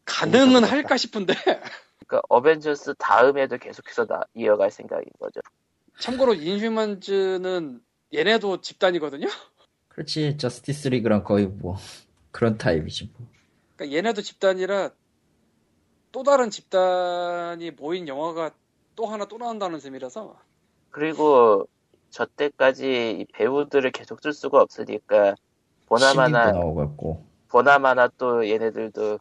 [SPEAKER 3] 가능은 할까 싶은데
[SPEAKER 2] 그러니까 어벤져스 다음에도 계속해서 나, 이어갈 생각인 거죠.
[SPEAKER 3] 참고로 인휴먼즈는 얘네도 집단이거든요.
[SPEAKER 1] 그렇지 저스티스 리그랑 거의 뭐 그런 타입이지 뭐.
[SPEAKER 3] 그러니까 얘네도 집단이라 또 다른 집단이 모인 영화가 또 하나 또 나온다는 셈이라서
[SPEAKER 2] 그리고 저 때까지 이 배우들을 계속 쓸 수가 없으니까
[SPEAKER 1] 신인도
[SPEAKER 2] 보나마나
[SPEAKER 1] 나오겠고
[SPEAKER 2] 보나마나 또 얘네들도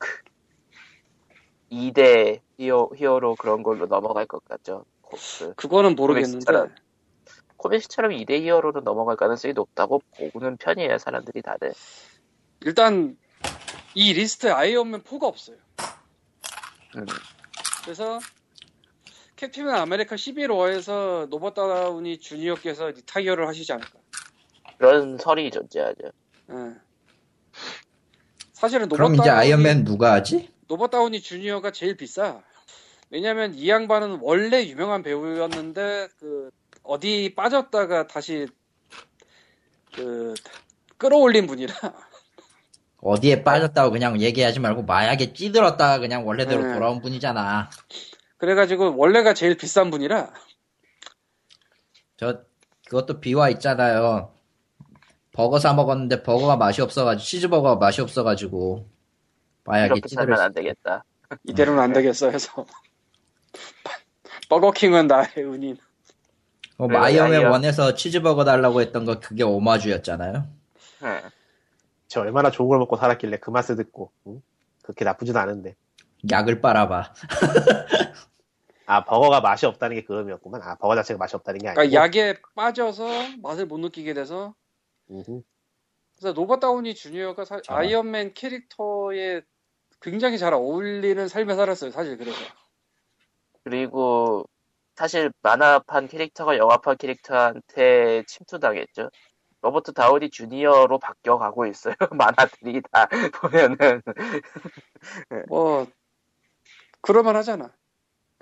[SPEAKER 2] 2대 히어, 히어로 그런 걸로 넘어갈 것 같죠. 고- 그
[SPEAKER 3] 그거는 모르겠는데
[SPEAKER 2] 코믹스처럼. 코믹스처럼 2대 히어로로 넘어갈 가능성이 높다고 보는 편이에요, 사람들이 다들.
[SPEAKER 3] 일단 이 리스트에 아이언맨 4가 없어요.
[SPEAKER 2] 음.
[SPEAKER 3] 그래서 캡틴 아메리카 11호에서 노버 다운이 주니어께서 리타이어를 하시지 않을까.
[SPEAKER 2] 그런 설이 존재하죠.
[SPEAKER 3] 예. 사실은 노버
[SPEAKER 1] 그럼 이제
[SPEAKER 3] 다운이-
[SPEAKER 1] 아이언맨 누가 하지?
[SPEAKER 3] 노버 다우니 주니어가 제일 비싸. 왜냐면 이 양반은 원래 유명한 배우였는데 그 어디 빠졌다가 다시 그 끌어올린 분이라
[SPEAKER 1] 어디에 빠졌다고 그냥 얘기하지 말고 마약에 찌들었다가 그냥 원래대로
[SPEAKER 3] 음.
[SPEAKER 1] 돌아온 분이잖아
[SPEAKER 3] 그래가지고 원래가 제일 비싼 분이라
[SPEAKER 4] 음.
[SPEAKER 1] 저 그것도 비화 있잖아요 버거 사 먹었는데 버거가 맛이 없어가지고 치즈버거가 맛이 없어가지고 마약에
[SPEAKER 2] 이렇게
[SPEAKER 1] 찌들었
[SPEAKER 2] 살면 안 되겠다.
[SPEAKER 3] 이대로는 안 되겠어 해서 버거킹은 나의 은인
[SPEAKER 1] 어,
[SPEAKER 2] 그래요,
[SPEAKER 1] 마이어맨
[SPEAKER 2] 아이언.
[SPEAKER 1] 원에서 치즈버거 달라고 했던 거 그게 오마주였잖아요.
[SPEAKER 2] 응.
[SPEAKER 4] 쟤 얼마나 좋은 걸 먹고 살았길래 그 맛을 듣고. 응? 그렇게 나쁘지도 않은데.
[SPEAKER 1] 약을 빨아봐.
[SPEAKER 4] 아 버거가 맛이 없다는 게 그 의미였구만. 아 버거 자체가 맛이 없다는 게 아니고.
[SPEAKER 3] 그러니까 약에 빠져서 맛을 못 느끼게 돼서
[SPEAKER 4] 음흠.
[SPEAKER 3] 그래서 로버 다우니 주니어가 사-
[SPEAKER 1] 저런.
[SPEAKER 3] 아이언맨 캐릭터에 굉장히 잘 어울리는 삶을 살았어요 사실 그래서
[SPEAKER 2] 그리고 사실 만화판 캐릭터가 영화판 캐릭터한테 침투당했죠. 로버트 다우니 주니어로 바뀌어가고 있어요. 만화들이 다 보면은
[SPEAKER 3] 뭐 그럴만 하잖아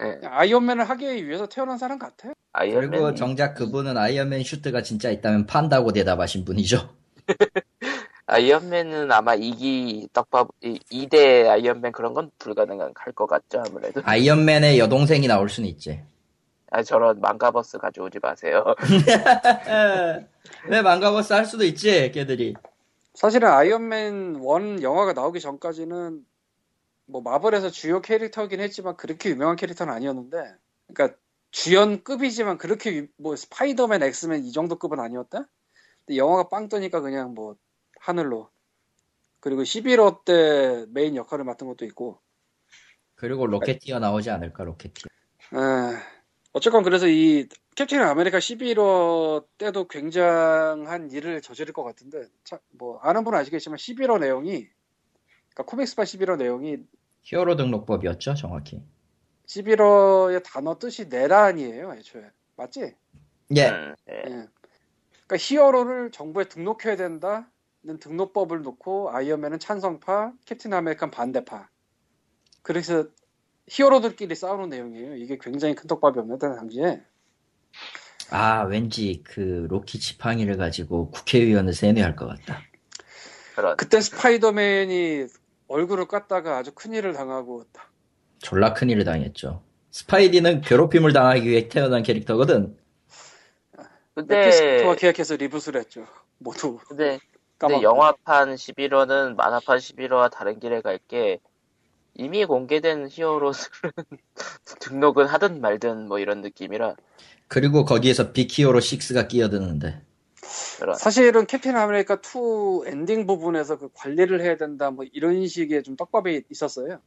[SPEAKER 2] 예,
[SPEAKER 3] 아이언맨을 하기 위해서 태어난 사람 같아
[SPEAKER 1] 그리고
[SPEAKER 2] 아이언맨
[SPEAKER 1] 정작 그분은 아이언맨 슈트가 진짜 있다면 판다고 대답하신 분이죠.
[SPEAKER 2] 아이언맨은 아마 2기 떡밥 2대 아이언맨 그런 건 불가능할 것 같죠 아무래도.
[SPEAKER 1] 아이언맨의 여동생이 나올 수는 있지.
[SPEAKER 2] 아 저런 망가버스 가져오지 마세요.
[SPEAKER 1] 예. 왜 망가버스 할 수도 있지, 걔들이.
[SPEAKER 3] 사실은 아이언맨 1 영화가 나오기 전까지는 뭐 마블에서 주요 캐릭터긴 했지만 그렇게 유명한 캐릭터는 아니었는데 그러니까 주연급이지만 그렇게 유- 뭐 스파이더맨 엑스맨 이 정도 급은 아니었다 근데 영화가 빵 뜨니까 그냥 뭐 하늘로 그리고 11호 때 메인 역할을 맡은 것도 있고
[SPEAKER 1] 그리고 로켓티어 나오지 않을까, 로켓티어.
[SPEAKER 3] 아, 어쨌건 그래서 이 캡틴 아메리카 11호 때도 굉장한 일을 저지를 것 같은데 참, 뭐 아는 분은 아시겠지만 11호 내용이 그러니까 코믹스판 11호 내용이
[SPEAKER 1] 히어로 등록법이었죠, 정확히.
[SPEAKER 3] 11호의 단어 뜻이 내란이에요 애초에 맞지?
[SPEAKER 1] 예,
[SPEAKER 2] 음, 예.
[SPEAKER 3] 예. 그러니까 히어로를 정부에 등록해야 된다는 등록법을 놓고 아이언맨은 찬성파, 캡틴 아메리카는 반대파. 그래서 히어로들끼리 싸우는 내용이에요. 이게 굉장히 큰 떡밥이 없는데 당시에.
[SPEAKER 1] 아, 왠지 그 로키 지팡이를 가지고 국회의원을 세뇌할 것 같다.
[SPEAKER 2] 그런
[SPEAKER 3] 그때 스파이더맨이 얼굴을 깠다가 아주 큰일을 당하고
[SPEAKER 1] 졸라 큰일을 당했죠. 스파이디는 괴롭힘을 당하기 위해 태어난 캐릭터거든.
[SPEAKER 3] 그 매피스토와
[SPEAKER 2] 네. 근데
[SPEAKER 3] 계약해서 리부스를 했죠. 모두
[SPEAKER 2] 근데 근데
[SPEAKER 3] 까먹고.
[SPEAKER 2] 영화판 11호는 만화판 11호와 다른 길에 갈 게 이미 공개된 히어로들은 등록은 하든 말든 뭐 이런 느낌이라
[SPEAKER 1] 그리고 거기에서 빅히어로 6가 끼어드는데.
[SPEAKER 2] 그런
[SPEAKER 3] 사실은 캡틴 아메리카 2 엔딩 부분에서 그 관리를 해야 된다 뭐 이런 식의 좀 떡밥이 있었어요.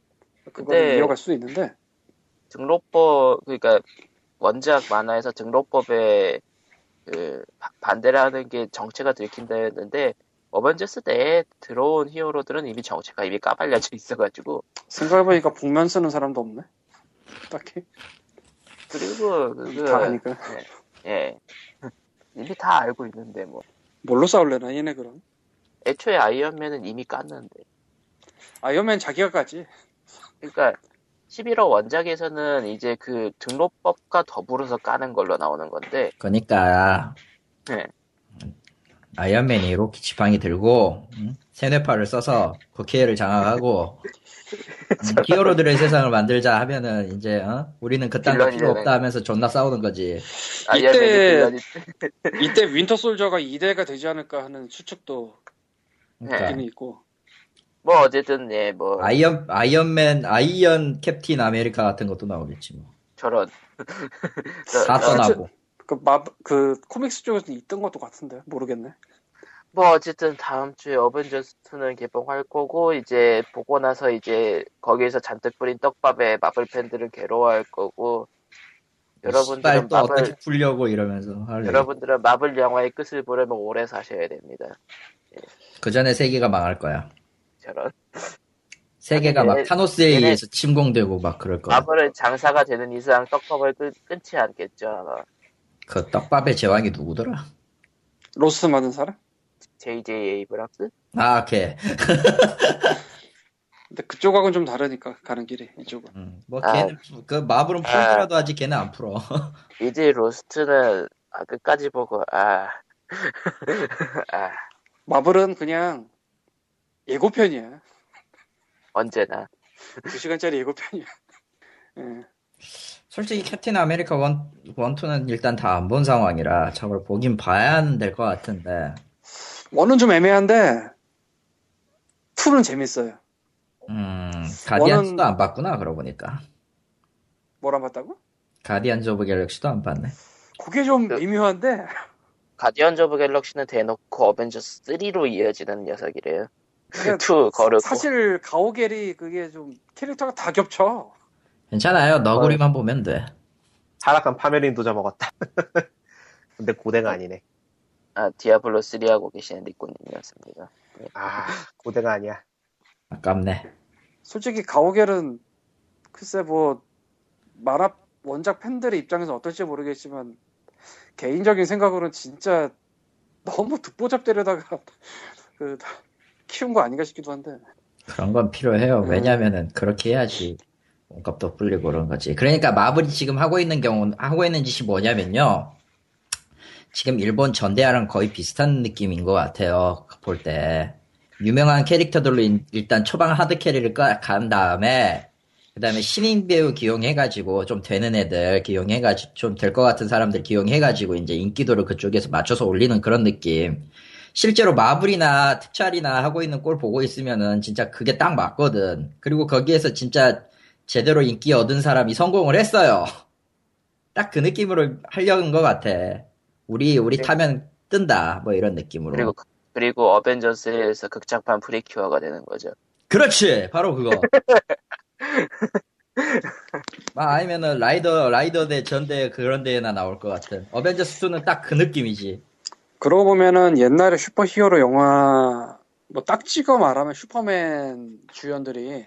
[SPEAKER 3] 그걸
[SPEAKER 2] 근데-
[SPEAKER 3] 이어갈 수도 있는데
[SPEAKER 2] 등록법 그러니까 원작 만화에서 등록법에 그 바- 반대라는 게 정체가 들킨다 했는데 어벤져스 내에 들어온 히어로들은 이미 정체가 이미 까발려져 있어가지고
[SPEAKER 3] 생각해보니까 복면 쓰는 사람도 없네. 딱히
[SPEAKER 2] 그리고 그,
[SPEAKER 3] 다 아니까
[SPEAKER 2] 예 이미 다 알고 있는데 뭐
[SPEAKER 3] 뭘로 싸울래나 얘네 그럼.
[SPEAKER 2] 애초에 아이언맨은 이미 깠는데
[SPEAKER 3] 아이언맨 자기가 까지.
[SPEAKER 2] 그러니까 11호 원작에서는 이제 그 등록법과 더불어서 까는 걸로 나오는 건데
[SPEAKER 1] 그러니까
[SPEAKER 2] 네.
[SPEAKER 1] 아이언맨이 로키 지팡이 들고 응? 세뇌파를 써서 국회를 장악하고 음, 히어로들의 세상을 만들자 하면은 이제 어? 우리는 그딴 거
[SPEAKER 2] 빌런이
[SPEAKER 1] 필요 없다
[SPEAKER 2] 되네.
[SPEAKER 1] 하면서 존나 싸우는 거지.
[SPEAKER 2] 아이언맨이
[SPEAKER 3] 이때-
[SPEAKER 2] 빌런이-
[SPEAKER 3] 이때 윈터 솔저가 2대가 되지 않을까 하는 추측도
[SPEAKER 2] 네,
[SPEAKER 1] 그러니까
[SPEAKER 3] 있기는 있고.
[SPEAKER 2] 뭐 어쨌든 예뭐
[SPEAKER 1] 아이언 아이언맨 아이언 캡틴 아메리카 같은 것도 나오겠지 뭐.
[SPEAKER 2] 저런 그러니까 저-
[SPEAKER 1] 다
[SPEAKER 2] 저-
[SPEAKER 1] 떠나고
[SPEAKER 3] 그마그 코믹스 쪽에서 있던 것도 같은데 모르겠네.
[SPEAKER 2] 뭐 어쨌든 다음 주에 어벤져스 2는 개봉할 거고 이제 보고 나서 이제 거기에서 잔뜩 뿌린 떡밥에 마블 팬들은 괴로워할 거고
[SPEAKER 1] 씨발,
[SPEAKER 2] 여러분들은
[SPEAKER 1] 또
[SPEAKER 2] 마블
[SPEAKER 1] 어떻게 풀려고 이러면서 할래.
[SPEAKER 2] 여러분들은 마블 영화의 끝을 보려면 오래 사셔야 됩니다.
[SPEAKER 1] 그 전에 세계가 망할 거야.
[SPEAKER 2] 저런
[SPEAKER 1] 세계가
[SPEAKER 2] 아니,
[SPEAKER 1] 막
[SPEAKER 2] 얘-
[SPEAKER 1] 타노스에
[SPEAKER 2] 얘네-
[SPEAKER 1] 의해서 침공되고 막 그럴 거야.
[SPEAKER 2] 마블은 장사가 되는 이상 떡밥을 끊, 끊지 않겠죠 아마.
[SPEAKER 1] 그 떡밥의 제왕이 누구더라?
[SPEAKER 3] 로스트 맞은 사람?
[SPEAKER 2] JJ 에이브락스?
[SPEAKER 1] 아, 걔.
[SPEAKER 3] 근데 그쪽하고는 좀 다르니까 가는 길이 이쪽은.
[SPEAKER 1] 음, 뭐
[SPEAKER 2] 아.
[SPEAKER 1] 걔는 푸- 그 마블은 풀더라도 아직 걔는 안 풀어.
[SPEAKER 2] 이제 로스트는 아, 끝까지 보고 아, 아,
[SPEAKER 3] 마블은 그냥 예고편이야.
[SPEAKER 2] 언제나
[SPEAKER 3] 2시간짜리 예고편이야. 예.
[SPEAKER 1] 솔직히 캡틴 아메리카 원 원투는 일단 다 안 본 상황이라 저걸 보긴 봐야 될 것 같은데.
[SPEAKER 3] 원은 좀 애매한데 투는 재밌어요.
[SPEAKER 1] 음, 가디언즈도
[SPEAKER 3] 원은-
[SPEAKER 1] 안 봤구나 그러고 보니까.
[SPEAKER 3] 뭐라 봤다고?
[SPEAKER 1] 가디언즈 오브 갤럭시도 안 봤네.
[SPEAKER 3] 그게 좀
[SPEAKER 2] 그-
[SPEAKER 3] 미묘한데
[SPEAKER 2] 가디언즈 오브 갤럭시는 대놓고 어벤져스 3로 이어지는 녀석이래요.
[SPEAKER 3] 그냥
[SPEAKER 2] 2 거르고
[SPEAKER 3] 사실 가오갤이 그게 좀 캐릭터가 다 겹쳐.
[SPEAKER 1] 괜찮아요. 너구리만 보면 돼.
[SPEAKER 4] 타락한 파메린도 잡아갔다. 근데 고대가 아니네.
[SPEAKER 2] 아, 디아블로 3 하고 계시는 리코님이었습니다.
[SPEAKER 4] 아, 고대가 아니야.
[SPEAKER 1] 아깝네.
[SPEAKER 3] 솔직히 가오갤은 글쎄 뭐 만화 원작 팬들의 입장에서 어떨지 모르겠지만 개인적인 생각으로는 진짜 너무 듣보잡 때려다가 그 키운 거 아닌가 싶기도 한데
[SPEAKER 1] 그런 건 필요해요.
[SPEAKER 3] 음.
[SPEAKER 1] 왜냐면은 그렇게 해야지 몸값도 불리고 그런 거지. 그러니까 마블이 지금 하고 있는 경우 하고 있는 짓이 뭐냐면요. 지금 일본 전대화랑 거의 비슷한 느낌인 것 같아요. 볼 때. 유명한 캐릭터들로 인- 일단 초반 하드 캐리를 까- 간 다음에 그다음에 신인 배우 기용해가지고 좀 되는 애들 기용해가지고 좀 될 것 같은 사람들 기용해가지고 이제 인기도를 그쪽에서 맞춰서 올리는 그런 느낌. 실제로 마블이나 특촬이나 하고 있는 꼴 보고 있으면은 진짜 그게 딱 맞거든. 그리고 거기에서 진짜 제대로 인기 얻은 사람이 성공을 했어요. 딱 그 느낌으로 하려는 것 같아. 우리 우리 타면 뜬다 뭐 이런 느낌으로.
[SPEAKER 2] 네. 그리고, 그리고 어벤져스에서 극장판 프리큐어가 되는 거죠.
[SPEAKER 1] 그렇지 바로 그거 막 아니면은 라이더 라이더 대 전대 그런 데에나 나올 것 같은 어벤져스 2는 딱 그 느낌이지
[SPEAKER 3] 그러고 보면은 옛날에 슈퍼 히어로 영화 뭐 딱 찍어 말하면 슈퍼맨 주연들이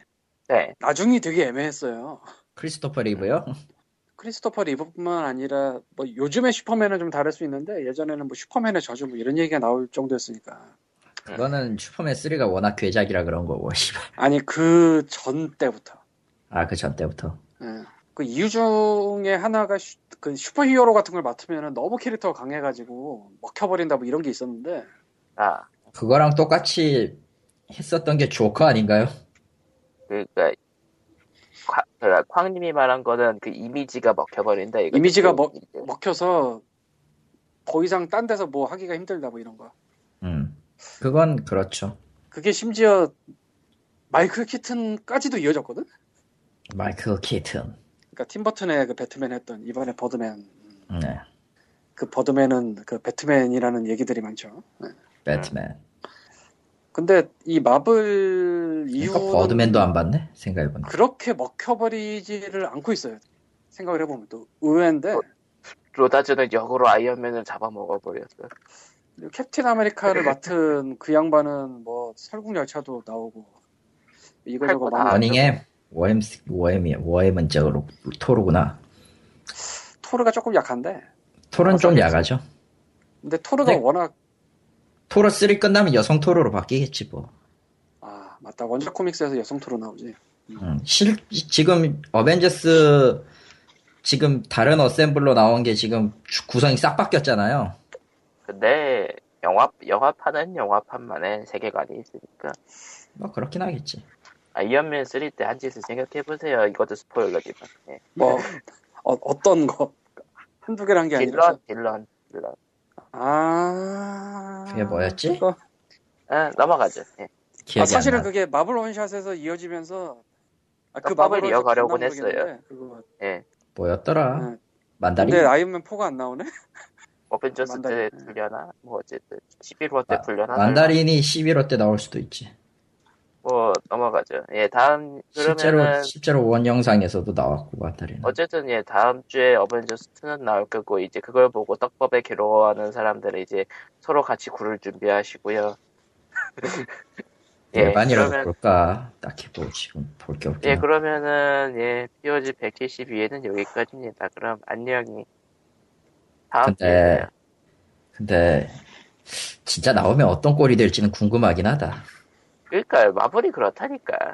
[SPEAKER 2] 네.
[SPEAKER 3] 나중이 되게 애매했어요.
[SPEAKER 1] 크리스토퍼 리브요
[SPEAKER 3] 크리스토퍼 리버뿐만 아니라 뭐 요즘의 슈퍼맨은 좀 다를 수 있는데 예전에는 뭐 슈퍼맨의 저주 뭐 이런 얘기가 나올 정도였으니까
[SPEAKER 1] 그거는 슈퍼맨 3가 워낙 괴작이라 그런 거고 씨발
[SPEAKER 3] 아니 그 전 때부터
[SPEAKER 1] 아그 전때부터
[SPEAKER 3] 예. 그 이유 중에 하나가 슈, 그 슈퍼히어로 같은 걸 맡으면 너무 캐릭터가 강해가지고 먹혀버린다 뭐 이런 게 있었는데
[SPEAKER 2] 아,
[SPEAKER 1] 그거랑 똑같이 했었던 게 조커 아닌가요
[SPEAKER 2] 그러니까 콱- 그러니까 쾅님이 말한 거는 그 이미지가 먹혀버린다 이거. 그
[SPEAKER 3] 이미지가 먹- 먹혀서 더 이상 딴 데서 뭐 하기가 힘들다 뭐 이런 거
[SPEAKER 1] 음 그건 그렇죠
[SPEAKER 3] 그게 심지어 마이클 키튼까지도 이어졌거든
[SPEAKER 1] 마이클 키튼
[SPEAKER 3] 그러니까 팀버튼의 그 배트맨 했던 이번에 버드맨
[SPEAKER 1] 네
[SPEAKER 3] 그 버드맨은 그 배트맨이라는 얘기들이 많죠
[SPEAKER 1] 배트맨
[SPEAKER 3] 근데 이 마블 이후
[SPEAKER 1] 그러니까 버드맨도 안 봤네 생각해보니까
[SPEAKER 3] 그렇게 먹혀버리지를 않고 있어요. 생각을 해보면 또 의외인데
[SPEAKER 2] 로다즈는 역으로 아이언맨을 잡아먹어버렸어.
[SPEAKER 3] 캡틴 아메리카를
[SPEAKER 2] 네.
[SPEAKER 3] 맡은 그 양반은 뭐 설국열차도 나오고 이거저거
[SPEAKER 2] 할거 다.
[SPEAKER 3] 많이
[SPEAKER 1] 러닝엠 워엠 워엠이 워엠은 저로 토르구나
[SPEAKER 3] 토르가 조금 약한데
[SPEAKER 1] 토론 좀 야가죠.
[SPEAKER 3] 근데 토르가
[SPEAKER 1] 네.
[SPEAKER 3] 워낙
[SPEAKER 1] 토로 3 끝나면 여성 토로로 바뀌겠지 뭐.
[SPEAKER 3] 아 맞다 원작 코믹스에서 여성 토르
[SPEAKER 2] 네.
[SPEAKER 3] 나오지
[SPEAKER 1] 음, 실 지금 어벤져스 지금 다른 어셈블로 나온 게 지금 주- 구성이 싹 바뀌었잖아요.
[SPEAKER 2] 근데 영화 영화판은 영화판만의 세계관이 있으니까
[SPEAKER 1] 뭐 그렇긴 하겠지.
[SPEAKER 2] 아이언맨 3 때 한 짓을 생각해보세요. 이것도 스포일러지만. 예.
[SPEAKER 3] 뭐 어, 떤거 한두 개를 한 게 아니라
[SPEAKER 2] 빌런 빌런 빌런.
[SPEAKER 3] 아
[SPEAKER 1] 그게 뭐였지?
[SPEAKER 3] 그거?
[SPEAKER 2] 아, 넘어가죠. 예.
[SPEAKER 1] 기억이
[SPEAKER 3] 아, 사실은
[SPEAKER 1] 안 나.
[SPEAKER 3] 그게 마블 원샷에서 이어지면서 아,
[SPEAKER 2] 그 마블
[SPEAKER 3] 원샷
[SPEAKER 2] 이어가려고는
[SPEAKER 3] 봤나 모르겠는데
[SPEAKER 2] 했어요.
[SPEAKER 3] 그거.
[SPEAKER 2] 예.
[SPEAKER 1] 뭐였더라?
[SPEAKER 3] 네.
[SPEAKER 1] 만다린.
[SPEAKER 3] 근데 아이언맨 4가 안 나오네
[SPEAKER 2] 어벤져스 때
[SPEAKER 3] 만다린.
[SPEAKER 2] 불려나 뭐 어쨌든 11호 때
[SPEAKER 1] 마-
[SPEAKER 2] 불려나
[SPEAKER 1] 만다린이 11호 때 나올 수도 있지.
[SPEAKER 2] 뭐 넘어가죠. 예 다음
[SPEAKER 1] 실제로
[SPEAKER 2] 그러면은
[SPEAKER 1] 실제로 원 영상에서도 나왔고 만다린은.
[SPEAKER 2] 어쨌든 예 다음 주에 어벤져스 2는 나올 거고 이제 그걸 보고 떡밥에 괴로워하는 사람들은 이제 서로 같이 굴을 준비하시고요.
[SPEAKER 1] 일반이라도
[SPEAKER 2] 예, 그러면-
[SPEAKER 1] 볼까? 딱히 뭐 지금 볼 게 없긴
[SPEAKER 2] 예
[SPEAKER 1] 하고.
[SPEAKER 2] 그러면은 예 POG 172회는 여기까지입니다. 그럼 안녕히 다음
[SPEAKER 1] 근데-
[SPEAKER 2] 주에 봬요.
[SPEAKER 1] 근데 진짜 나오면 어떤 꼴이 될지는 궁금하긴 하다.
[SPEAKER 2] 그러니까 마블이 그렇다니까.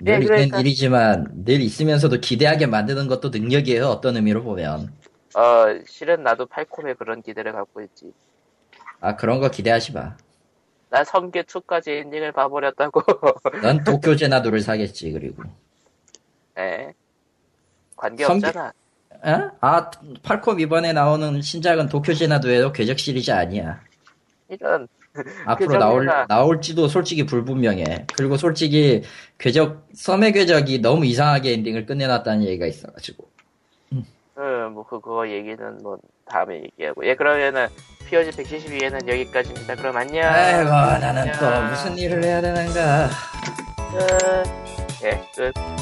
[SPEAKER 1] 늘
[SPEAKER 2] 예, 그러니까.
[SPEAKER 1] 있는 일이지만 늘 있으면서도 기대하게 만드는 것도 능력이에요. 어떤 의미로 보면
[SPEAKER 2] 어 실은 나도 팔콤에 그런 기대를 갖고 있지.
[SPEAKER 1] 아 그런 거 기대하지 마.
[SPEAKER 2] 나 성계 2까지 엔딩을 봐버렸다고.
[SPEAKER 1] 넌 도쿄 제나도를 사겠지 그리고.
[SPEAKER 2] 예. 관계
[SPEAKER 1] 성계-
[SPEAKER 2] 없잖아.
[SPEAKER 1] 어? 아 팔콤 이번에 나오는 신작은 도쿄 제나도에도 궤적 시리즈 아니야.
[SPEAKER 2] 이런
[SPEAKER 1] 앞으로
[SPEAKER 2] 궤적이나-
[SPEAKER 1] 나올 나올지도 솔직히 불분명해. 그리고 솔직히 궤적 섬의 궤적이 너무 이상하게 엔딩을 끝내놨다는 얘기가 있어가지고.
[SPEAKER 2] 응, 뭐 그거 얘기는 뭐 다음에 얘기하고. 예, 그러면은 POG 172회는 여기까지입니다. 그럼 안녕.
[SPEAKER 1] 아이고 나는 또
[SPEAKER 2] 야.
[SPEAKER 1] 무슨 일을 해야 되는가.
[SPEAKER 2] 끝. 예, 끝.